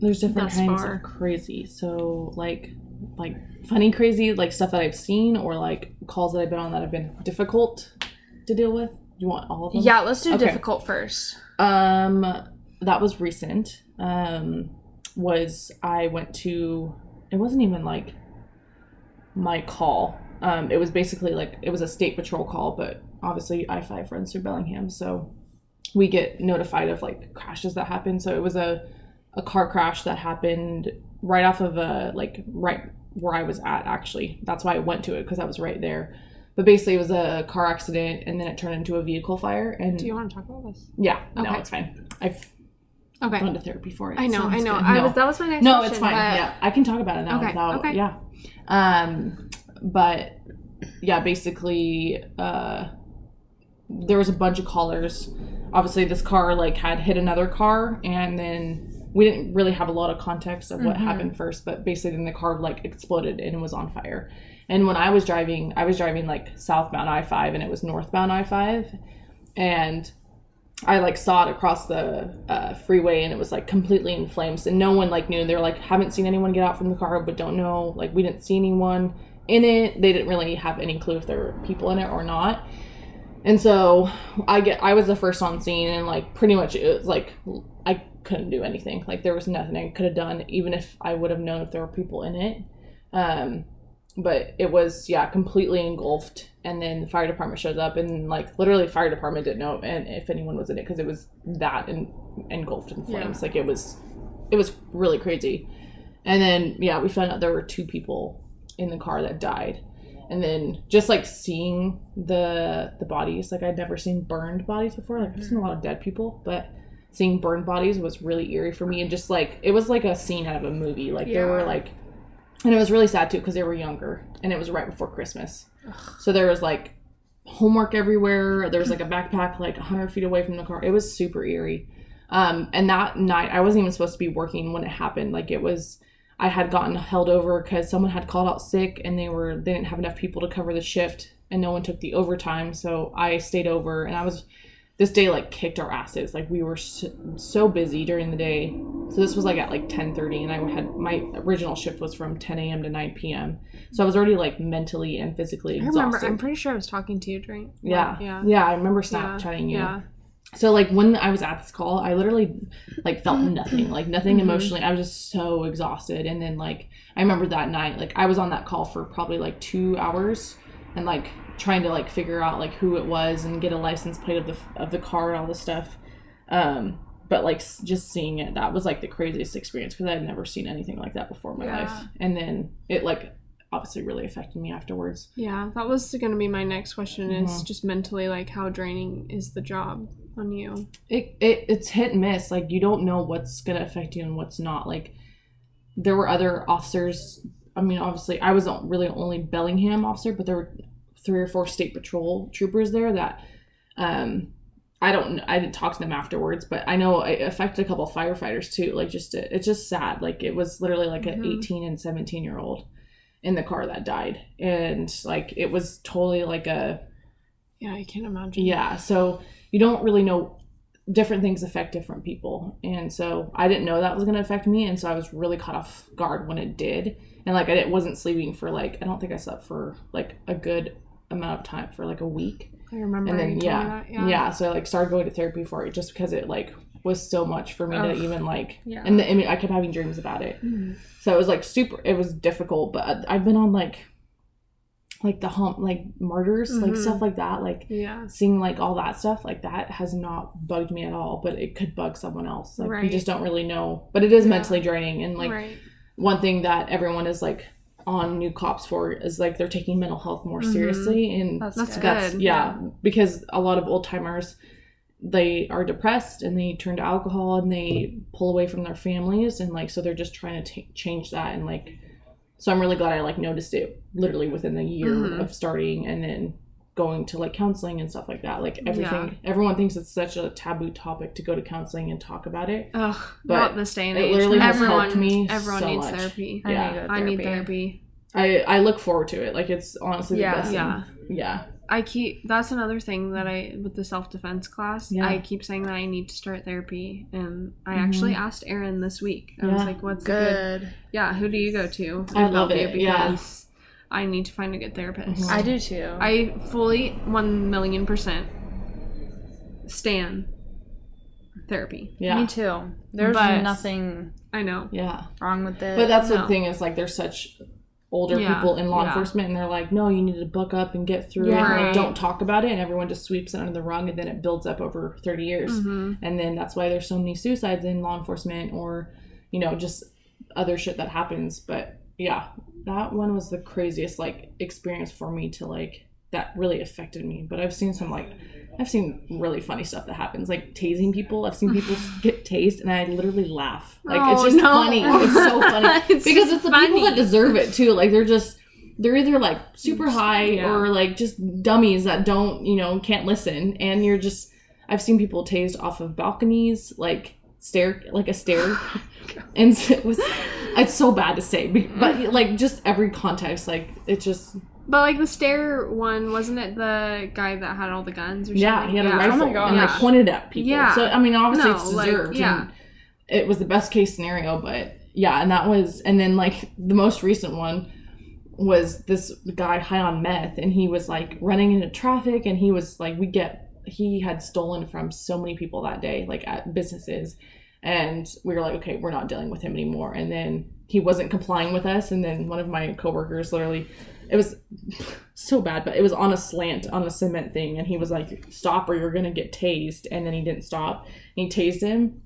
[SPEAKER 4] there's different
[SPEAKER 2] Thus
[SPEAKER 4] kinds
[SPEAKER 2] far.
[SPEAKER 4] of crazy. So like like funny crazy, like stuff that I've seen or like calls that I've been on that have been difficult to deal with. You want all of them?
[SPEAKER 3] Yeah, let's do
[SPEAKER 4] Okay.
[SPEAKER 3] difficult first.
[SPEAKER 4] Um that was recent. Um was I went to it wasn't even like my call. Um it was basically like it was a state patrol call, but obviously I five runs through Bellingham, so we get notified of like crashes that happen. So it was a a car crash that happened right off of a like right where I was at actually. That's why I went to it because I was right there. But basically, it was a car accident, and then it turned into a vehicle fire. And
[SPEAKER 2] Do you want to talk about this?
[SPEAKER 4] yeah, no,
[SPEAKER 2] Okay.
[SPEAKER 4] it's fine. I've
[SPEAKER 2] Okay.
[SPEAKER 4] gone to therapy for it.
[SPEAKER 2] I know,
[SPEAKER 4] so
[SPEAKER 2] I
[SPEAKER 4] it's
[SPEAKER 2] know.
[SPEAKER 4] good.
[SPEAKER 2] I
[SPEAKER 4] No.
[SPEAKER 2] was that was my next
[SPEAKER 4] no,
[SPEAKER 2] question.
[SPEAKER 4] it's fine.
[SPEAKER 2] but-
[SPEAKER 4] Yeah, I can talk about it now.
[SPEAKER 2] Okay,
[SPEAKER 4] without,
[SPEAKER 2] okay.
[SPEAKER 4] Yeah. Um, but yeah, basically, uh, there was a bunch of callers. Obviously, this car like had hit another car, and then we didn't really have a lot of context of what
[SPEAKER 2] Mm-hmm.
[SPEAKER 4] happened first. But basically, then the car like exploded and was on fire. And when I was driving, I was driving like southbound I five, and it was northbound I five, and I like saw it across the uh, freeway and it was like completely in flames and no one like knew. They were like, haven't seen anyone get out from the car, but don't know. Like we didn't see anyone in it. They didn't really have any clue if there were people in it or not. And so I get I was the first on scene and like pretty much it was like I couldn't do anything. Like there was nothing I could have done even if I would have known if there were people in it. Um, but it was yeah completely engulfed and then the fire department shows up and like literally fire department didn't know and if anyone was in it because it was that en- engulfed in flames like it was it was really crazy and then yeah we found out there were two people in the car that died and then just like seeing the the bodies like i'd never seen burned bodies before like i've seen a lot of dead people but seeing burned bodies was really eerie for me and just like it was like a scene out of a movie like there were
[SPEAKER 2] Yeah.
[SPEAKER 4] like and it was really sad too because they were younger and it was right before christmas so there was like homework everywhere there was like a backpack like 100 feet away from the car it was super eerie um, and that night i wasn't even supposed to be working when it happened like it was i had gotten held over because someone had called out sick and they were they didn't have enough people to cover the shift and no one took the overtime so i stayed over and i was this day like kicked our asses like we were so, so busy during the day so this was like at like 10:30, and I had my original shift was from 10 a.m. to 9 p.m. So I was already like mentally and physically
[SPEAKER 2] I
[SPEAKER 4] exhausted.
[SPEAKER 2] remember. I'm pretty sure I was talking to you during.
[SPEAKER 4] yeah.
[SPEAKER 2] Yeah.
[SPEAKER 4] yeah, I remember Snapchatting you.
[SPEAKER 2] Yeah.
[SPEAKER 4] So like when I was at this call, I literally like felt nothing, like nothing emotionally. I was just so exhausted, and then like I remember that night, like I was on that call for probably like two hours, and like trying to like figure out like who it was and get a license plate of the of the car and all this stuff. Um, but like s- just seeing it, that was like the craziest experience because I had never seen anything like that before in my
[SPEAKER 2] Yeah.
[SPEAKER 4] life. And then it like obviously really affected me afterwards.
[SPEAKER 2] Yeah, that was going to be my next question
[SPEAKER 4] Mm-hmm.
[SPEAKER 2] is just mentally like how draining is the job on you?
[SPEAKER 4] it, it it's hit and miss like you don't know what's gonna affect you and what's not like there were other officers i mean obviously i was the- really only bellingham officer but there were three or four state patrol troopers there that um i don't kn- i didn't talk to them afterwards but i know it affected a couple firefighters too like just it- it's just sad like it was literally like an
[SPEAKER 2] Mhm.
[SPEAKER 4] 18 and 17 year old in the car that died and like it was totally like a
[SPEAKER 2] Yeah, I can't imagine.
[SPEAKER 4] yeah, so you don't really know different things affect different people. And so I didn't know that was going to affect me and so I was really caught off guard when it did. And like I didn't, wasn't sleeping for like I don't think I slept for like a good amount of time for like a week.
[SPEAKER 2] I remember
[SPEAKER 4] and
[SPEAKER 2] you
[SPEAKER 4] then
[SPEAKER 2] told
[SPEAKER 4] yeah,
[SPEAKER 2] me that.
[SPEAKER 4] yeah. so I like started going to therapy for it just because it like was so much for me
[SPEAKER 3] Ugh.
[SPEAKER 4] to even like
[SPEAKER 3] Yeah.
[SPEAKER 4] and the, I mean I kept having dreams about it.
[SPEAKER 2] Mhm.
[SPEAKER 4] So it was like super. It was difficult, but I- I've been on like, like the hump, like martyrs, like
[SPEAKER 2] Mhm.
[SPEAKER 3] Mm-hmm.
[SPEAKER 4] stuff like that. Like
[SPEAKER 2] Yeah.
[SPEAKER 4] seeing like all that stuff, like that has not bugged me at all. But it could bug someone else. Like you
[SPEAKER 2] Right.
[SPEAKER 4] just don't really know. But it is
[SPEAKER 2] Yeah.
[SPEAKER 4] mentally draining. And like
[SPEAKER 2] right.
[SPEAKER 4] one thing that everyone is like on new cops for is like they're taking mental health more
[SPEAKER 2] Mhm.
[SPEAKER 4] seriously. And
[SPEAKER 3] That's,
[SPEAKER 2] That's
[SPEAKER 3] good.
[SPEAKER 4] that's
[SPEAKER 2] Good,
[SPEAKER 4] yeah,
[SPEAKER 3] Um,
[SPEAKER 4] because a lot of old timers they are depressed and they turn to alcohol and they pull away from their families and like so they're just trying to ta change that and like so i'm really glad i like noticed it literally within the year
[SPEAKER 3] Mm-hmm.
[SPEAKER 2] Mhm.
[SPEAKER 4] of starting and then going to like counseling and stuff like that like everything everyone thinks it's such a taboo topic to go to counseling and talk about it
[SPEAKER 2] Ugh,
[SPEAKER 4] But
[SPEAKER 2] not this day and
[SPEAKER 4] it
[SPEAKER 2] age.
[SPEAKER 4] literally
[SPEAKER 3] has
[SPEAKER 2] everyone,
[SPEAKER 4] helped me
[SPEAKER 2] everyone
[SPEAKER 4] so
[SPEAKER 2] needs
[SPEAKER 4] much.
[SPEAKER 2] therapy.
[SPEAKER 3] I
[SPEAKER 4] Yeah.
[SPEAKER 3] need to go to
[SPEAKER 2] I need
[SPEAKER 3] therapy.
[SPEAKER 2] therapy.
[SPEAKER 4] I I look forward to it. Like it's honestly the
[SPEAKER 3] Yeah.
[SPEAKER 4] best.
[SPEAKER 2] Yeah.
[SPEAKER 4] Thing. Yeah.
[SPEAKER 2] I keep that's another thing that I with the self defense class.
[SPEAKER 4] Yeah.
[SPEAKER 2] I keep saying that I need to start therapy, and I
[SPEAKER 4] Mhm.
[SPEAKER 2] actually asked Erin this week. I was
[SPEAKER 4] Yeah.
[SPEAKER 2] like, "What's good. good?"
[SPEAKER 3] Good.
[SPEAKER 2] Yeah, who do you go to?
[SPEAKER 4] I
[SPEAKER 2] I'd
[SPEAKER 4] love
[SPEAKER 2] help you
[SPEAKER 4] it, yeah.
[SPEAKER 2] because I need to find a good therapist.
[SPEAKER 4] Mhm.
[SPEAKER 3] I do too.
[SPEAKER 2] I fully one million percent stan therapy.
[SPEAKER 4] Yeah.
[SPEAKER 3] Me too. There's
[SPEAKER 2] But-
[SPEAKER 3] nothing
[SPEAKER 2] I know.
[SPEAKER 4] Yeah.
[SPEAKER 3] wrong with it.
[SPEAKER 4] But that's
[SPEAKER 2] no.
[SPEAKER 4] the thing is like there's such older
[SPEAKER 2] Yeah,
[SPEAKER 4] people in law
[SPEAKER 2] yeah.
[SPEAKER 4] enforcement and they're like, no, you need to buck up and get through
[SPEAKER 3] Yeah.
[SPEAKER 4] it.
[SPEAKER 2] Right.
[SPEAKER 4] Don't talk about it, and everyone just sweeps it under the rug, and then it builds up over thirty years,
[SPEAKER 2] Mhm.
[SPEAKER 4] and then that's why there's so many suicides in law enforcement, or you know just other shit that happens. But yeah, that one was the craziest like experience for me to like that really affected me. But I've seen some like. I've seen really funny stuff that happens, like tasing people. I've seen
[SPEAKER 2] (laughs)
[SPEAKER 4] people get tased, and I literally laugh. Like it's
[SPEAKER 2] Oh,
[SPEAKER 4] just
[SPEAKER 2] no.
[SPEAKER 4] funny. It's
[SPEAKER 2] (laughs)
[SPEAKER 4] so funny
[SPEAKER 2] It's
[SPEAKER 4] because it's the
[SPEAKER 2] funny.
[SPEAKER 4] people that deserve it too. Like they're just they're either like super high
[SPEAKER 2] Yeah.
[SPEAKER 4] or like just dummies that don't you know can't listen. And you're just I've seen people tased off of balconies, like stair like a
[SPEAKER 2] (laughs)
[SPEAKER 4] stair,
[SPEAKER 2] Oh
[SPEAKER 4] and so it was it's so bad to say, but like just every context, like it just
[SPEAKER 2] But like the stare one, wasn't it the guy that had all the guns or
[SPEAKER 4] yeah
[SPEAKER 2] something?
[SPEAKER 4] he had a
[SPEAKER 2] yeah. Oh
[SPEAKER 4] rifle and like
[SPEAKER 2] gosh.
[SPEAKER 4] pointed at people.
[SPEAKER 2] Yeah.
[SPEAKER 4] So I mean obviously
[SPEAKER 2] No,
[SPEAKER 4] it's
[SPEAKER 2] like,
[SPEAKER 4] deserved.
[SPEAKER 2] yeah.
[SPEAKER 4] and it was the best case scenario, but yeah, and that was and then like the most recent one was this guy high on meth and he was like running into traffic and he was like we get he had stolen from so many people that day like at businesses and we were like okay we're not dealing with him anymore and then he wasn't complying with us and then one of my coworkers literally it was so bad but it was on a slant on a cement thing and he was like stop or you're gonna get tased and then he didn't stop and he tased him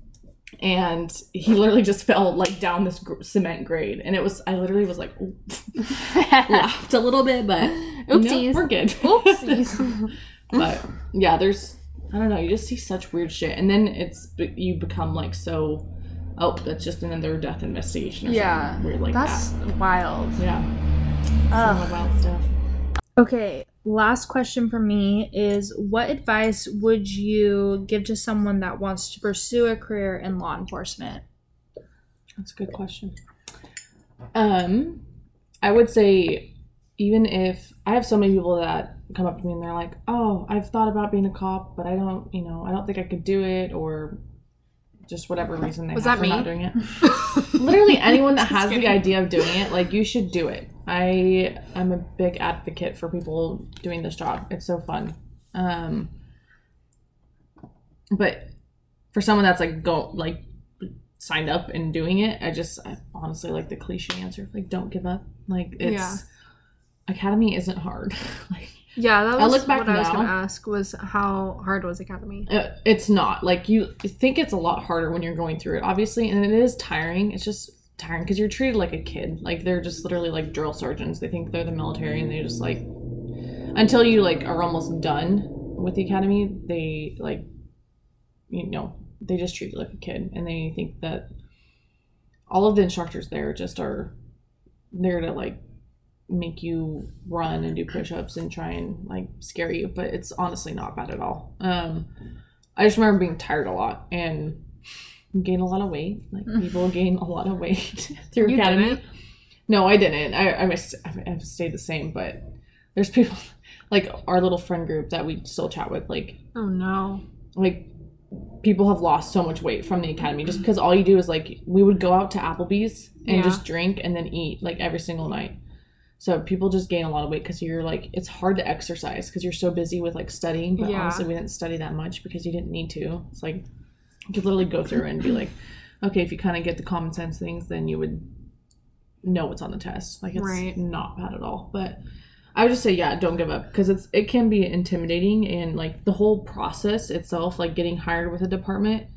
[SPEAKER 4] and he literally just (laughs) fell like down this gr- cement grade and it was i literally was
[SPEAKER 3] (laughs)
[SPEAKER 4] like (laughs) laughed a little bit but
[SPEAKER 3] Oopsies.
[SPEAKER 4] no, we're good (laughs)
[SPEAKER 3] Oopsies.
[SPEAKER 4] but yeah there's i don't know you just see such weird shit and then it's but you become like so oh that's just another death investigation or
[SPEAKER 3] Yeah,
[SPEAKER 4] something weird like
[SPEAKER 3] that's
[SPEAKER 4] that
[SPEAKER 3] wild.
[SPEAKER 4] yeah
[SPEAKER 3] Ugh.
[SPEAKER 4] Some wild stuff
[SPEAKER 3] Okay, last question for me is what advice would you give to someone that wants to pursue a career in law enforcement?
[SPEAKER 4] That's a good question. Um, I would say, even if I have so many people that come up to me and they're like, "Oh, I've thought about being a cop, but I don't, you know, I don't think I could do it," or just whatever reason they
[SPEAKER 2] Was
[SPEAKER 4] have
[SPEAKER 2] that
[SPEAKER 4] for not
[SPEAKER 2] me?
[SPEAKER 4] doing it.
[SPEAKER 2] (laughs)
[SPEAKER 4] Literally anyone that
[SPEAKER 2] Just
[SPEAKER 4] has the
[SPEAKER 2] kidding.
[SPEAKER 4] idea of doing it, like you should do it. I I'm a big advocate for people doing this job. It's so fun. Um, but for someone that's like go like signed up and doing it, I just I honestly like the cliche answer like don't give up. Like it's academy isn't hard. (laughs) like
[SPEAKER 2] Yeah, that was
[SPEAKER 4] I look back
[SPEAKER 2] what I was
[SPEAKER 4] now.
[SPEAKER 2] gonna ask was how hard was Academy?
[SPEAKER 4] Uh, it's not like you think it's a lot harder when you're going through it obviously and it is tiring it's just tiring because you're treated like a kid like they're just literally like drill sergeants they think they're the military and they just like until you like are almost done with the academy they like you know they just treat you like a kid and they think that all of the instructors there just are there to like make you run and do push-ups and try and like scare you but it's honestly not bad at all um i just remember being tired a lot and gain a lot of weight like people gain a lot of weight (laughs) through
[SPEAKER 2] Mm. You
[SPEAKER 4] academy
[SPEAKER 2] didn't?
[SPEAKER 4] no i didn't i i must i've stayed the same but there's people (laughs) like our little friend group that we still chat with like
[SPEAKER 2] Oh no.
[SPEAKER 4] like people have lost so much weight from the academy just because all you do is like we would go out to Applebee's and
[SPEAKER 2] Yeah.
[SPEAKER 4] just drink and then eat like every single night. So people just gain a lot of weight because you're like it's hard to exercise because you're so busy with like studying. But
[SPEAKER 2] Yeah.
[SPEAKER 4] honestly, we didn't study that much because you didn't need to. It's like you could literally go through and be like, okay, if you kind of get the common sense things, then you would know what's on the test. Like it's
[SPEAKER 2] Right.
[SPEAKER 4] not bad at all. But I would just say, yeah, don't give up because it's it can be intimidating and like the whole process itself, like getting hired with a department,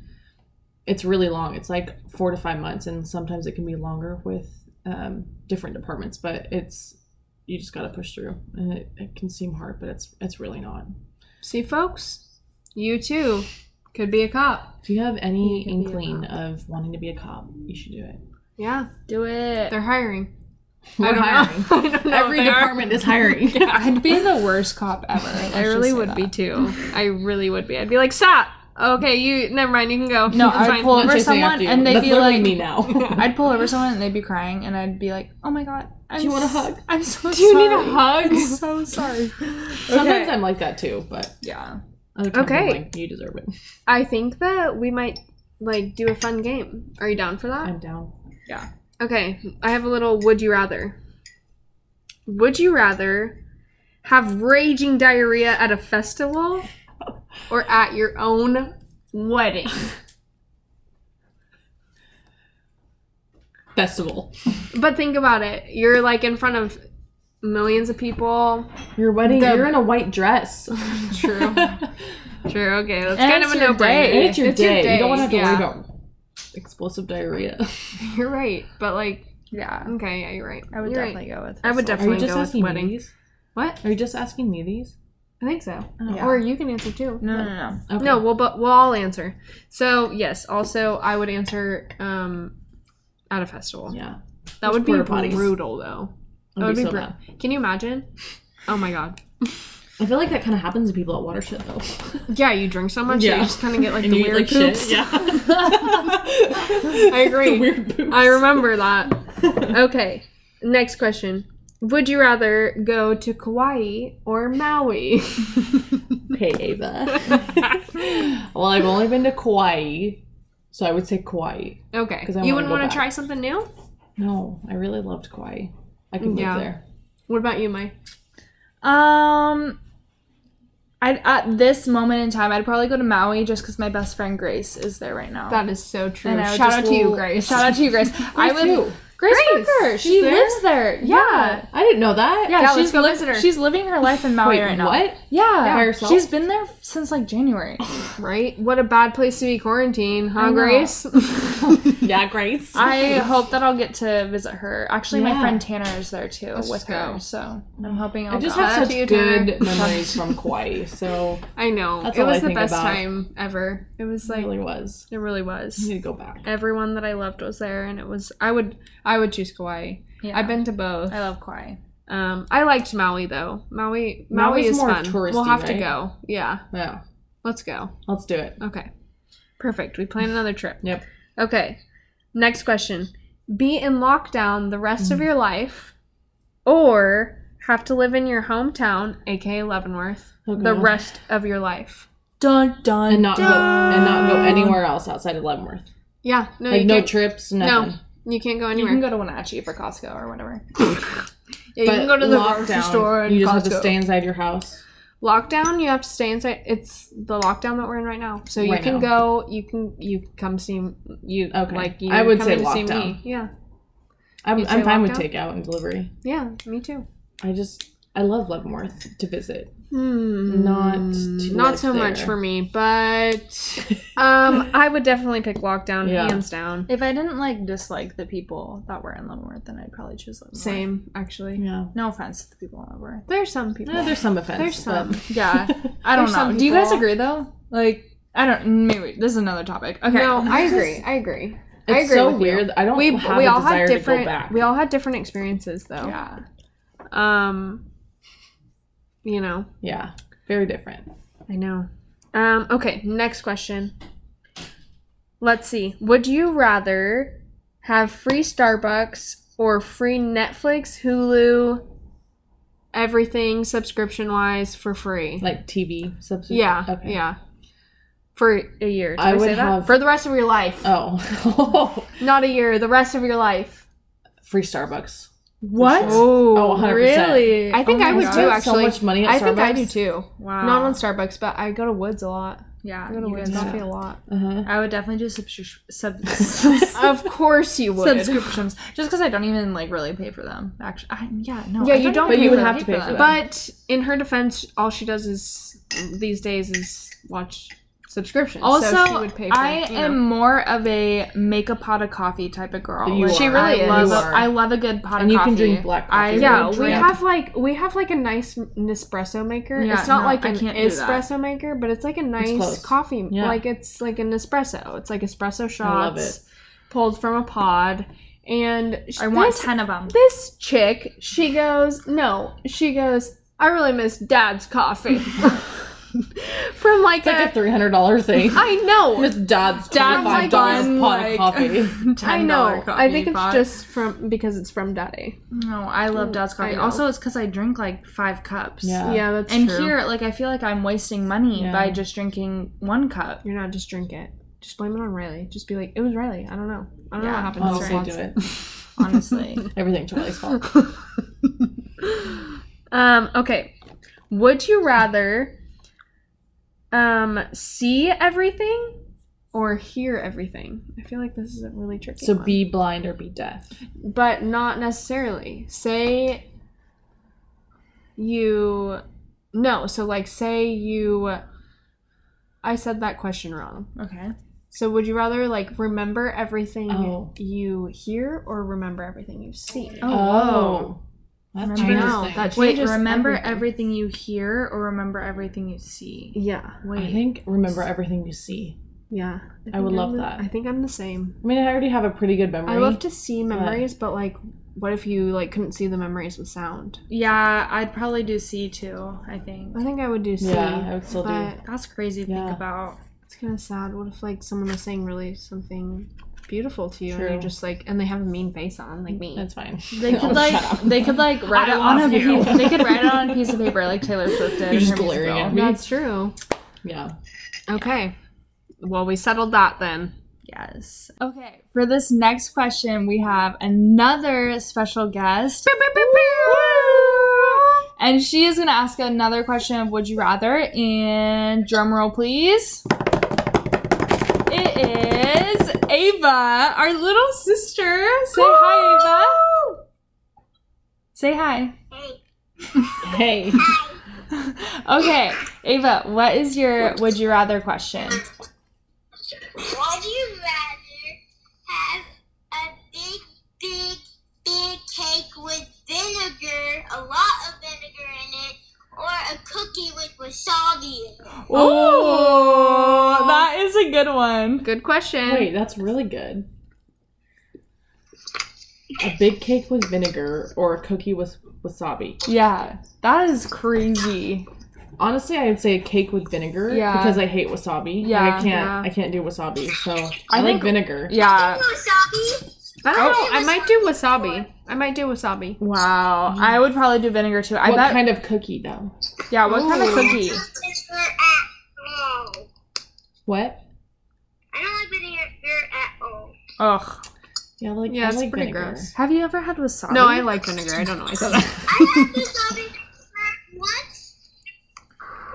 [SPEAKER 4] it's really long. It's like four to five months, and sometimes it can be longer with um, different departments. But it's you just got to push through, and it, it can seem hard, but it's it's really not.
[SPEAKER 2] See folks, you too could be a cop.
[SPEAKER 4] If you have any
[SPEAKER 2] You can be a
[SPEAKER 4] inkling of wanting to be a cop, you should do it.
[SPEAKER 2] Yeah.
[SPEAKER 3] Do it.
[SPEAKER 2] They're hiring.
[SPEAKER 4] We're
[SPEAKER 2] I
[SPEAKER 4] (laughs)
[SPEAKER 2] don't
[SPEAKER 4] hiring.
[SPEAKER 2] know. (laughs) I don't know if
[SPEAKER 4] Every
[SPEAKER 2] they are.
[SPEAKER 4] department (laughs) is hiring.
[SPEAKER 5] I'd be the worst cop
[SPEAKER 4] (laughs)
[SPEAKER 5] ever.
[SPEAKER 2] I really would be too. I really would be. I'd be like, stop. Okay, you. Never mind. You can go.
[SPEAKER 4] (laughs)
[SPEAKER 3] No,
[SPEAKER 2] (laughs) It's
[SPEAKER 3] I'd
[SPEAKER 2] fine."
[SPEAKER 3] pull it-
[SPEAKER 4] Chasing
[SPEAKER 3] someone
[SPEAKER 4] after you.
[SPEAKER 3] and they'd
[SPEAKER 4] That's (laughs)
[SPEAKER 3] be
[SPEAKER 4] literally
[SPEAKER 3] like-
[SPEAKER 4] me now.
[SPEAKER 3] I'd pull over someone and they'd be crying and I'd be like, "Oh my god, I'm
[SPEAKER 4] Do you want a
[SPEAKER 3] s-
[SPEAKER 4] hug?
[SPEAKER 3] I'm so
[SPEAKER 5] Do you need a
[SPEAKER 3] sorry.
[SPEAKER 5] hug?
[SPEAKER 3] I'm so
[SPEAKER 2] (laughs)
[SPEAKER 3] sorry.
[SPEAKER 4] Sometimes
[SPEAKER 3] Okay.
[SPEAKER 4] I'm like that too, but
[SPEAKER 3] Yeah.
[SPEAKER 4] other times
[SPEAKER 2] Okay.
[SPEAKER 4] I'm like, you deserve it.
[SPEAKER 2] I think that we might like do a fun game. Are you down for that?
[SPEAKER 4] I'm down.
[SPEAKER 2] Okay, I have a little would you rather. Would you rather have raging diarrhea at a festival or at your own wedding?
[SPEAKER 4] Festival.
[SPEAKER 2] But think about it. You're like in front of millions of people.
[SPEAKER 4] Your wedding.
[SPEAKER 3] The-
[SPEAKER 4] You're in a white (laughs) dress.
[SPEAKER 2] True. (laughs) True. Okay, that's
[SPEAKER 3] And
[SPEAKER 2] kind of
[SPEAKER 3] it's
[SPEAKER 2] a
[SPEAKER 3] your
[SPEAKER 2] no
[SPEAKER 4] And
[SPEAKER 3] day.
[SPEAKER 2] brainer.
[SPEAKER 4] it's your,
[SPEAKER 3] It's your
[SPEAKER 4] day. You don't want to have to
[SPEAKER 2] yeah.
[SPEAKER 4] worry about explosive diarrhea.
[SPEAKER 2] (laughs) You're right. But like,
[SPEAKER 3] Yeah.
[SPEAKER 2] okay, yeah, you're right.
[SPEAKER 3] I would
[SPEAKER 2] You're right.
[SPEAKER 3] definitely go with.
[SPEAKER 2] I would
[SPEAKER 3] this
[SPEAKER 4] Are you
[SPEAKER 2] Definitely
[SPEAKER 4] just
[SPEAKER 2] go with
[SPEAKER 4] asking
[SPEAKER 2] wedding.
[SPEAKER 4] me these?
[SPEAKER 2] What?
[SPEAKER 4] Are you just asking me these?
[SPEAKER 2] I think so.
[SPEAKER 4] Oh.
[SPEAKER 3] Yeah.
[SPEAKER 2] Or you can answer too.
[SPEAKER 3] one. No, no, no.
[SPEAKER 4] Okay.
[SPEAKER 2] No, we'll but we'll all answer. So yes, also I would answer um at a festival.
[SPEAKER 4] Yeah.
[SPEAKER 2] that would be
[SPEAKER 4] Porta potties.
[SPEAKER 2] brutal though. That
[SPEAKER 4] I'd
[SPEAKER 2] would be,
[SPEAKER 4] so
[SPEAKER 2] bru-
[SPEAKER 4] mad.
[SPEAKER 2] Can you imagine? Oh my god.
[SPEAKER 4] I feel like that kind of happens to people at watershed though.
[SPEAKER 2] Yeah, you drink so much that
[SPEAKER 4] Yeah.
[SPEAKER 2] you just kind of get like
[SPEAKER 4] (laughs) And
[SPEAKER 2] the
[SPEAKER 4] you eat,
[SPEAKER 2] weird
[SPEAKER 4] like, shit.
[SPEAKER 2] poops.
[SPEAKER 4] (laughs) Yeah.
[SPEAKER 2] I agree.
[SPEAKER 4] (laughs) The weird poops.
[SPEAKER 2] I remember that.
[SPEAKER 4] (laughs)
[SPEAKER 2] okay, next question. Would you rather go to Kauai or Maui? (laughs)
[SPEAKER 4] Okay, Ava. (laughs) well, I've only been to Kauai, so I would say Kauai.
[SPEAKER 2] okay,
[SPEAKER 4] 'Cause I wanna
[SPEAKER 2] you wouldn't
[SPEAKER 4] go
[SPEAKER 2] want
[SPEAKER 4] back.
[SPEAKER 2] to try something new.
[SPEAKER 4] No, I really loved Kauai. I could live
[SPEAKER 2] Yeah.
[SPEAKER 4] there.
[SPEAKER 2] What about you, Mai?
[SPEAKER 3] Um, I at this moment in time, I'd probably go to Maui just because my best friend Grace is there right now.
[SPEAKER 2] That is so true.
[SPEAKER 3] And I would
[SPEAKER 2] Shout
[SPEAKER 3] just
[SPEAKER 2] out to you,
[SPEAKER 3] l-
[SPEAKER 2] (laughs) Grace.
[SPEAKER 3] Shout out to you, Grace. I would.
[SPEAKER 4] Who?
[SPEAKER 3] Grace,
[SPEAKER 2] Grace,
[SPEAKER 3] Parker.
[SPEAKER 2] she's
[SPEAKER 3] She
[SPEAKER 2] there?
[SPEAKER 3] lives there. Yeah.
[SPEAKER 4] I didn't know that.
[SPEAKER 3] Yeah,
[SPEAKER 2] Yeah, let's
[SPEAKER 3] she's
[SPEAKER 2] go
[SPEAKER 3] li-
[SPEAKER 2] visit her.
[SPEAKER 3] She's living her life in Maui
[SPEAKER 4] Wait,
[SPEAKER 3] right now.
[SPEAKER 4] what?
[SPEAKER 3] Yeah.
[SPEAKER 4] By herself?
[SPEAKER 3] She's been there since like January.
[SPEAKER 2] Right? What a bad place to be quarantined,
[SPEAKER 3] I
[SPEAKER 2] huh,
[SPEAKER 3] know.
[SPEAKER 2] Grace? (laughs)
[SPEAKER 4] Yeah, great. (laughs)
[SPEAKER 3] I hope that I'll get to visit her. Actually, my
[SPEAKER 4] Yeah.
[SPEAKER 3] friend Tanner is there too
[SPEAKER 2] Let's
[SPEAKER 3] with
[SPEAKER 2] just go.
[SPEAKER 3] her, so I'm hoping I'll
[SPEAKER 4] I just
[SPEAKER 3] go.
[SPEAKER 2] Shout out
[SPEAKER 4] have
[SPEAKER 2] to
[SPEAKER 4] such
[SPEAKER 2] you, Tanner.
[SPEAKER 4] good memories
[SPEAKER 2] (laughs)
[SPEAKER 4] from Kauai, so
[SPEAKER 2] I know.
[SPEAKER 4] That's
[SPEAKER 2] it
[SPEAKER 4] all
[SPEAKER 2] was
[SPEAKER 4] I
[SPEAKER 2] the
[SPEAKER 4] think
[SPEAKER 2] best
[SPEAKER 4] about.
[SPEAKER 2] time ever. It was
[SPEAKER 4] it
[SPEAKER 2] like
[SPEAKER 4] really was.
[SPEAKER 2] it really
[SPEAKER 4] I
[SPEAKER 2] was.
[SPEAKER 4] need to go back.
[SPEAKER 2] Everyone that I loved was there and it was I would I would choose Kauai.
[SPEAKER 3] Yeah.
[SPEAKER 2] I've been to both.
[SPEAKER 3] I love Kauai.
[SPEAKER 2] um I liked Maui though. Maui Maui
[SPEAKER 4] Maui's
[SPEAKER 2] is
[SPEAKER 4] more
[SPEAKER 2] fun. we'll
[SPEAKER 4] touristy,
[SPEAKER 2] have to
[SPEAKER 4] right?
[SPEAKER 2] go. Yeah.
[SPEAKER 4] Yeah,
[SPEAKER 2] Let's go.
[SPEAKER 4] let's do it.
[SPEAKER 2] Okay. Perfect. We plan another trip.
[SPEAKER 4] Yep.
[SPEAKER 2] Okay. Next question. Be in lockdown the rest of your life or have to live in your hometown, aka Leavenworth,
[SPEAKER 4] Oh,
[SPEAKER 2] the
[SPEAKER 4] God.
[SPEAKER 2] rest of your life.
[SPEAKER 3] Dun dun.
[SPEAKER 4] and not go and not go anywhere else outside of Leavenworth.
[SPEAKER 2] Yeah, no,
[SPEAKER 4] like
[SPEAKER 2] you,
[SPEAKER 4] no
[SPEAKER 2] can't,
[SPEAKER 4] trips,
[SPEAKER 2] No.
[SPEAKER 4] nothing.
[SPEAKER 2] you can't go
[SPEAKER 3] You
[SPEAKER 2] anywhere.
[SPEAKER 3] can go to Wenatchee for Costco or whatever.
[SPEAKER 2] yeah, you can go to the grocery store and
[SPEAKER 4] you just have to
[SPEAKER 2] Costco.
[SPEAKER 4] stay inside your house.
[SPEAKER 2] Lockdown, you have to stay inside. It's the lockdown that we're in right now, so you
[SPEAKER 4] Right
[SPEAKER 2] can
[SPEAKER 4] now.
[SPEAKER 2] go. You can you can come see m- you.
[SPEAKER 4] Okay.
[SPEAKER 2] like you.
[SPEAKER 4] I would
[SPEAKER 2] come
[SPEAKER 4] say
[SPEAKER 2] in to see
[SPEAKER 4] lockdown.
[SPEAKER 2] me. Yeah,
[SPEAKER 4] I'm,
[SPEAKER 2] You'd say
[SPEAKER 4] I'm fine with
[SPEAKER 2] lockdown?
[SPEAKER 4] takeout and delivery.
[SPEAKER 2] yeah, me too.
[SPEAKER 4] I just I love Leavenworth to visit.
[SPEAKER 2] Hmm.
[SPEAKER 4] Not to
[SPEAKER 2] not
[SPEAKER 4] live
[SPEAKER 2] so much
[SPEAKER 4] there.
[SPEAKER 2] for me, but
[SPEAKER 4] (laughs)
[SPEAKER 2] um, I would definitely pick lockdown
[SPEAKER 4] Yeah.
[SPEAKER 2] hands down.
[SPEAKER 3] If I didn't like dislike the people that were in Leavenworth, then I'd probably choose Leavenworth.
[SPEAKER 2] Same, actually.
[SPEAKER 4] Yeah.
[SPEAKER 3] No offense to the people in
[SPEAKER 2] (laughs)
[SPEAKER 3] Leavenworth.
[SPEAKER 2] There's some people.
[SPEAKER 4] No, Eh, there's some offense.
[SPEAKER 2] There's some.
[SPEAKER 4] but-
[SPEAKER 3] Yeah, I don't
[SPEAKER 2] There's some
[SPEAKER 3] know. Do you guys
[SPEAKER 2] people-
[SPEAKER 3] agree though? Like, I don't. Maybe this is another topic. Okay.
[SPEAKER 2] No, I agree. I agree. I
[SPEAKER 4] It's
[SPEAKER 2] agree
[SPEAKER 4] so
[SPEAKER 2] with you.
[SPEAKER 4] weird. I don't
[SPEAKER 2] we
[SPEAKER 4] have
[SPEAKER 2] we
[SPEAKER 4] a
[SPEAKER 2] all
[SPEAKER 4] desire to
[SPEAKER 2] had
[SPEAKER 4] go
[SPEAKER 2] different
[SPEAKER 4] back.
[SPEAKER 2] we all had different experiences though.
[SPEAKER 3] Yeah.
[SPEAKER 2] Um you know,
[SPEAKER 4] yeah. Very different.
[SPEAKER 2] I know. Um okay, next question. Let's see. Would you rather have free Starbucks or free Netflix, Hulu, everything subscription-wise for free?
[SPEAKER 4] Like TV substitute.
[SPEAKER 2] yeah.
[SPEAKER 4] Okay.
[SPEAKER 2] Yeah. For a year. Did
[SPEAKER 4] I
[SPEAKER 2] I,
[SPEAKER 4] would
[SPEAKER 2] say that?
[SPEAKER 4] have-
[SPEAKER 2] for the rest of your life.
[SPEAKER 4] Oh. (laughs)
[SPEAKER 2] Not a year, the rest of your life.
[SPEAKER 4] Free Starbucks.
[SPEAKER 3] What?
[SPEAKER 4] Oh, 100%.
[SPEAKER 2] really? I think
[SPEAKER 3] Oh
[SPEAKER 2] I
[SPEAKER 3] my
[SPEAKER 2] would
[SPEAKER 3] God.
[SPEAKER 2] too.
[SPEAKER 4] Spent
[SPEAKER 2] Actually,
[SPEAKER 4] so much money at
[SPEAKER 2] I think I
[SPEAKER 4] Starbucks.
[SPEAKER 2] do too.
[SPEAKER 3] Wow.
[SPEAKER 2] Not on Starbucks, but I go to Woods
[SPEAKER 4] (laughs)
[SPEAKER 2] a lot.
[SPEAKER 3] yeah.
[SPEAKER 2] I go to
[SPEAKER 3] you
[SPEAKER 2] Woods
[SPEAKER 3] guys
[SPEAKER 4] know.
[SPEAKER 2] Coffee a lot.
[SPEAKER 4] Uh-huh.
[SPEAKER 3] I would definitely do subscri- sub-
[SPEAKER 2] of course you would.
[SPEAKER 3] subscriptions just because I don't even like really pay for them. Actually, I, yeah, no.
[SPEAKER 2] Yeah,
[SPEAKER 3] I
[SPEAKER 2] Oh, you don't
[SPEAKER 3] even
[SPEAKER 2] pay
[SPEAKER 4] for
[SPEAKER 3] really
[SPEAKER 4] them. Pay for them.
[SPEAKER 2] But in her defense, all she does is these days is watch subscriptions.
[SPEAKER 3] Also,
[SPEAKER 2] so she would pay for,
[SPEAKER 3] I
[SPEAKER 2] you know.
[SPEAKER 3] am more of a. Make a pot of coffee type of girl.
[SPEAKER 4] But you
[SPEAKER 2] She
[SPEAKER 4] are.
[SPEAKER 2] really
[SPEAKER 3] I Love
[SPEAKER 2] is.
[SPEAKER 4] You
[SPEAKER 3] a-
[SPEAKER 4] are.
[SPEAKER 3] I love a good pot
[SPEAKER 4] And
[SPEAKER 3] of
[SPEAKER 4] you
[SPEAKER 3] coffee.
[SPEAKER 4] can drink black
[SPEAKER 3] I
[SPEAKER 4] coffee.
[SPEAKER 2] Yeah,
[SPEAKER 3] would
[SPEAKER 2] we
[SPEAKER 3] drink-
[SPEAKER 2] have like we have like a nice Nespresso maker.
[SPEAKER 3] Yeah,
[SPEAKER 2] it's not
[SPEAKER 3] no,
[SPEAKER 2] like
[SPEAKER 3] I
[SPEAKER 2] an
[SPEAKER 3] can't do that.
[SPEAKER 2] espresso maker, but it's like a nice
[SPEAKER 4] close.
[SPEAKER 2] coffee.
[SPEAKER 4] Yeah.
[SPEAKER 2] Like it's like an espresso. It's like espresso shots
[SPEAKER 4] love
[SPEAKER 2] pulled from a pod. And sh-
[SPEAKER 3] I want
[SPEAKER 2] this,
[SPEAKER 3] ten of them.
[SPEAKER 2] this (laughs) chick. She goes, no, she goes. I really miss Dad's coffee. from like,
[SPEAKER 4] It's like a
[SPEAKER 2] a,
[SPEAKER 4] three hundred dollar
[SPEAKER 2] (laughs)
[SPEAKER 4] thing. (laughs)
[SPEAKER 2] I know.
[SPEAKER 4] Miss Dodd's
[SPEAKER 3] Dad's
[SPEAKER 4] five
[SPEAKER 2] like
[SPEAKER 4] dollars
[SPEAKER 3] on,
[SPEAKER 4] pot
[SPEAKER 3] like-
[SPEAKER 4] of coffee.
[SPEAKER 2] (laughs) I (laughs)
[SPEAKER 3] $10
[SPEAKER 2] know. I
[SPEAKER 3] coffee
[SPEAKER 2] think it's
[SPEAKER 3] pot.
[SPEAKER 2] just from because it's from Daddy.
[SPEAKER 3] No, I love Dad's coffee.
[SPEAKER 2] know.
[SPEAKER 3] Also, it's because I drink like five cups.
[SPEAKER 4] Yeah.
[SPEAKER 2] Yeah, that's
[SPEAKER 3] And
[SPEAKER 2] true.
[SPEAKER 3] here, like, I feel like I'm wasting money
[SPEAKER 4] Yeah.
[SPEAKER 3] by just drinking one cup.
[SPEAKER 2] you're not just drink it. Just blame it on Riley. Just be like, it was Riley. I don't know. I don't know
[SPEAKER 3] Yeah,
[SPEAKER 2] what happened.
[SPEAKER 4] Honestly,
[SPEAKER 3] right.
[SPEAKER 4] Oh, do it.
[SPEAKER 3] Honestly,
[SPEAKER 4] (laughs) Everything Charlie's fault.
[SPEAKER 3] (laughs)
[SPEAKER 2] Um, okay. Would you rather um see everything or hear everything? I feel like this is a really tricky
[SPEAKER 4] So
[SPEAKER 2] one.
[SPEAKER 4] be blind or be deaf.
[SPEAKER 2] but not necessarily. Say you no, so like say you I said that question wrong.
[SPEAKER 3] okay.
[SPEAKER 2] So would you rather like remember everything
[SPEAKER 4] Oh.
[SPEAKER 2] you hear or remember everything you see?
[SPEAKER 3] Oh,
[SPEAKER 4] That
[SPEAKER 3] Remember-
[SPEAKER 4] changes
[SPEAKER 2] No,
[SPEAKER 4] things.
[SPEAKER 2] that
[SPEAKER 3] Wait,
[SPEAKER 2] changes
[SPEAKER 3] remember
[SPEAKER 2] everything.
[SPEAKER 3] everything. you hear or remember everything you see?
[SPEAKER 2] Yeah.
[SPEAKER 3] Wait,
[SPEAKER 4] I think remember everything you see.
[SPEAKER 2] Yeah.
[SPEAKER 4] I would
[SPEAKER 2] think I'm
[SPEAKER 4] love
[SPEAKER 2] the-
[SPEAKER 4] that.
[SPEAKER 2] I think I'm the same.
[SPEAKER 4] I mean, I already have a pretty good memory.
[SPEAKER 2] I love to see memories, but like, what if you like couldn't see the memories with sound?
[SPEAKER 3] yeah, I'd probably do C too. I think
[SPEAKER 2] I think I would do see.
[SPEAKER 4] Yeah, I would still do.
[SPEAKER 2] but
[SPEAKER 3] that's crazy to
[SPEAKER 4] Yeah.
[SPEAKER 3] think about.
[SPEAKER 2] It's kind of sad. What if like someone was saying really something beautiful to you, and
[SPEAKER 4] True.
[SPEAKER 2] you're just like, and they have a mean face on, like me.
[SPEAKER 4] That's
[SPEAKER 2] (laughs)
[SPEAKER 4] fine.
[SPEAKER 3] They could like they could (laughs) like write
[SPEAKER 4] I
[SPEAKER 3] it on a
[SPEAKER 4] love you.
[SPEAKER 3] (laughs) piece, they could write it on a piece of paper like Taylor Swift did. in
[SPEAKER 4] You're just
[SPEAKER 3] her music
[SPEAKER 4] glaring
[SPEAKER 3] video.
[SPEAKER 4] at me.
[SPEAKER 2] That's true.
[SPEAKER 4] Yeah.
[SPEAKER 2] Okay. Well, we settled that then.
[SPEAKER 3] Yes. Okay. For this next question, we have another special guest. And she is going to ask another question of Would You Rather? And drumroll, please. It is Ava, our little sister. Say hi, Ava. Say hi.
[SPEAKER 4] Hey.
[SPEAKER 3] Okay, Ava, what is your Would You Rather question?
[SPEAKER 6] Would you rather have a big, big, big cake with vinegar, a lot of vinegar in it, or a cookie with wasabi in it?
[SPEAKER 3] Oh, that is a good one.
[SPEAKER 2] Good question.
[SPEAKER 4] Wait, that's really good. A big cake with vinegar or a cookie with wasabi.
[SPEAKER 3] Yeah, that is crazy.
[SPEAKER 4] Honestly, I'd say a cake with vinegar
[SPEAKER 3] Yeah.
[SPEAKER 4] because I hate wasabi. Like,
[SPEAKER 3] Yeah.
[SPEAKER 4] I can't.
[SPEAKER 2] Yeah.
[SPEAKER 4] I can't do wasabi. So I,
[SPEAKER 3] I
[SPEAKER 4] like
[SPEAKER 3] think-
[SPEAKER 4] vinegar.
[SPEAKER 3] Yeah.
[SPEAKER 6] Wasabi?
[SPEAKER 2] I
[SPEAKER 4] Oh.
[SPEAKER 2] don't know. I
[SPEAKER 6] wasabi
[SPEAKER 2] might do
[SPEAKER 6] before.
[SPEAKER 2] wasabi. I might do wasabi.
[SPEAKER 3] Wow. I would probably do vinegar too. I
[SPEAKER 4] what
[SPEAKER 3] bet.
[SPEAKER 4] kind of cookie though?
[SPEAKER 3] yeah. What kind of
[SPEAKER 2] Ooh.
[SPEAKER 3] cookie?
[SPEAKER 6] Vinegar at all.
[SPEAKER 4] What?
[SPEAKER 6] I don't like vinegar at all.
[SPEAKER 3] Ugh.
[SPEAKER 4] Yeah, I like
[SPEAKER 2] Yeah,
[SPEAKER 4] I
[SPEAKER 2] it's
[SPEAKER 4] like
[SPEAKER 2] pretty
[SPEAKER 4] vinegar.
[SPEAKER 2] gross.
[SPEAKER 3] Have you ever had wasabi?
[SPEAKER 2] No, I like vinegar. I don't know. why I said
[SPEAKER 4] (laughs)
[SPEAKER 2] that.
[SPEAKER 6] I had wasabi once.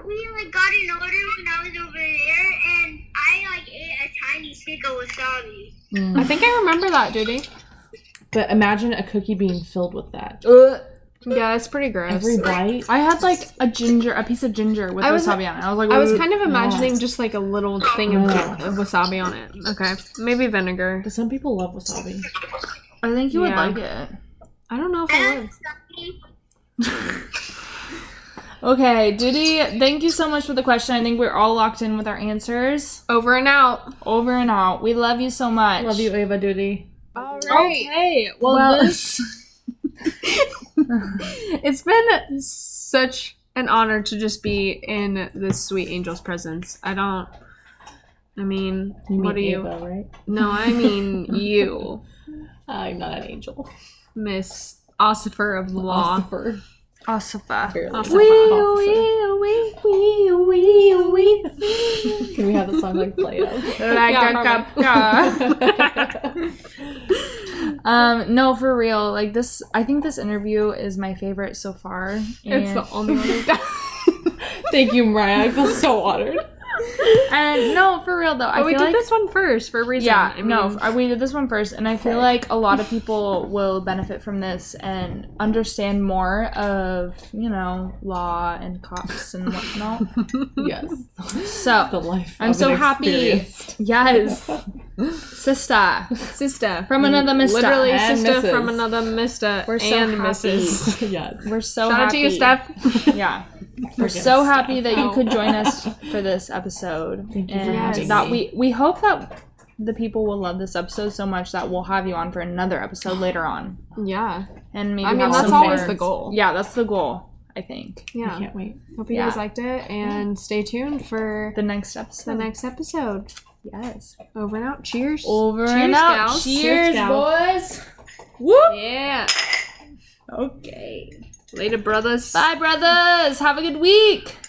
[SPEAKER 6] We like got an order when I was over there, and I like ate a tiny stick of wasabi.
[SPEAKER 4] Mm.
[SPEAKER 2] I think I remember that, Judy.
[SPEAKER 4] But imagine a cookie being filled with that.
[SPEAKER 3] Ugh.
[SPEAKER 2] Yeah, that's pretty gross.
[SPEAKER 4] Every bite.
[SPEAKER 3] I had like a ginger, a piece of ginger with
[SPEAKER 2] I was-
[SPEAKER 3] wasabi on it. I was like,
[SPEAKER 2] I was
[SPEAKER 3] "Ugh."
[SPEAKER 2] kind of imagining just like a little thing of,
[SPEAKER 4] Yeah.
[SPEAKER 2] of wasabi on it. Okay, maybe vinegar.
[SPEAKER 4] But some people love wasabi.
[SPEAKER 3] I think you would
[SPEAKER 2] Yeah.
[SPEAKER 3] like it.
[SPEAKER 2] I don't know if
[SPEAKER 6] I
[SPEAKER 2] I
[SPEAKER 6] like
[SPEAKER 2] would.
[SPEAKER 6] wasabi.
[SPEAKER 3] Okay, Judy. Thank you so much for the question. I think we're all locked in with our answers.
[SPEAKER 2] Over and out.
[SPEAKER 3] Over and out. We love you so much.
[SPEAKER 4] Love you, Ava Duty.
[SPEAKER 2] All
[SPEAKER 3] Okay. Well,
[SPEAKER 2] Well-
[SPEAKER 3] this.
[SPEAKER 2] It's been such an honor to just be in this sweet angel's presence. I don't. I mean,
[SPEAKER 4] You mean
[SPEAKER 2] what do you?
[SPEAKER 4] Ava, right?
[SPEAKER 3] (laughs)
[SPEAKER 2] No, I mean you,
[SPEAKER 4] I'm not an angel.
[SPEAKER 2] Miss Ossifer of the Law.
[SPEAKER 4] Ossifer. (laughs)
[SPEAKER 3] Asifa.
[SPEAKER 4] Barely.
[SPEAKER 2] Ossifer.
[SPEAKER 4] Can we have the song like play (laughs)
[SPEAKER 2] Like
[SPEAKER 3] Yeah,
[SPEAKER 2] a
[SPEAKER 3] (laughs) perfect.
[SPEAKER 2] cup-
[SPEAKER 4] out?
[SPEAKER 3] Um, no, for real. Like this, I think this interview is my favorite so far.
[SPEAKER 2] It's
[SPEAKER 3] and-
[SPEAKER 2] the only one. we've done.
[SPEAKER 4] Thank you, Mariah. I feel so honored.
[SPEAKER 3] And no, for real though, (laughs) I
[SPEAKER 2] But we
[SPEAKER 3] feel
[SPEAKER 2] did
[SPEAKER 3] like
[SPEAKER 2] this one first for a reason.
[SPEAKER 3] yeah,
[SPEAKER 2] I mean,
[SPEAKER 3] no, I- we did this one first, and I feel like a lot of people will benefit from this and understand more of you know law and cops and whatnot.
[SPEAKER 2] (laughs)
[SPEAKER 4] Yes. The
[SPEAKER 3] So
[SPEAKER 4] life.
[SPEAKER 3] I'm
[SPEAKER 4] of
[SPEAKER 3] so
[SPEAKER 4] an
[SPEAKER 3] happy.
[SPEAKER 4] experience. (laughs)
[SPEAKER 3] yes, sister,
[SPEAKER 2] sister Mm,
[SPEAKER 3] from another mister.
[SPEAKER 2] Literally,
[SPEAKER 4] And
[SPEAKER 2] sister
[SPEAKER 4] Mrs.
[SPEAKER 2] from another mister
[SPEAKER 3] We're so
[SPEAKER 2] and
[SPEAKER 3] happy.
[SPEAKER 2] Mrs.
[SPEAKER 4] yes.
[SPEAKER 3] we're so
[SPEAKER 2] Shout
[SPEAKER 3] happy.
[SPEAKER 2] out to you, Steph.
[SPEAKER 3] Yeah.
[SPEAKER 2] (laughs)
[SPEAKER 3] We're
[SPEAKER 4] Forgive
[SPEAKER 3] so
[SPEAKER 4] Steph.
[SPEAKER 3] happy that you
[SPEAKER 2] Oh.
[SPEAKER 3] could
[SPEAKER 4] (laughs)
[SPEAKER 3] join us for this episode.
[SPEAKER 4] Thank you for
[SPEAKER 3] and
[SPEAKER 2] having
[SPEAKER 3] that
[SPEAKER 4] me.
[SPEAKER 3] we we hope that the people will love this episode so much that we'll have you on for another episode later on.
[SPEAKER 2] yeah,
[SPEAKER 3] And maybe
[SPEAKER 2] I mean
[SPEAKER 3] have
[SPEAKER 2] that's
[SPEAKER 3] some
[SPEAKER 2] always
[SPEAKER 3] more-
[SPEAKER 2] the goal.
[SPEAKER 3] Yeah, that's the goal. I think.
[SPEAKER 4] I
[SPEAKER 2] Yeah.
[SPEAKER 4] can't wait.
[SPEAKER 2] Hope you guys liked it and stay tuned for
[SPEAKER 3] The next
[SPEAKER 2] the
[SPEAKER 3] episode.
[SPEAKER 2] next episode.
[SPEAKER 3] Yes.
[SPEAKER 2] Over and out. Cheers.
[SPEAKER 3] Over
[SPEAKER 7] Cheers,
[SPEAKER 3] and out.
[SPEAKER 7] gals.
[SPEAKER 3] Cheers,
[SPEAKER 2] Cheers,
[SPEAKER 3] boys. Whoop.
[SPEAKER 7] Yeah.
[SPEAKER 3] Okay.
[SPEAKER 7] Later, brothers.
[SPEAKER 3] Bye, brothers. Have a good week.